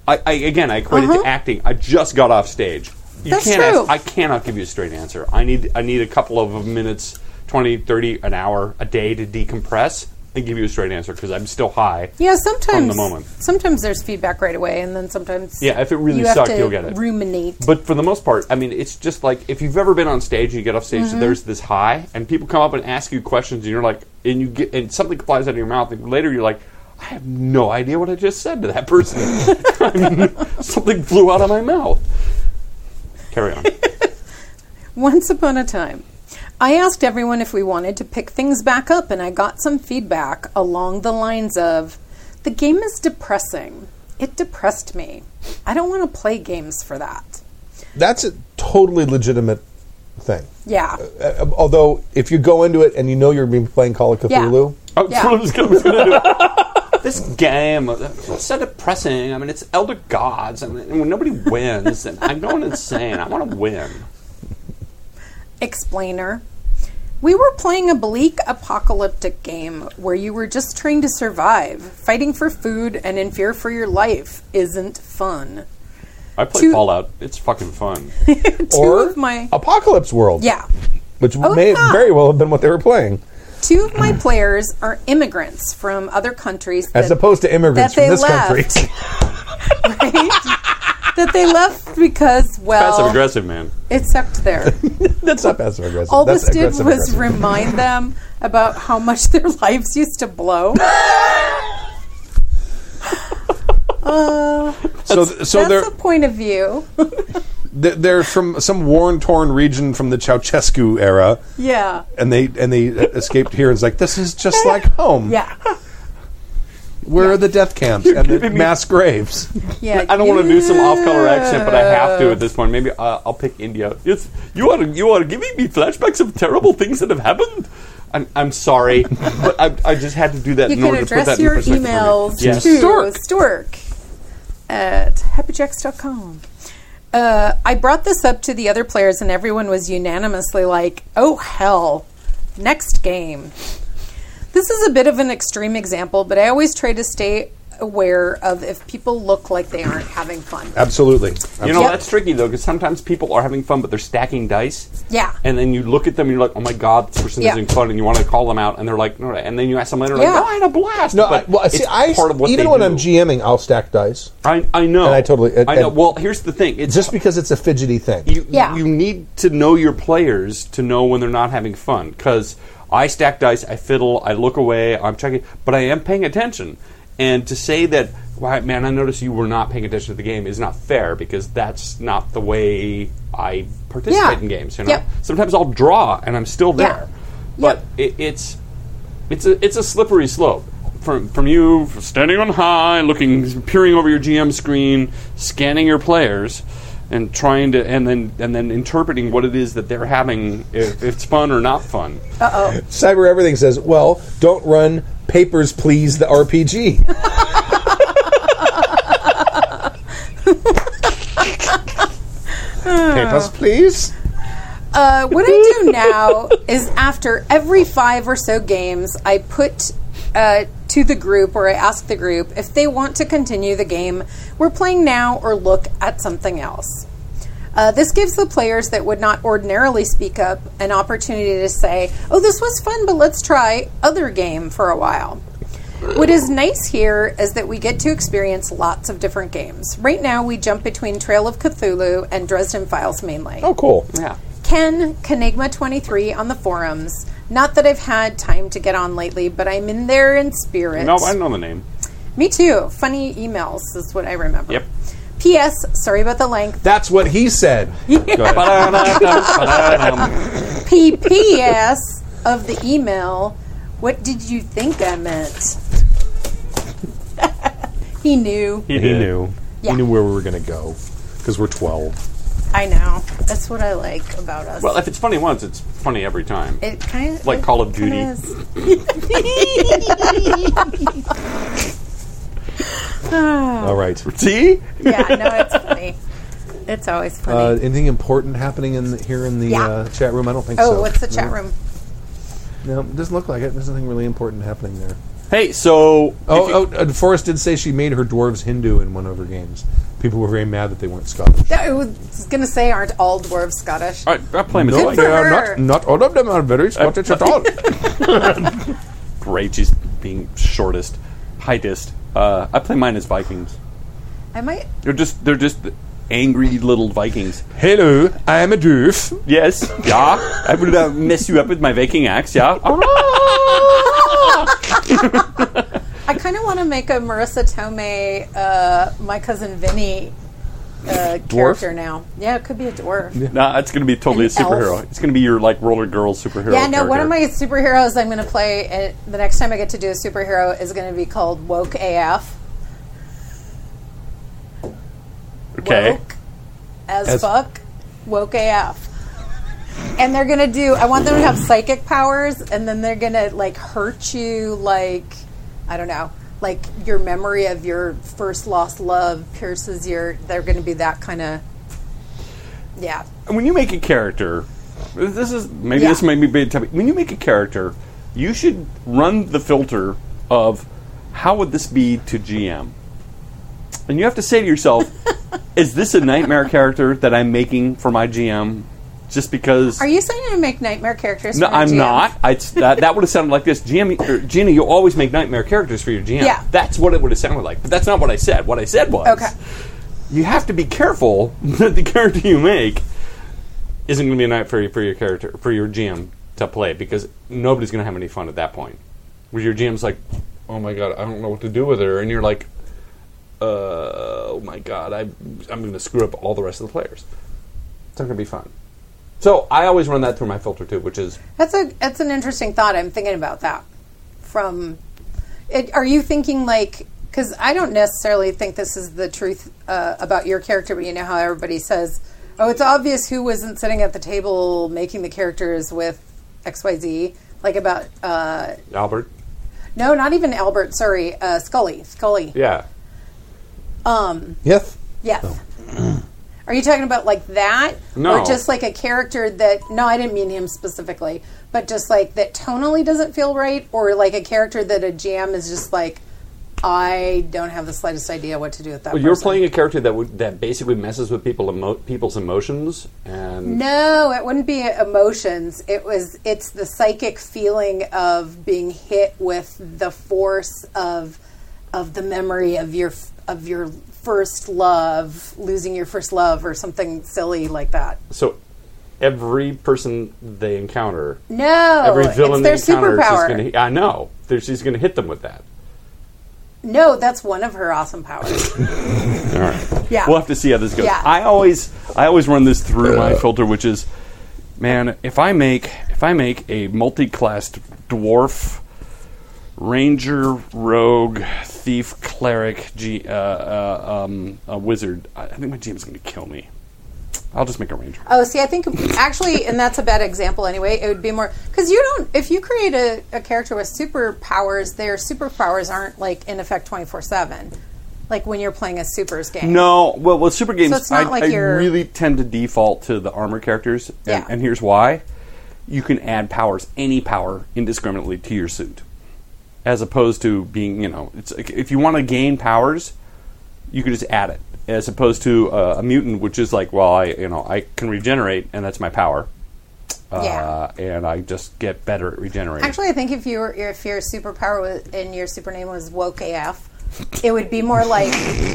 I, I again, I equate it to acting. I just got off stage.
Uh-huh.
You
That's
can't
true.
Ask, I cannot give you a straight answer. I need I need a couple of minutes, 20, 30, an hour, a day to decompress and give you a straight answer because I'm still high.
yeah, sometimes
From the moment.
sometimes there's feedback right away, and then sometimes
Yeah, if it really
you have
sucked,
to
you'll get it.
Ruminate.
But for the most part, I mean, it's just like if you've ever been on stage, you get off stage, there's this high, and people come up and ask you questions, and you're like, and you get, and something flies out of your mouth, and later you're like, I have no idea what I just said to that person. I mean, something flew out of my mouth. Carry on.
Once upon a time, I asked everyone if we wanted to pick things back up, and I got some feedback along the lines of The game is depressing. It depressed me. I don't want to play games for that.
That's a totally legitimate thing.
Yeah.
Uh, although, if you go into it and you know you're being playing Call of
Yeah.
Cthulhu,
I'm
Yeah.
I'm just gonna- I'm just gonna do it. This game, uh, it's so depressing. I mean, it's Elder Gods. I mean, when nobody wins, and I'm going insane. I want to win.
Explainer. We were playing a bleak apocalyptic game where you were just trying to survive. Fighting for food and in fear for your life isn't fun.
I play
Two-
Fallout. It's fucking fun.
Two
or
of my.
Apocalypse World,
Yeah.
which
Oh,
may
yeah.
very well have been what they were playing,
Two of my players are immigrants from other countries.
as
that-
opposed to immigrants
that
from
they
this country.
left. right? That they left because,
Passive
well,
aggressive, man.
it sucked there.
That's not passive aggressive.
All
That's
this did was
aggressive aggressive.
remind them about how much their lives used to blow.
so, th- so
That's
they're
a point of view.
they're- they're from some worn, torn region from the Ceausescu era,
Yeah.
and they and they escaped here. And it's like this is just like home.
Yeah.
Where are the death camps and the mass graves?
Yeah.
I don't want to do some off-color accent, but I have to at this point. Maybe uh, I'll pick India. It's, you are you are giving me flashbacks of terrible things that have happened. I'm, I'm sorry, but I, I just had to do that
You
in
can
order to put
address
that
your
in perspective. for me.
emails
Yes.
to
Stork.
Stork, at happyjacks.com. Uh, I brought this up to the other players, and everyone was unanimously like, oh, hell, next game. This is a bit of an extreme example, but I always try to stay aware of if people look like they aren't having fun.
Absolutely.
You know
Yep.
that's tricky though, because sometimes people are having fun, but they're stacking dice.
Yeah.
And then you look at them, and you're like, "Oh my god, this person
Yeah.
isn't fun," and you want to call them out, and they're like, "No." And then you ask them later,
Yeah.
like, "No, I had a blast."
No, I,
but
well, see,
it's
I
part of what
even
they
when
do.
I'm GMing, I'll stack dice
I, I know,
And I totally-
I know.
and-
Well, here's the thing: it's
just because it's a fidgety thing.
you,
Yeah.
you need to know your players to know when they're not having fun because i stack dice i fiddle i look away i'm checking but i am paying attention and to say that why man i noticed you were not paying attention to the game is not fair because that's not the way i participate
Yeah.
in games you know
Yep.
sometimes i'll draw and i'm still
Yeah.
there but it, it's it's a it's a slippery slope from from you standing on high, looking, peering over your GM screen, scanning your players,
and trying to and then and then interpreting what it is that they're having if it's fun or not fun.
Cyber Everything says, well, don't run papers, please, the RPG. papers, please.
Uh, what I do now is after every five or so games, I put uh, to the group or I ask the group if they want to continue the game we're playing now or look at something else. Uh, this gives the players that would not ordinarily speak up an opportunity to say, oh, this was fun, but let's try other game for a while. What is nice here is that we get to experience lots of different games. Right now, we jump between Trail of Cthulhu and Dresden Files mainly.
Oh, cool.
Yeah.
Ken Kenigma23 on the forums. Not that I've had time to get on lately, but I'm in there in spirit.
No, I know the name.
Me too. Funny emails is what I remember.
Yep.
P.S. Sorry about the length.
That's what he said.
P.P.S. of the email. What did you think I meant? he knew.
He
He
did.
knew.
Yeah.
He knew where we were going to go because we're 12.
I know. That's what I like about us.
Well, if it's funny once, it's funny every time.
it kind of
like Call of Duty.
Oh.
All right.
See?
yeah, no, it's funny. It's always funny.
Uh, anything important happening in the, here in the
Yeah.
uh, chat room? I don't think
oh,
so.
what's the chat room?
No, it doesn't look like it. There's nothing really important happening there.
Hey, so if you-
Oh, oh uh, Forrest did say she made her dwarves Hindu in one of her games. People were very mad that they weren't Scottish.
That- I was going to say, aren't all dwarves Scottish?
All right, I play him as
Good
like
for her.
not. Not all of them are very Scottish at all.
great. She's being shortest, heightest. Uh, I play mine as Vikings.
I might.
They're just they're just angry little Vikings.
Hello, I am a dwarf.
Yes, yeah. I will uh, mess you up with my Viking axe. Yeah.
I kind of want to make a Marissa Tomei, uh, my cousin Vinny, uh, character now. Yeah, it could be a dwarf. Yeah,
nah, it's gonna be totally
An
a superhero.
elf.
It's gonna be your like roller girl superhero.
no, one of
character.
my superheroes I'm going to play uh, the next time I get to do a superhero is going to be called Woke AF.
okay.
Woke as, fuck. Woke AF. And they're going to do, I want them to have psychic powers, and then they're going to, like, hurt you, like, I don't know, like your memory of your first lost love pierces your, they're going to be that kind of, yeah.
when you make a character, this is maybe
Yeah.
this may be big topic. When you make a character, you should run the filter of how would this be to GM, and you have to say to yourself, is this a nightmare character that I'm making for my GM? Just because
Are you saying I make nightmare characters?
No,
for my
I'm
GM?
not. I, it's- that that would have sounded like this. GM, or Gina, you always make nightmare characters for your GM.
Yeah.
That's what it would have sounded like. But that's not what I said. What I said was
Okay.
you have to be careful that the character you make isn't going to be a nightmare for your, for your character, for your GM to play, because nobody's going to have any fun at that point. Where your GM's like, oh my God, I don't know what to do with her. And you're like, uh, oh my God, I, I'm going to screw up all the rest of the players. It's not going to be fun. So I always run that through my filter too, which is
That's a that's an interesting thought. I'm thinking about that. From, it, are you thinking like? Because I don't necessarily think this is the truth uh, about your character, but you know how everybody says, "Oh, it's obvious who wasn't sitting at the table making the characters with X, Y, Z." Like about uh,
Albert.
no, not even Albert. Sorry, uh, Scully. Scully. Um,
Yeah.
Yes.
Yes. Are you talking about like that?
No.
Or just like a character that, no, I didn't mean him specifically, but just like that tonally doesn't feel right, or like a character that a jam is just like, I don't have the slightest idea what to do with that.
But you're
person.
playing a character that would, that basically messes with people emo- people's emotions and
No, it wouldn't be emotions. It was it's the psychic feeling of being hit with the force of of the memory of your of your first love, losing your first love or something silly like that.
so every person they encounter,
No,
every villain
it's
they
their
encounter, is
superpower.
just gonna, I know they're, she's going to hit them with that.
no, that's one of her awesome powers.
All right,
Yeah.
we'll have to see how this goes.
Yeah.
I always I always run this through my filter, which is, man, if I make if I make a multi-classed dwarf. Ranger, rogue, thief, cleric, G, uh, uh, um, a wizard. I I think my GM's going to kill me. I'll just make a ranger.
Oh, see, I think actually, and that's a bad example anyway. It would be more because you don't. If you create a, a character with superpowers, their superpowers aren't like in effect twenty four seven, like when you're playing a supers game.
No, well, with super games,
So it's not
I,
like
I
you're-
really tend to default to the armor characters, and,
Yeah.
and here's why: you can add powers, any power, indiscriminately to your suit, as opposed to being, you know, it's like, if you want to gain powers, you can just add it, as opposed to uh, a mutant, which is like, well, I, you know, I can regenerate, and that's my power, uh,
Yeah.
and I just get better at regenerating.
Actually, I think if you were if your superpower was, and your super name was woke AF, it would be more like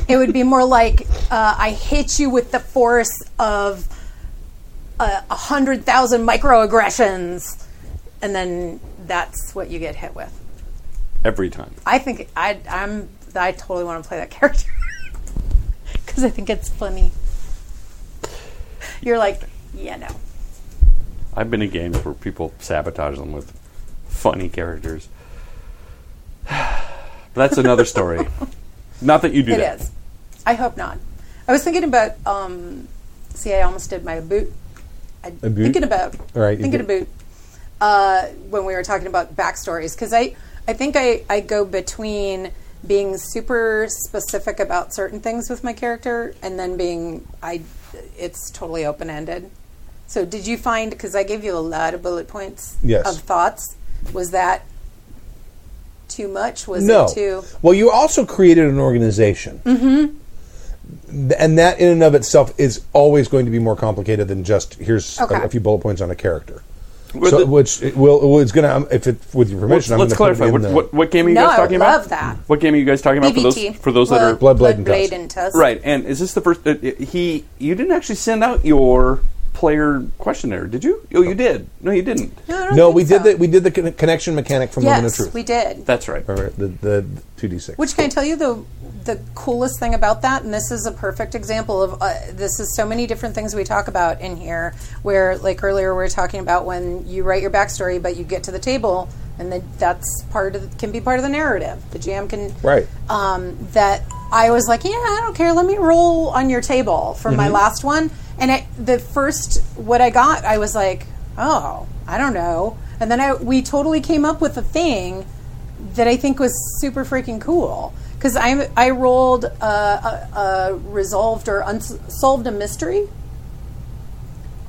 it would be more like uh, I hit you with the force of uh, a hundred thousand microaggressions, and then that's what you get hit with.
every time.
I think I I'm I totally want to play that character because I think it's funny. You're like, yeah, no.
I've been in games where people sabotage them with funny characters. That's another story. Not that you do
It is.
that.
I hope not. I was thinking about. Um, see, I almost did my boot. I,
boot?
Thinking about.
All right, you
Thinking
did.
about uh, when we were talking about backstories because I I think I I go between being super specific about certain things with my character and then being I it's totally open ended. So did you find because I gave you a lot of bullet points
Yes.
of thoughts was that too much was
No.
it too
Well, you also created an organization.
Mm-hmm.
Th- And that, in and of itself, is always going to be more complicated than just here's a-
Okay.
a, few bullet points on a character.
Well,
So,
the-
which it will well, it's going to if it with your
Let's,
permission. I'm
let's
gonna put it
clarify.
in
What,
the-
what, what game are you
No,
guys
I
talking
would
about?
love that.
What game are you guys talking about for those
BBT.
for those that are
Blood, Blade, and
Blade
Tusk.
and Tusk.
right? And is this the first? Uh, uh, he you didn't actually send out your player questionnaire, did you? Oh, you did. No, you didn't.
I don't
No,
think
we did
so.
the we did the con- connection mechanic from Moment of
Yes,
Truth.
we did.
That's right.
Or the the two d six.
Which can I tell you the the coolest thing about that? And this is a perfect example of uh, this is so many different things we talk about in here. Where like earlier we were talking about when you write your backstory, but you get to the table, and then that's part of can be part of the narrative. The GM can
Right.
um, that I was like, yeah, I don't care. Let me roll on your table for my last one. And it, the first what I got, I was like, oh, I don't know. And then I, we totally came up with a thing that I think was super freaking cool because I I rolled uh, a, a resolved or unsolved a mystery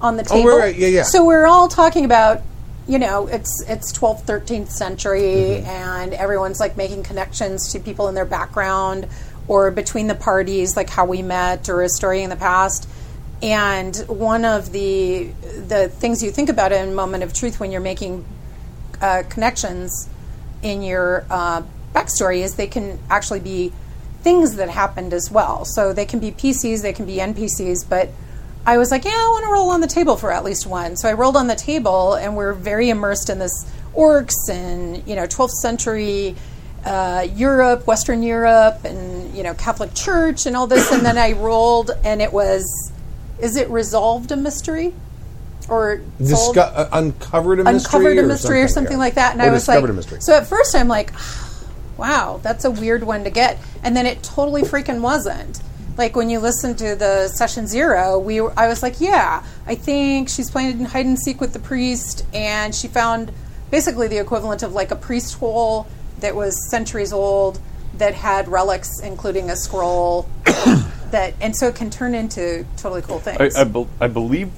on the table.
right, Oh, right, yeah, yeah.
So we're all talking about, you know, it's it's 12th, 13th century,
Mm-hmm.
and everyone's like making connections to people in their background or between the parties, like how we met or a story in the past. And one of the the things you think about in moment of truth when you're making uh, connections in your uh, backstory is they can actually be things that happened as well. So they can be PCs, they can be NPCs, but I was like, yeah, I want to roll on the table for at least one. So I rolled on the table, and we're very immersed in this orcs and you know 12th century uh, Europe, Western Europe, and you know Catholic Church and all this. and then I rolled, and it was, is it resolved a mystery? Or solved?
Disco- uh, uncovered a mystery.
uncovered a
or
mystery or something,
yeah.
like that. And
Or
I was like,
discovered a mystery.
so at first I'm like, wow, that's a weird one to get. And then it totally freaking wasn't. Like when you listen to the session zero, we were, I was like, yeah, I think she's playing hide and seek with the priest, and she found basically the equivalent of like a priest hole that was centuries old that had relics, including a scroll. that and so it can turn into totally cool
I,
things.
I, bel I believe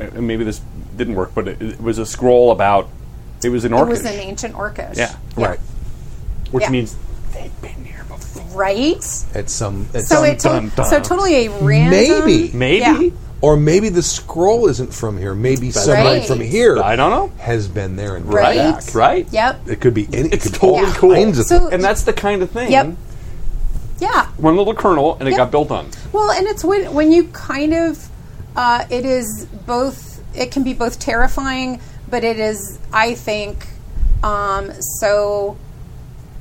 uh, maybe this didn't work, but it, it was a scroll about. It was an
it
orcish.
was an ancient orcish.
Yeah.
right
which
Yeah.
means they've been here before.
Right?
at some at
So
some
it to-
dun, dun.
so totally a random
Maybe.
Maybe.
Yeah.
or maybe the scroll isn't from here. Maybe somebody
right.
from here
I don't know.
has been there and
Right.
brought back.
Right?
Yep.
It could be any.
It's
it could be all
totally
Yeah.
cool.
kinds of
So-
things.
and that's the kind of thing.
Yep. Yeah.
One little kernel, and it
Yep.
got built on.
Well, and it's when when you kind of uh, it is both. It can be both terrifying, but it is, I think, um, so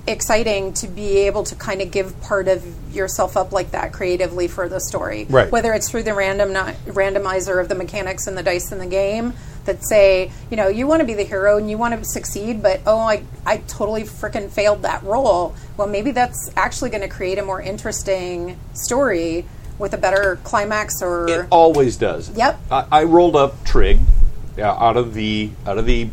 exciting to be able to kind of give part of yourself up like that creatively for the story.
Right.
Whether it's through the random randomizer of the mechanics and the dice in the game that say, you know, you want to be the hero and you want to succeed, but oh, I I totally frickin' failed that role. Well, maybe that's actually going to create a more interesting story with a better climax or
It always does.
Yep.
I, I rolled up Trig uh, out of the out of the.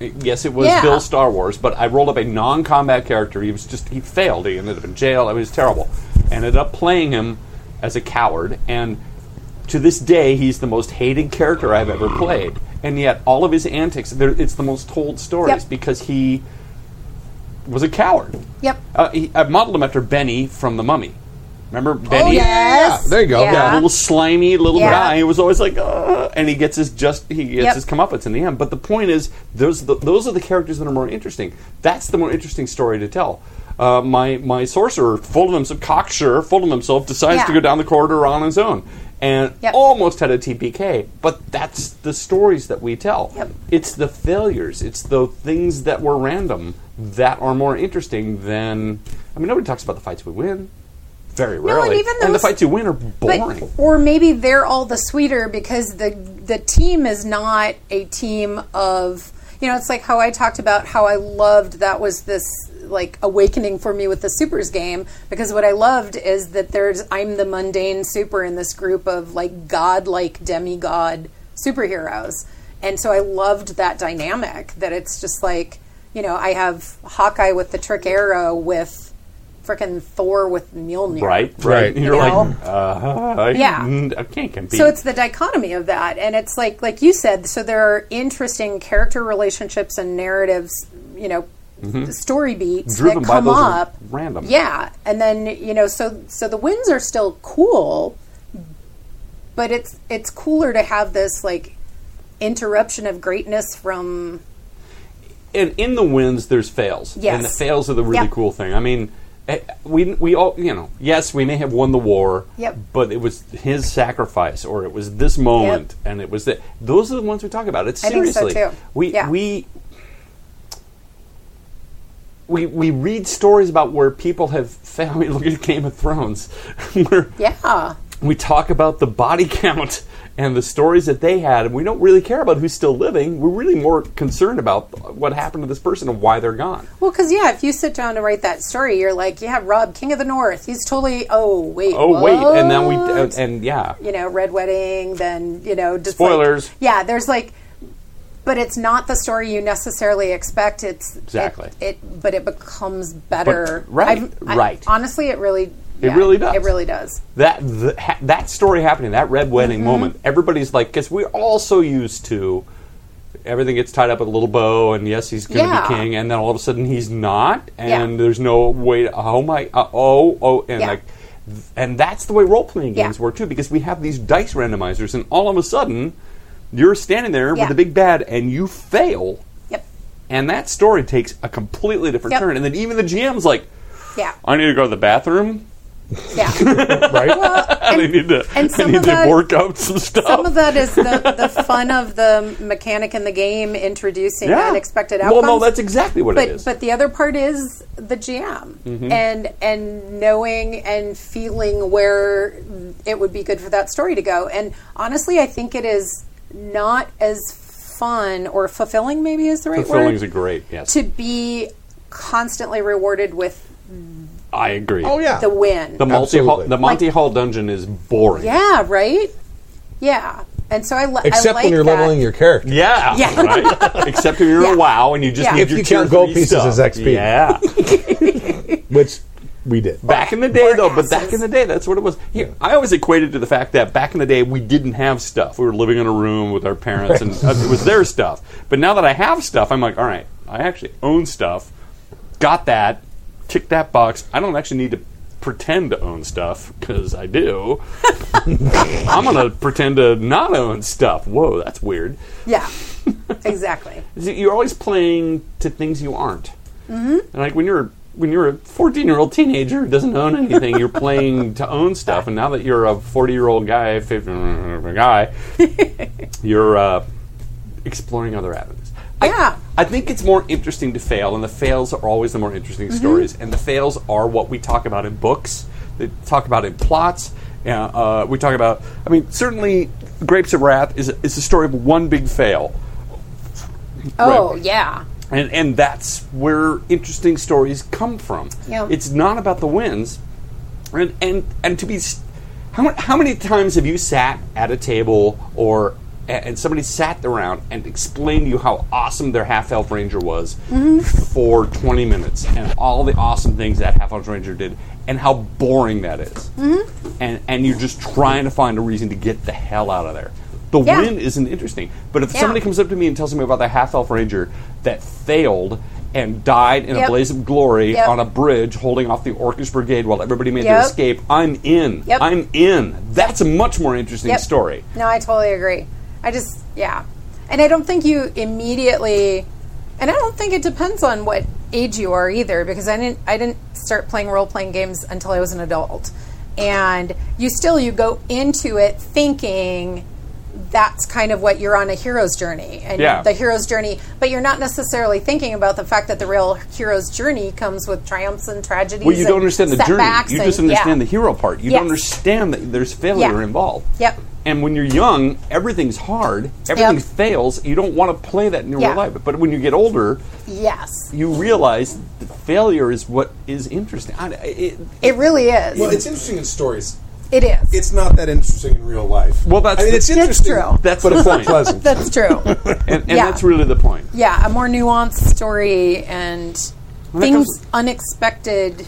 Yes, it was
Yeah.
Bill Star Wars, but I rolled up a non-combat character. He was just he failed. He ended up in jail. It was terrible. Ended up playing him as a coward, and to this day, he's the most hated character I've ever played. And yet, all of his antics, they're- it's the most told stories
Yep.
because he was a coward.
Yep.
Uh, he, I modeled him after Benny from The Mummy. Remember
Oh,
Benny?
yes.
there you go.
Yeah.
Oh, Yeah, little slimy little
Yeah.
guy. He was always like, "Ugh," and he gets his just he gets
Yep.
his comeuppance in the end. But the point is, those the, those are the characters that are more interesting. That's the more interesting story to tell. Uh, my my sorcerer, full of himself, cocksure, full of himself, decides
Yeah.
to go down the corridor on his own, and
Yep.
almost had a TPK. But that's the stories that we tell.
Yep.
It's the failures. It's the things that were random that are more interesting than. I mean, nobody talks about the fights we win. Very
and
rarely,
even
and the
those-
fights you win are
But-
boring.
or maybe they're all the sweeter because the the team is not a team of you know, it's like how I talked about how I loved that was this like awakening for me with the supers game because what I loved is that there's I'm the mundane super in this group of like godlike demigod superheroes. And so I loved that dynamic that it's just like, you know, I have Hawkeye with the trick arrow with frickin' Thor with Mjolnir.
Right,
Right.
right. You're
You know?
like, uh, I,
Yeah.
mm, I can't compete.
So it's the dichotomy of that, and it's like like you said. So there are interesting character relationships and narratives, you know, story beats
Mm-hmm. Driven
that
by
come
those
up
random.
Yeah, and then you know, so so the wins are still cool, but it's it's cooler to have this like interruption of greatness from
and in the wins, there's fails.
Yes.
And the fails are the really
Yep.
cool thing. I mean, eh, we we all you know. Yes, we may have won the war.
Yep.
But it was his sacrifice, or it was this moment, and it was that. Those are the ones we talk about. It's
I think so,
seriously.
too.
We
Yeah.
we. We, we read stories about where people have failed. I mean, look at Game of Thrones, where
yeah,
we talk about the body count and the stories that they had, and we don't really care about who's still living. We're really more concerned about what happened to this person and why they're gone.
well, because yeah, if you sit down to write that story, you're like, yeah, Rob, King of the North, he's totally. Oh wait,
Oh wait, and then we
what?
and, and yeah,
you know, Red Wedding, then, you know, just
Spoilers.
Like, yeah, there's like but it's not the story you necessarily expect. It's
Exactly.
It, it but it becomes better.
But- right,
I've-
right.
honestly, it really
It
yeah,
really does.
It really does.
that th- ha- that story happening, that red wedding
Mm-hmm.
moment. Everybody's like, because we're all so used to everything gets tied up with a little bow, and yes, he's going to
Yeah.
be king, and then all of a sudden he's not,
Yeah.
and there's no way. To, oh my! Uh, oh oh, and
Yeah.
like, th- and that's the way role playing
Yeah.
games were too, because we have these dice randomizers, and all of a sudden you're standing there
Yeah.
with a big bad, and you fail,
Yep.
and that story takes a completely different
Yep.
turn, and then even the GM's like,
Yeah.
I need to go to the bathroom.
Yeah.
right?
Well,
I
and
need to.
and
I
some
need
of
to
that-
work out some stuff.
some of that is the, the fun of the mechanic in the game introducing unexpected outcomes.
Well, no, that's exactly what
but
it is. Mm-hmm.
but the other part is the jam and and knowing and feeling where it would be good for that story to go and honestly i think it is not as fun or fulfilling maybe is the right
fulfilling
word
is a great. Yes,
to be constantly rewarded with
I agree.
Oh yeah.
the win
Ah. the Monty Hall,
Absolutely.
the Monty Hall dungeon is boring.
yeah right yeah and so i, li-
Except
I like
when you're
that.
leveling your character.
Yeah,
Yeah.
right. Except if you're
Yeah.
a WoW and you just
Yeah.
need
If
your
you
tier
count gold
three
pieces
stuff.
as XP.
Yeah,
Which we did.
back in the day though, but back
asses.
in the day, that's what it was. Here, I always equated to the fact that back in the day we didn't have stuff. We were living in a room with our parents, and uh, it was their stuff. But now that I have stuff, I'm like, all right, I actually own stuff. Got that. Tick that box. I don't actually need to pretend to own stuff because I do. I'm gonna pretend to not own stuff. Whoa, that's weird.
yeah exactly
You're always playing to things you aren't. Mm-hmm. And like when you're when you're a 14 year old teenager who doesn't own anything, you're playing to own stuff. And now that you're a 40 year old guy, 50 guy, you're uh, exploring other avenues.
Yeah.
I, I think it's more interesting to fail, and the fails are always the more interesting stories. And the fails are what we talk about in books, they talk about in plots. Yeah, uh, we talk about. I mean, certainly, Grapes of Wrath is is the story of one big fail.
oh yeah
And, and that's where interesting stories come from.
Yeah.
It's not about the wins. And, and, and to be, s- How, mu- how many times have you sat at a table or a- and somebody sat around and explained to you how awesome their half elf ranger was
Mm-hmm.
for 20 minutes and all the awesome things that half elf ranger did and how boring that is?
Mm-hmm.
And and you're just trying to find a reason to get the hell out of there. The
Yeah.
win isn't interesting, but if
Yeah.
somebody comes up to me and tells me about the half elf ranger that failed and died in a
Yep.
blaze of glory
Yep.
on a bridge holding off the orcish brigade while everybody made their
Yep.
escape i'm in
Yep.
i'm in that's a much more interesting
Yep.
story
No, I totally agree. I just, yeah. And I don't think you immediately, and I don't think it depends on what age you are either, because I didn't, I didn't start playing role playing games until I was an adult. And you still, you go into it thinking that's kind of what you're on a hero's journey and
Yeah.
the hero's journey, but you're not necessarily thinking about the fact that the real hero's journey comes with triumphs and tragedies.
well you
and
don't understand the journey
setbacks
you
and-
just understand
yeah.
the hero part you
Yes.
don't understand that there's failure
Yeah.
involved
Yep.
and when you're young everything's hard everything fails you don't want to play that in your
Yeah.
real life but when you get older
Yes.
you realize that failure is what is interesting I, it,
It really is.
Well, it's interesting in stories.
it is.
It's not that interesting in real life.
Well, that's
I mean,
the-
it's
That's
interesting,
true.
That's
but
the
it's not
point.
pleasant.
That's true.
and, and
Yeah.
that's really the point
yeah, a more nuanced story and
that
things
goes-
unexpected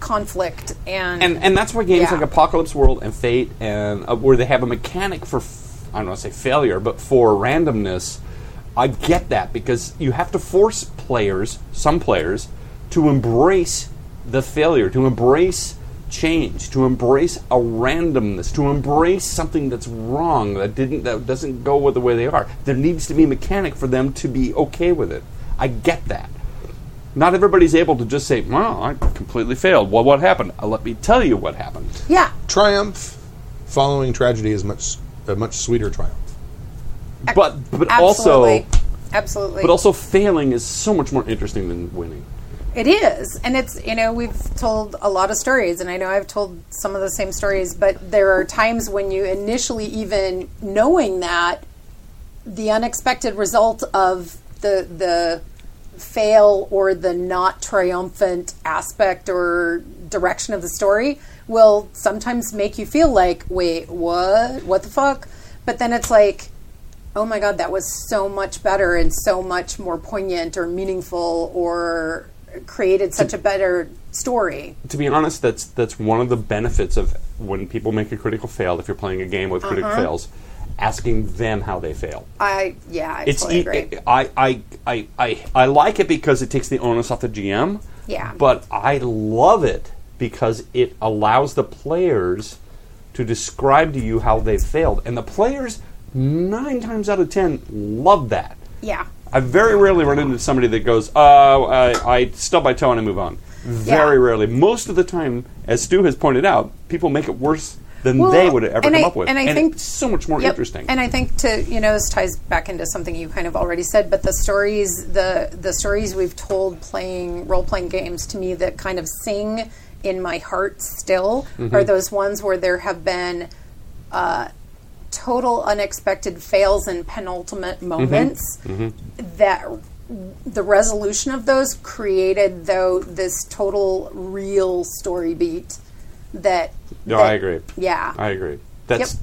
conflict and
and and that's why games
Yeah.
like Apocalypse World and Fate and uh, where they have a mechanic for f- I don't want to say failure, but for randomness, I get that because you have to force players, some players, to embrace the failure, to embrace change, to embrace a randomness, to embrace something that's wrong that didn't that doesn't go with the way they are. There needs to be a mechanic for them to be okay with it. I get that not everybody's able to just say, "Well, I completely failed." Well, what happened? Uh, let me tell you what happened.
yeah,
triumph following tragedy is much a much sweeter triumph.
But but
absolutely,
also
absolutely.
but also failing is so much more interesting than winning.
It is. And it's, you know, we've told a lot of stories, and I know I've told some of the same stories, but there are times when you initially, even knowing that, the unexpected result of the, the, fail or the not triumphant aspect or direction of the story will sometimes make you feel like wait what what the fuck but then it's like oh my god that was so much better and so much more poignant or meaningful or created such a better story
To be honest, that's that's one of the benefits of when people make a critical fail. If you're playing a game with
Uh-huh.
critical fails, asking them how they fail.
i yeah i
It's
totally
e-
agree
I, I I I I like it because it takes the onus off the GM.
Yeah.
But I love it because it allows the players to describe to you how they failed, and the players nine times out of ten love that.
yeah
I very rarely run into somebody that goes, uh, I, I stub my toe and I move on. Very
Yeah.
rarely. Most of the time, as Stu has pointed out, people make it worse than
Well,
they would have ever
and
come
I-
up with.
and I think-
it's so much more
Yep.
interesting.
And I think to you know this ties back into something you kind of already said, but the stories the the stories we've told playing role playing games to me that kind of sing in my heart still
Mm-hmm.
are those ones where there have been uh, total unexpected fails and penultimate
Mm-hmm.
moments that the resolution of those created though this total real story beat that
No,
that-
I agree.
yeah
I agree. That's.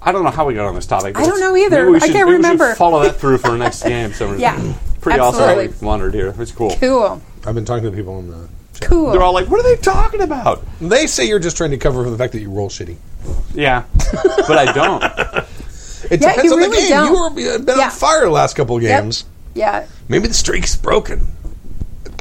I don't know how we got on this topic. but
I don't
it's-
know either.
maybe we
I
should-
can't
maybe we should
remember.
follow that through for our next game. So
Yeah,
pretty awesome how we
absolutely.
wandered here. It's cool.
cool
I've been talking to people in the chat.
cool
They're all like, "What are they talking about?"
They say you're just trying to cover for the fact that you roll shitty.
Yeah, but I don't.
It
Yeah,
depends
you
on
really
the game. You
don't.
were you've been
Yeah.
on fire the last couple of
Yep.
games.
Yeah.
Maybe the streak's broken.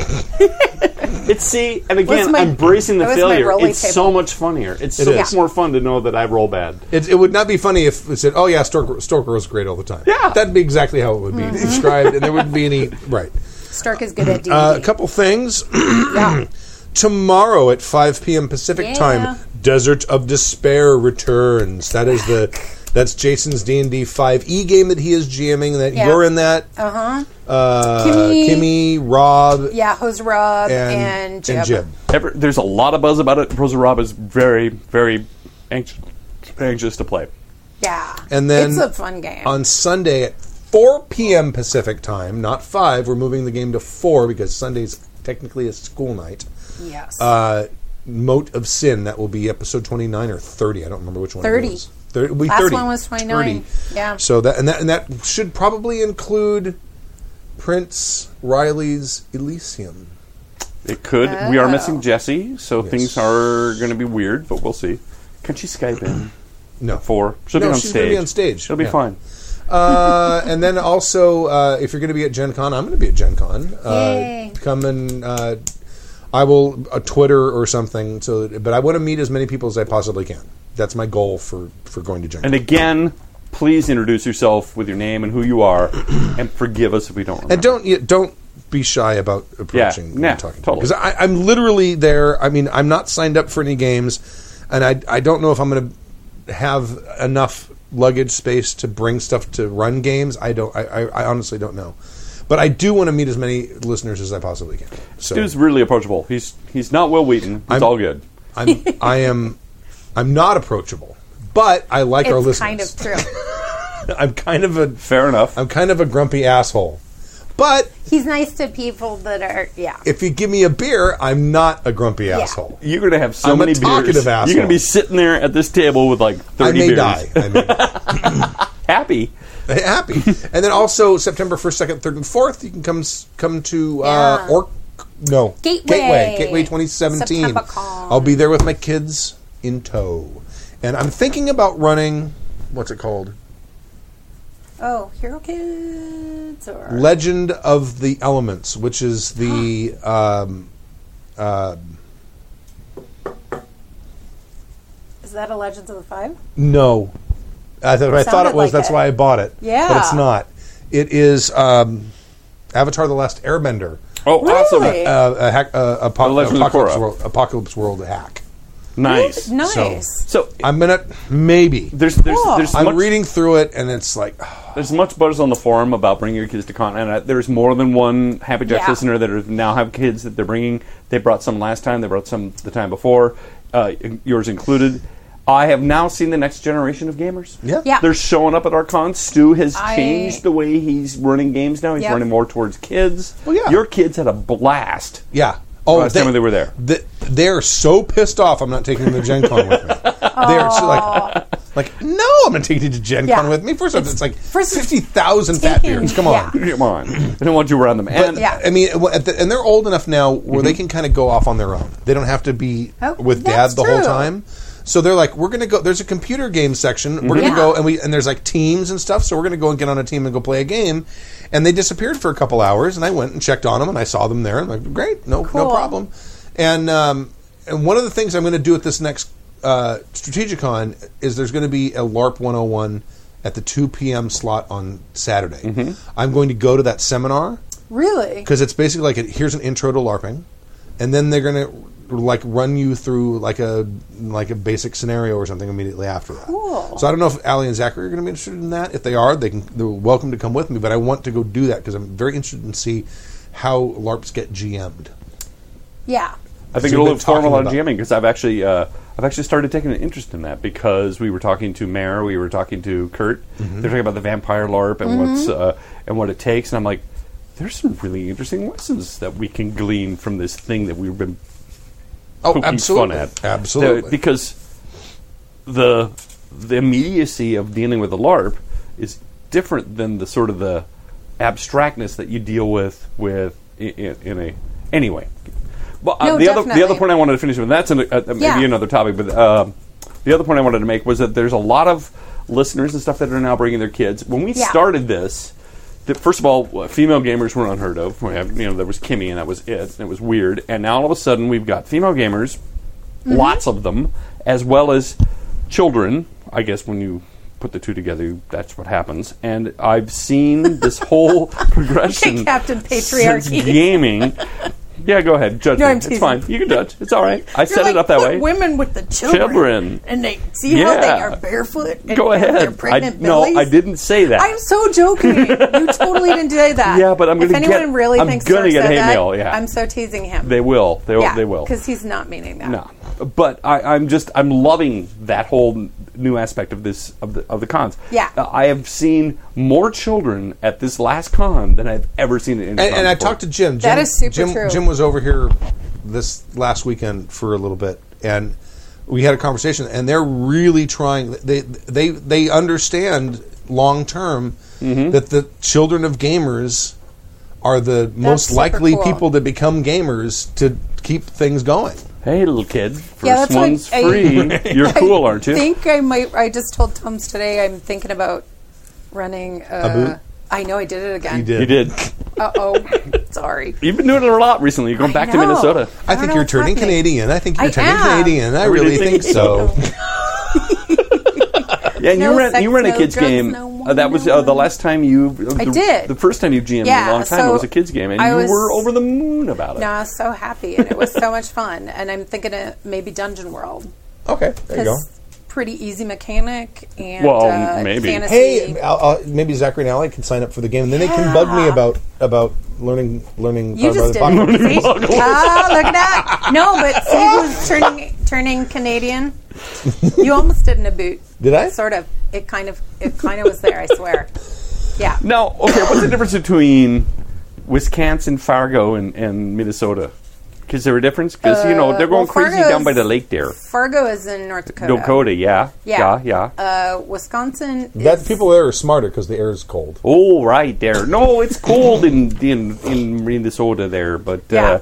It's see, and again,
What's my-
embracing the
what's my
failure.
rolling
It's
table?
so much funnier. It's so
is.
much more fun to know that I roll bad.
It, it would not be funny if it said, "Oh yeah, Stork, Stork rolls great all the time."
Yeah.
that'd be exactly how it would be described, and there wouldn't be any right.
Stark is good at D&D.
Uh, a couple things.
yeah.
tomorrow at 5 p.m. Pacific
Yeah.
time, Desert of Despair returns. That is the that's Jason's D and D 5e game that he is GMing. That
Yeah.
you're in that.
Uh-huh.
Uh,
Kimmy.
Kimmy, Rob,
Yeah, Hose Rob and,
and,
Jeb.
and Jib.
Ever, there's a lot of buzz about it. Rosa Rob is very, very anxious, anxious to play.
Yeah.
And then
It's a fun game.
on Sunday at 4 p.m. Pacific time, not 5. We're moving the game to 4 because Sunday's technically a school night.
yes.
Uh, Moat of Sin. That will be episode 29 or 30. I don't remember which one. it
30.
was. 30 it'll be
Last
30.
one was 29. Yeah.
So that and that and that should probably include Prince Riley's Elysium.
It could. We are missing
Oh.
Jesse, so
Yes.
things are going to be weird, but we'll see. Can she Skype in?
No.
Four. She'll
No,
be on
she's
stage.
gonna be on stage.
She'll be
Yeah.
fine.
uh, and then also, uh, if you're going to be at Gen Con, I'm going to be at Gen Con. Uh,
Yay.
come and uh, I will uh, Twitter or something. So, that- but I want to meet as many people as I possibly can. That's my goal for for going to Gen.
And
Con.
again, please introduce yourself with your name and who you are, and forgive us if we don't. Remember.
And don't you don't be shy about approaching
nah,
and talking
totally.
because I'm literally there. I mean, I'm not signed up for any games, and I I don't know if I'm going to have enough luggage space to bring stuff to run games. I don't. I, I, I honestly don't know. But I do want to meet as many listeners as I possibly can. So
Dude's really approachable. He's he's not well Wheaton. It's
I'm-
all good.
I'm I am I'm not approachable, but I like our
It's
listeners.
kind of true.
I'm kind of a
Fair enough.
I'm kind of a grumpy asshole. But
He's nice to people that are, yeah.
if you give me a beer, I'm not a grumpy asshole.
You're gonna have so
I'm a
many
talkative
beers.
asshole.
You're gonna be sitting there at this table with like
I
thirty
may
beers.
die. I may die.
Happy.
happy. And then also September first, second, third, and fourth, you can come s- come to uh,
Yeah.
Orc. No
Gateway.
Gateway, Gateway 2017.
September con.
I'll be there with my kids in tow, and I'm thinking about running. What's it called?
Oh, Hero Kids or
Legend of the Elements, which is the um,
is that a Legends of the Five?
no, I, thought I thought
Sounded
it was.
like
that's
it.
why I bought it.
Yeah.
but it's not. It is um, Avatar: The Last Airbender,
Oh, awesome!
Really?
uh, a, hack, uh, apo-
The Legend of
apocalypse,
Korra.
world, apocalypse World hack.
Nice.
Nice.
So
I'm gonna maybe.
there's there's
Cool.
there's
I'm
much,
reading through it, and it's like
there's much buzz on the forum about bringing your kids to con, and uh, there's more than one Happy Jack
Yeah.
listener that are, now have kids that they're bringing. They brought some last time. They brought some the time before, uh, yours included. I have now seen the next generation of gamers.
Yeah.
Yeah.
They're showing up at our con. Stu has
I-
changed the way he's running games now. He's
Yep.
running more towards kids.
Well, Oh, yeah.
Your kids had a blast.
yeah. Oh,
Last time they were there.
th- they are so pissed off. I'm not taking them to Gen Con with me. they are so like, like, no, I'm not taking you to Gen
Yeah.
Con with me. First off, it's, like
first it's
fifty thousand fat
taking-
beards. Come on.
yeah.
Come on. I don't want you around them. And
Yeah.
I mean, well, at the, and they're old enough now where they can kind of go off on their own. They don't have to be
Oh,
with dad
that's
the whole
true.
time. So they're like, we're gonna go. There's a computer game section. We're gonna
Mm-hmm. Yeah.
go and we and there's like teams and stuff. So we're gonna go and get on a team and go play a game. And they disappeared for a couple hours, and I went and checked on them, and I saw them there. I'm like, great, no no
Cool.
problem. And um, and one of the things I'm gonna do at this next uh, Strategicon is there's gonna be a LARP 101 at the 2 p.m. slot on Saturday. I'm going to go to that seminar
Really?
because it's basically like a, here's an intro to LARPing, and then they're gonna like run you through like a like a basic scenario or something immediately after that.
Cool.
So I don't know if Ali and Zachary are gonna be interested in that. If they are, they can they're welcome to come with me. But I want to go do that because I'm very interested in see how LARPs get GM'd.
Yeah.
I think
So
it'll
we've been
inform a
talking
lot of
about-
jamming because I've actually uh, I've actually started taking an interest in that because we were talking to Mare, we were talking to Kurt.
Mm-hmm.
They're talking about the vampire LARP
Mm-hmm.
and what's
Mm-hmm.
uh, and what it takes, and I'm like, there's some really interesting lessons that we can glean from this thing that we've been
Oh,
poking
absolutely,
fun at. The-
absolutely.
because the the immediacy of dealing with a LARP is different than the sort of the abstractness that you deal with with in, in, in a anyway. But uh,
No,
the other the other
definitely.
point I wanted to finish with that's an, uh, maybe
Yeah.
another topic, but um the other point I wanted to make was that there's a lot of listeners and stuff that are now bringing their kids. When we
Yeah.
started this. That first of all, uh, female gamers were unheard of. We have, you know, there was Kimmy, and that was it. And it was weird. And now all of a sudden, we've got female gamers,
Mm-hmm.
lots of them, as well as children. I guess when you put the two together, that's what happens. And I've seen this whole progression.
Captain
since
Patriarchy.
gaming. Yeah, go ahead. Judge
No,
me.
I'm
it's
teasing.
fine. You can judge. It's all right. I
You're
set
like,
it up that
"Put
way.
Women with the children,
Children.
and they see how they
Yeah.
are barefoot. And
go
They're
ahead. I,
pregnant
no,
bellies.
I didn't say that.
I'm so joking. you totally didn't say that.
Yeah, but I'm
If
gonna
anyone
get-
really
I'm
thinks
gonna
Dirk
get
said
hate
that,
mail, yeah.
I'm so teasing him.
they will. They,
yeah,
they will.
because he's not meaning that.
No, but I, I'm just I'm loving that whole n- new aspect of this of the of the cons.
Yeah.
Uh, I have seen more children at this last con than I've ever seen at any
And,
con
and I
before.
talked to Jim. Jim
That is super
Jim,
true.
Jim was over here this last weekend for a little bit, and we had a conversation, and they're really trying. They they they understand long term that the children of gamers are the most
super
likely
cool.
people to become gamers to keep things going.
Hey, little kid, first
Yeah, that's what
one's
I-
free. You're cool,
I
aren't you?
think I might. I just told Tums today I'm thinking about running. Uh, I know I did it again.
you did.
Uh oh. Sorry.
You've been doing it a lot recently. You're going back to
know.
Minnesota.
I, think
don't know
you're
what's
turning
happening.
Canadian. I think you're
I
turning
am.
Canadian. I really think so.
Yeah,
No
you ran
sex,
you ran a
no
kids
drugs,
game.
no
Uh, that was
woman,
uh,
no
the
woman.
last time you. uh,
I
the,
did.
The first time you GM'd in
Yeah,
a long time. it
so
was a kids game, and
I
you
was-
were over the moon about it.
No, I was so happy, and it was so much fun. And I'm thinking of maybe Dungeon World
Okay, there you go.
because pretty easy mechanic and
Well,
uh,
maybe.
fantasy.
Hey, I'll, I'll, maybe Zachary and Allie can sign up for the game, and then they can bug me
Yeah.
about about learning learning.
you
about
just
the
did.
podcast.
it. See? Ah, look at that. No, but see who's turning turning Canadian? You almost did in a boot.
Did I?
Sort of. It kind of. It kind of was there. I swear. Yeah.
Now, okay, what's the difference between Wisconsin, Fargo, and, and Minnesota? Is there a difference? Because you
Uh,
know they're
Uh, well,
going crazy
Fargo's-
down by the lake there,
Fargo is in North Dakota.
Dakota. Yeah,
Yeah.
yeah.
Uh, Wisconsin.
That
is-
people there are smarter because the air is cold.
oh, right there. No, it's cold in in in Minnesota there, but
Yeah.
uh,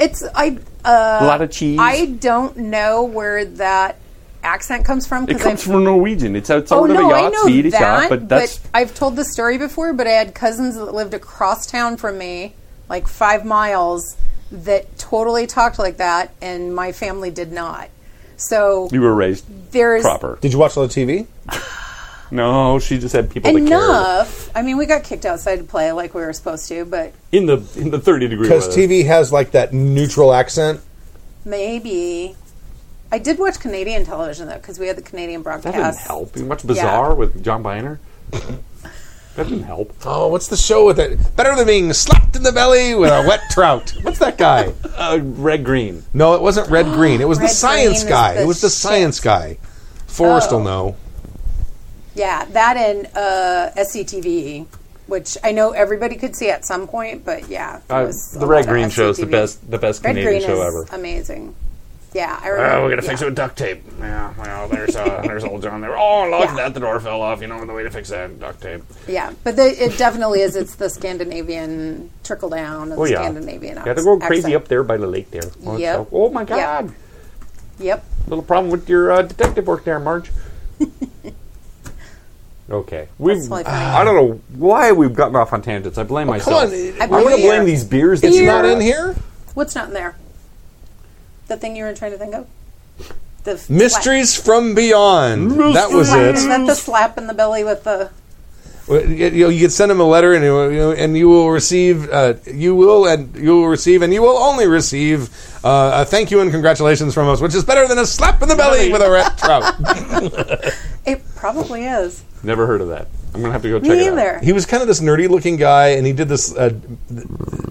It's I. Uh,
a lot of cheese.
I don't know where that accent comes from
it
because
comes
I've
from Norwegian. It's it's
Oh
all
no, I
yacht,
know
Swedish
that,
yacht, but that's
I've told the story before. But I had cousins that lived across town from me, like five miles, that totally talked like that, and my family did not. So
you were raised
there's
proper.
Did you watch a lot of TV?
No, she just had people that
enough. I mean, we got kicked outside to play like we were supposed to, but
in the in the thirty degree
Because
weather.
TV has like that neutral accent.
maybe I did watch Canadian television though because we had the Canadian
That
broadcast.
didn't help. You watch Bizarre with John Biner. that didn't help.
Oh, what's the show with it? Better than being slapped in the belly with a wet trout. What's that guy?
Uh, Red Green.
No, it wasn't Red Green. It was the
Red Green
science
is
guy.
the
It was the
shit. Oh.
science guy. Forrest will know.
Yeah, that and uh, SCTV, which I know everybody could see at some point, but yeah, it
Uh,
was
the
a
Red
lot of
Green show is the
SCTV.
best the best
Red
Canadian
Green
show
is
ever.
amazing. Yeah, I remember.
Oh, we gotta
yeah.
fix it with duct tape. Yeah, well, there's uh, there's old John there. Oh, look at that! The door fell off. You know the way to fix that? Duct tape.
Yeah, but the, it definitely is. It's the Scandinavian trickle down and
Oh yeah,
Scandinavian.
yeah, they're going
accent.
crazy up there by the lake there. Oh, it's
Yep.
so- oh my God!
Yep.
Little problem with your uh, detective work there, Marge. okay, we.
That's really funny.
I don't know why we've gotten off on tangents. I blame
Come
myself.
on,
I
it's
I'm going to
believe
blame
you.
these beers. That's
not in here.
What's not in there? The thing you were trying to think of. The f-
Mysteries from Beyond. That
slap-
was it.
Is that the slap in the belly with the?
Well, You you know, you could send him a letter, and you will- you know, and you will receive. Uh, you will and you will receive, and you will only receive uh, a thank you and congratulations from us, which is better than a slap in the belly with a rat trout.
It probably is.
Never heard of that. I'm going to have to go check
Me
it out.
either.
he was kind of this nerdy looking guy, and he did this uh,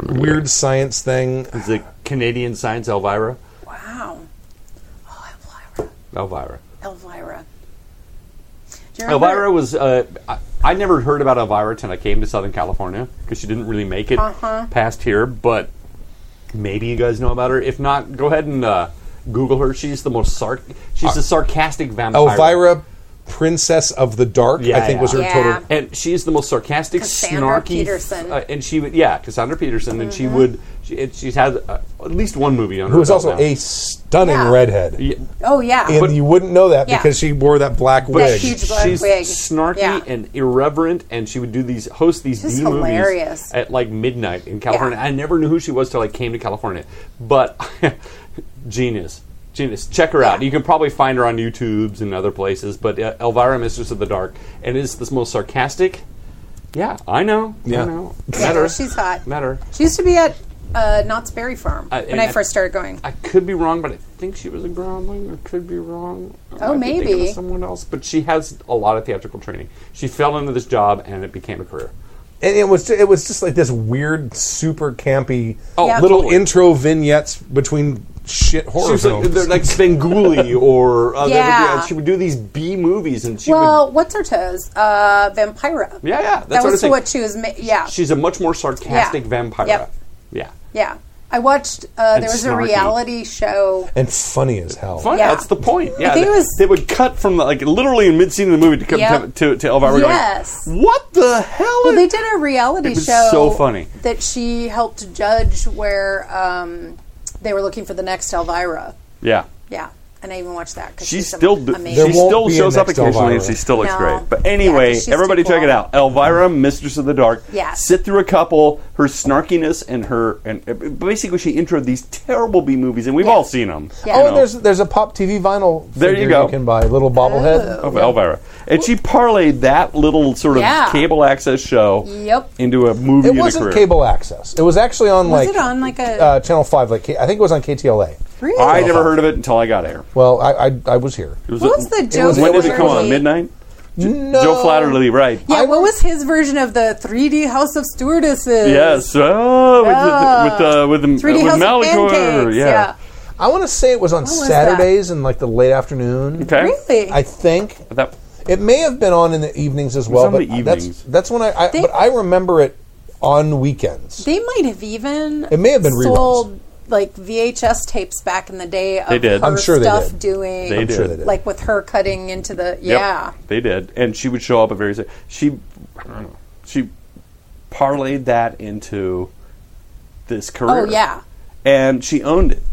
weird science thing.
Is it Canadian Science Elvira?
Wow. Oh, Elvira.
Elvira.
Elvira. Do you remember-
Elvira was. Uh, I, I never heard about Elvira till I came to Southern California because she didn't really make it
Uh-huh.
past here. But maybe you guys know about her. If not, go ahead and uh, Google her. She's the most sarc. She's a sarcastic vampire.
Uh, Elvira, Oh, Princess of the Dark,
Yeah,
I think was her
yeah.
total.
and she's the most sarcastic,
Cassandra
snarky.
Peterson.
uh, and she would, yeah, Cassandra Peterson, and she would. She, it, she's had uh, at least one movie on. her
Mm-hmm. Who was
belt
also
now.
a stunning
Yeah.
redhead,
Oh yeah.
and you wouldn't know that
Yeah.
because she wore that black
That
wig.
huge black
She's
wig.
snarky
Yeah.
and irreverent, and she would do these host these
Just
B movies
hilarious.
at like midnight in California. I never knew who she was till I came to California, but genius, genius. Check her out. You can probably find her on YouTube's and other places. But uh, Elvira, Mistress of the Dark, and is this most sarcastic? Yeah, I know.
Yeah.
I know.
Yeah,
Met her.
she's hot.
Met her.
She used to be at uh, Knott's Berry Farm
Uh,
when
and
I
I-
first started going.
I could be wrong, but I think she was a groundling. I could be wrong. I
Oh,
might be thinking of
maybe.
someone else. But she has a lot of theatrical training. She fell into this job, and it became a career.
and it was it was just like this weird, super campy
Oh,
Yeah.
little
totally.
intro vignettes between shit horror
She was like,
films.
they're like Spenguli, or uh, they would do-
Yeah.
she would do these B movies, and she
well,
would.
what's her toes? Uh, Vampira.
Yeah, yeah, that's
that
what I
was
think.
what she was. Ma- yeah,
She's a much more sarcastic
Yeah.
vampire.
Yep.
Yeah,
yeah. I watched. Uh,
And
there was a
snarky.
reality show.
and funny as hell.
Fun.
Yeah.
That's the point. Yeah,
think it
they,
was-
they would cut from the, like literally in mid scene of the movie to cut
Yeah.
to, to, to Elvira
Yes.
going, "What the hell?"
Well,
is-"
they did a reality
It was
show.
so funny.
that she helped judge where um, they were looking for the next Elvira.
yeah,
Yeah, and I even watched that because
she's still
amazing.
she
There won't
still
be a
shows up
next
occasionally and
Elvira.
she still looks
No.
great. But
Yeah,
anyway,
'cause she's
everybody
too
check it
cool.
out. Elvira, Mistress of the Dark.
Yes.
Sit through a couple. Her snarkiness and her and uh, basically she introed these terrible B movies and we've all seen them.
Yeah.
Oh,
You
and there's there's a pop TV vinyl.
There you
figure
go. Oh,
You can buy little
Oh.
bobblehead.
of Elvira. And she parlayed that little sort of
Yeah.
cable access show
Yep.
into a movie
It
and a
wasn't
career.
cable access. It was actually on
Was
like
it on like a
uh, channel five. Like K- I think it was on KTLA.
really?
I never heard of it until I got here.
Well, I I, I was here.
It was
What
a-
was the
It
Joe?
was-
when did it
Flatterly-
come on? Midnight?
No.
Joe Flatterly, right. Ah,
Yeah,
I
what
don't-
was his version of the 3D House of Stewardesses?
Yes. Oh, with,
Yeah.
the, with, the, with, the,
3D
with
House
Malachor.
of Pancakes.
yeah.
Yeah.
I want to say it was on
was
Saturdays in like the late afternoon.
Okay.
Really?
I think
That,
it may have been on in the evenings as well.
on
But
the
that's
evenings.
that's when I, I
They-
but I remember it on weekends.
they might have even
It may have been reruns.
sold like VHS tapes back in the day of
They did.
her
I'm
sure they
stuff
did.
doing
They
I'm
did.
sure they did.
like with her cutting into the
Yep,
yeah.
they did, and she would show up at various. She, I don't know, she parlayed that into this career.
Oh yeah.
and she owned it,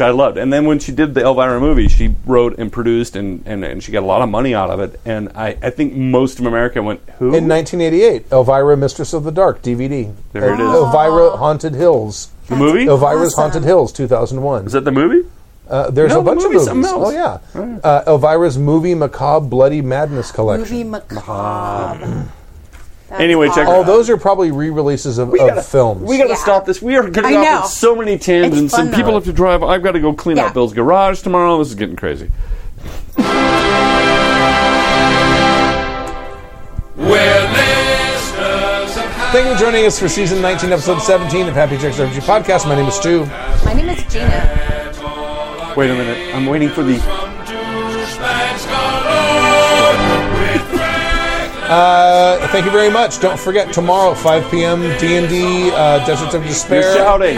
Yep.
I loved. And then when she did the Elvira movie, she wrote and produced, and, and, and she got a lot of money out of it. And I, I think most of America went, who?
In 1988, Elvira, Mistress of the Dark DVD.
There it is.
Elvira, Haunted Hills.
the movie?
Elvira's
awesome.
Haunted Hills, 2001.
Is that the movie?
Uh, there's
No,
a
the
bunch of
movie's
movies.
something
Oh
else.
yeah, uh, Elvira's movie Macabre Bloody Madness collection.
Movie macabre. That's
Anyway, check her
All
out.
those are probably re-releases of, of
gotta-
films.
We got to
Yeah.
stop this. We are
I
getting off
know.
on so many tangents,
fun,
and people
though.
have to drive. I've got to go clean
Yeah.
out Bill's garage tomorrow. This is getting crazy.
Thank you for joining us for season 19, episode 17 of Happy Jacks RPG Podcast. My name is Stu.
My name is Gina.
Wait a minute. I'm waiting for the.
Uh, thank you very much. Don't forget tomorrow, 5 p.m. D and D Deserts of
You're
Despair.
shouting.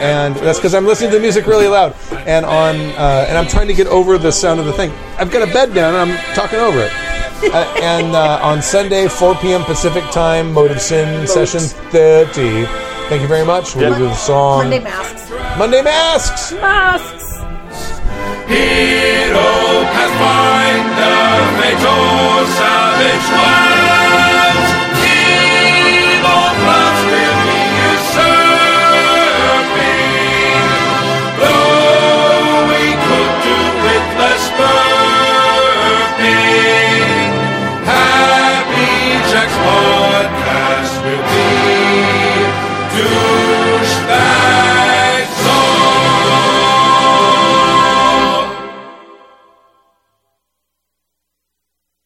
and that's because I'm listening to the music really loud, and on uh, and I'm trying to get over the sound of the thing. I've got a bed down, and I'm talking over it. Uh, and uh, on Sunday, 4 p.m. Pacific time, Mode of Sin session 30. Thank you very much. We'll do the song
Monday masks.
Monday Masks.
Masks.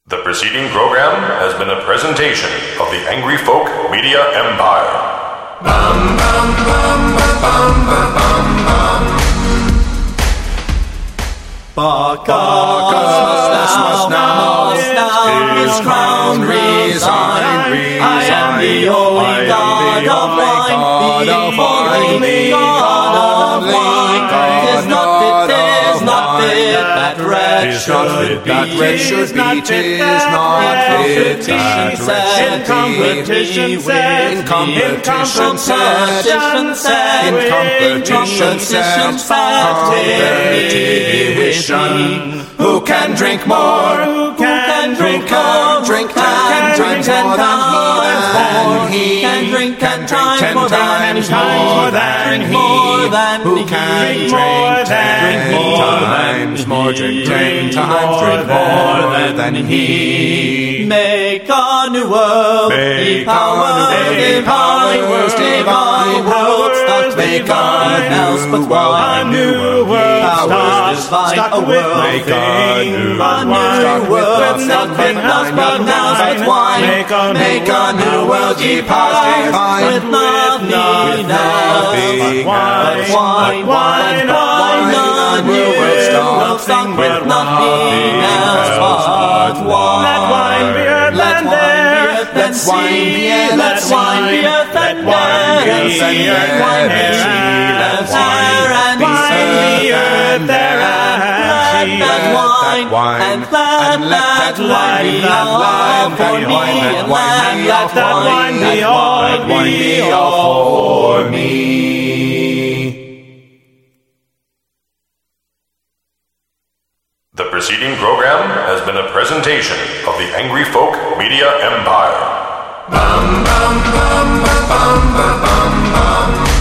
The preceding program has been a presentation of the Angry Folk Media Empire.
That red should be, tis not fit. That red in competition said, in competition said, in competition said, competition. Who can drink more? Who can drink more? Drink ten times more than he can drink ten times more than he. Who can drink ten times more? Drink ten times drink more than he. Make a new world. Make a new world. Empowering world. Divine world. Stuck make a else but one. A new world. Powers divide a world. Make a new world. Stuck with else but now but one. Make a new world. Ye powers with nothing else but one. Why not? A new world. Stuck with nothing else but one. Let wine be a thunder. Let wine be a thunder. Let wine be a thunder. Let wine be a thunder. Let wine be a thunder. that wine, and let that wine be all for me, and let that wine be all be all for me.
The preceding program has been a presentation of the Angry Folk Media Empire.
Bum, bum, bum, bum, bum, bum, bum, bum.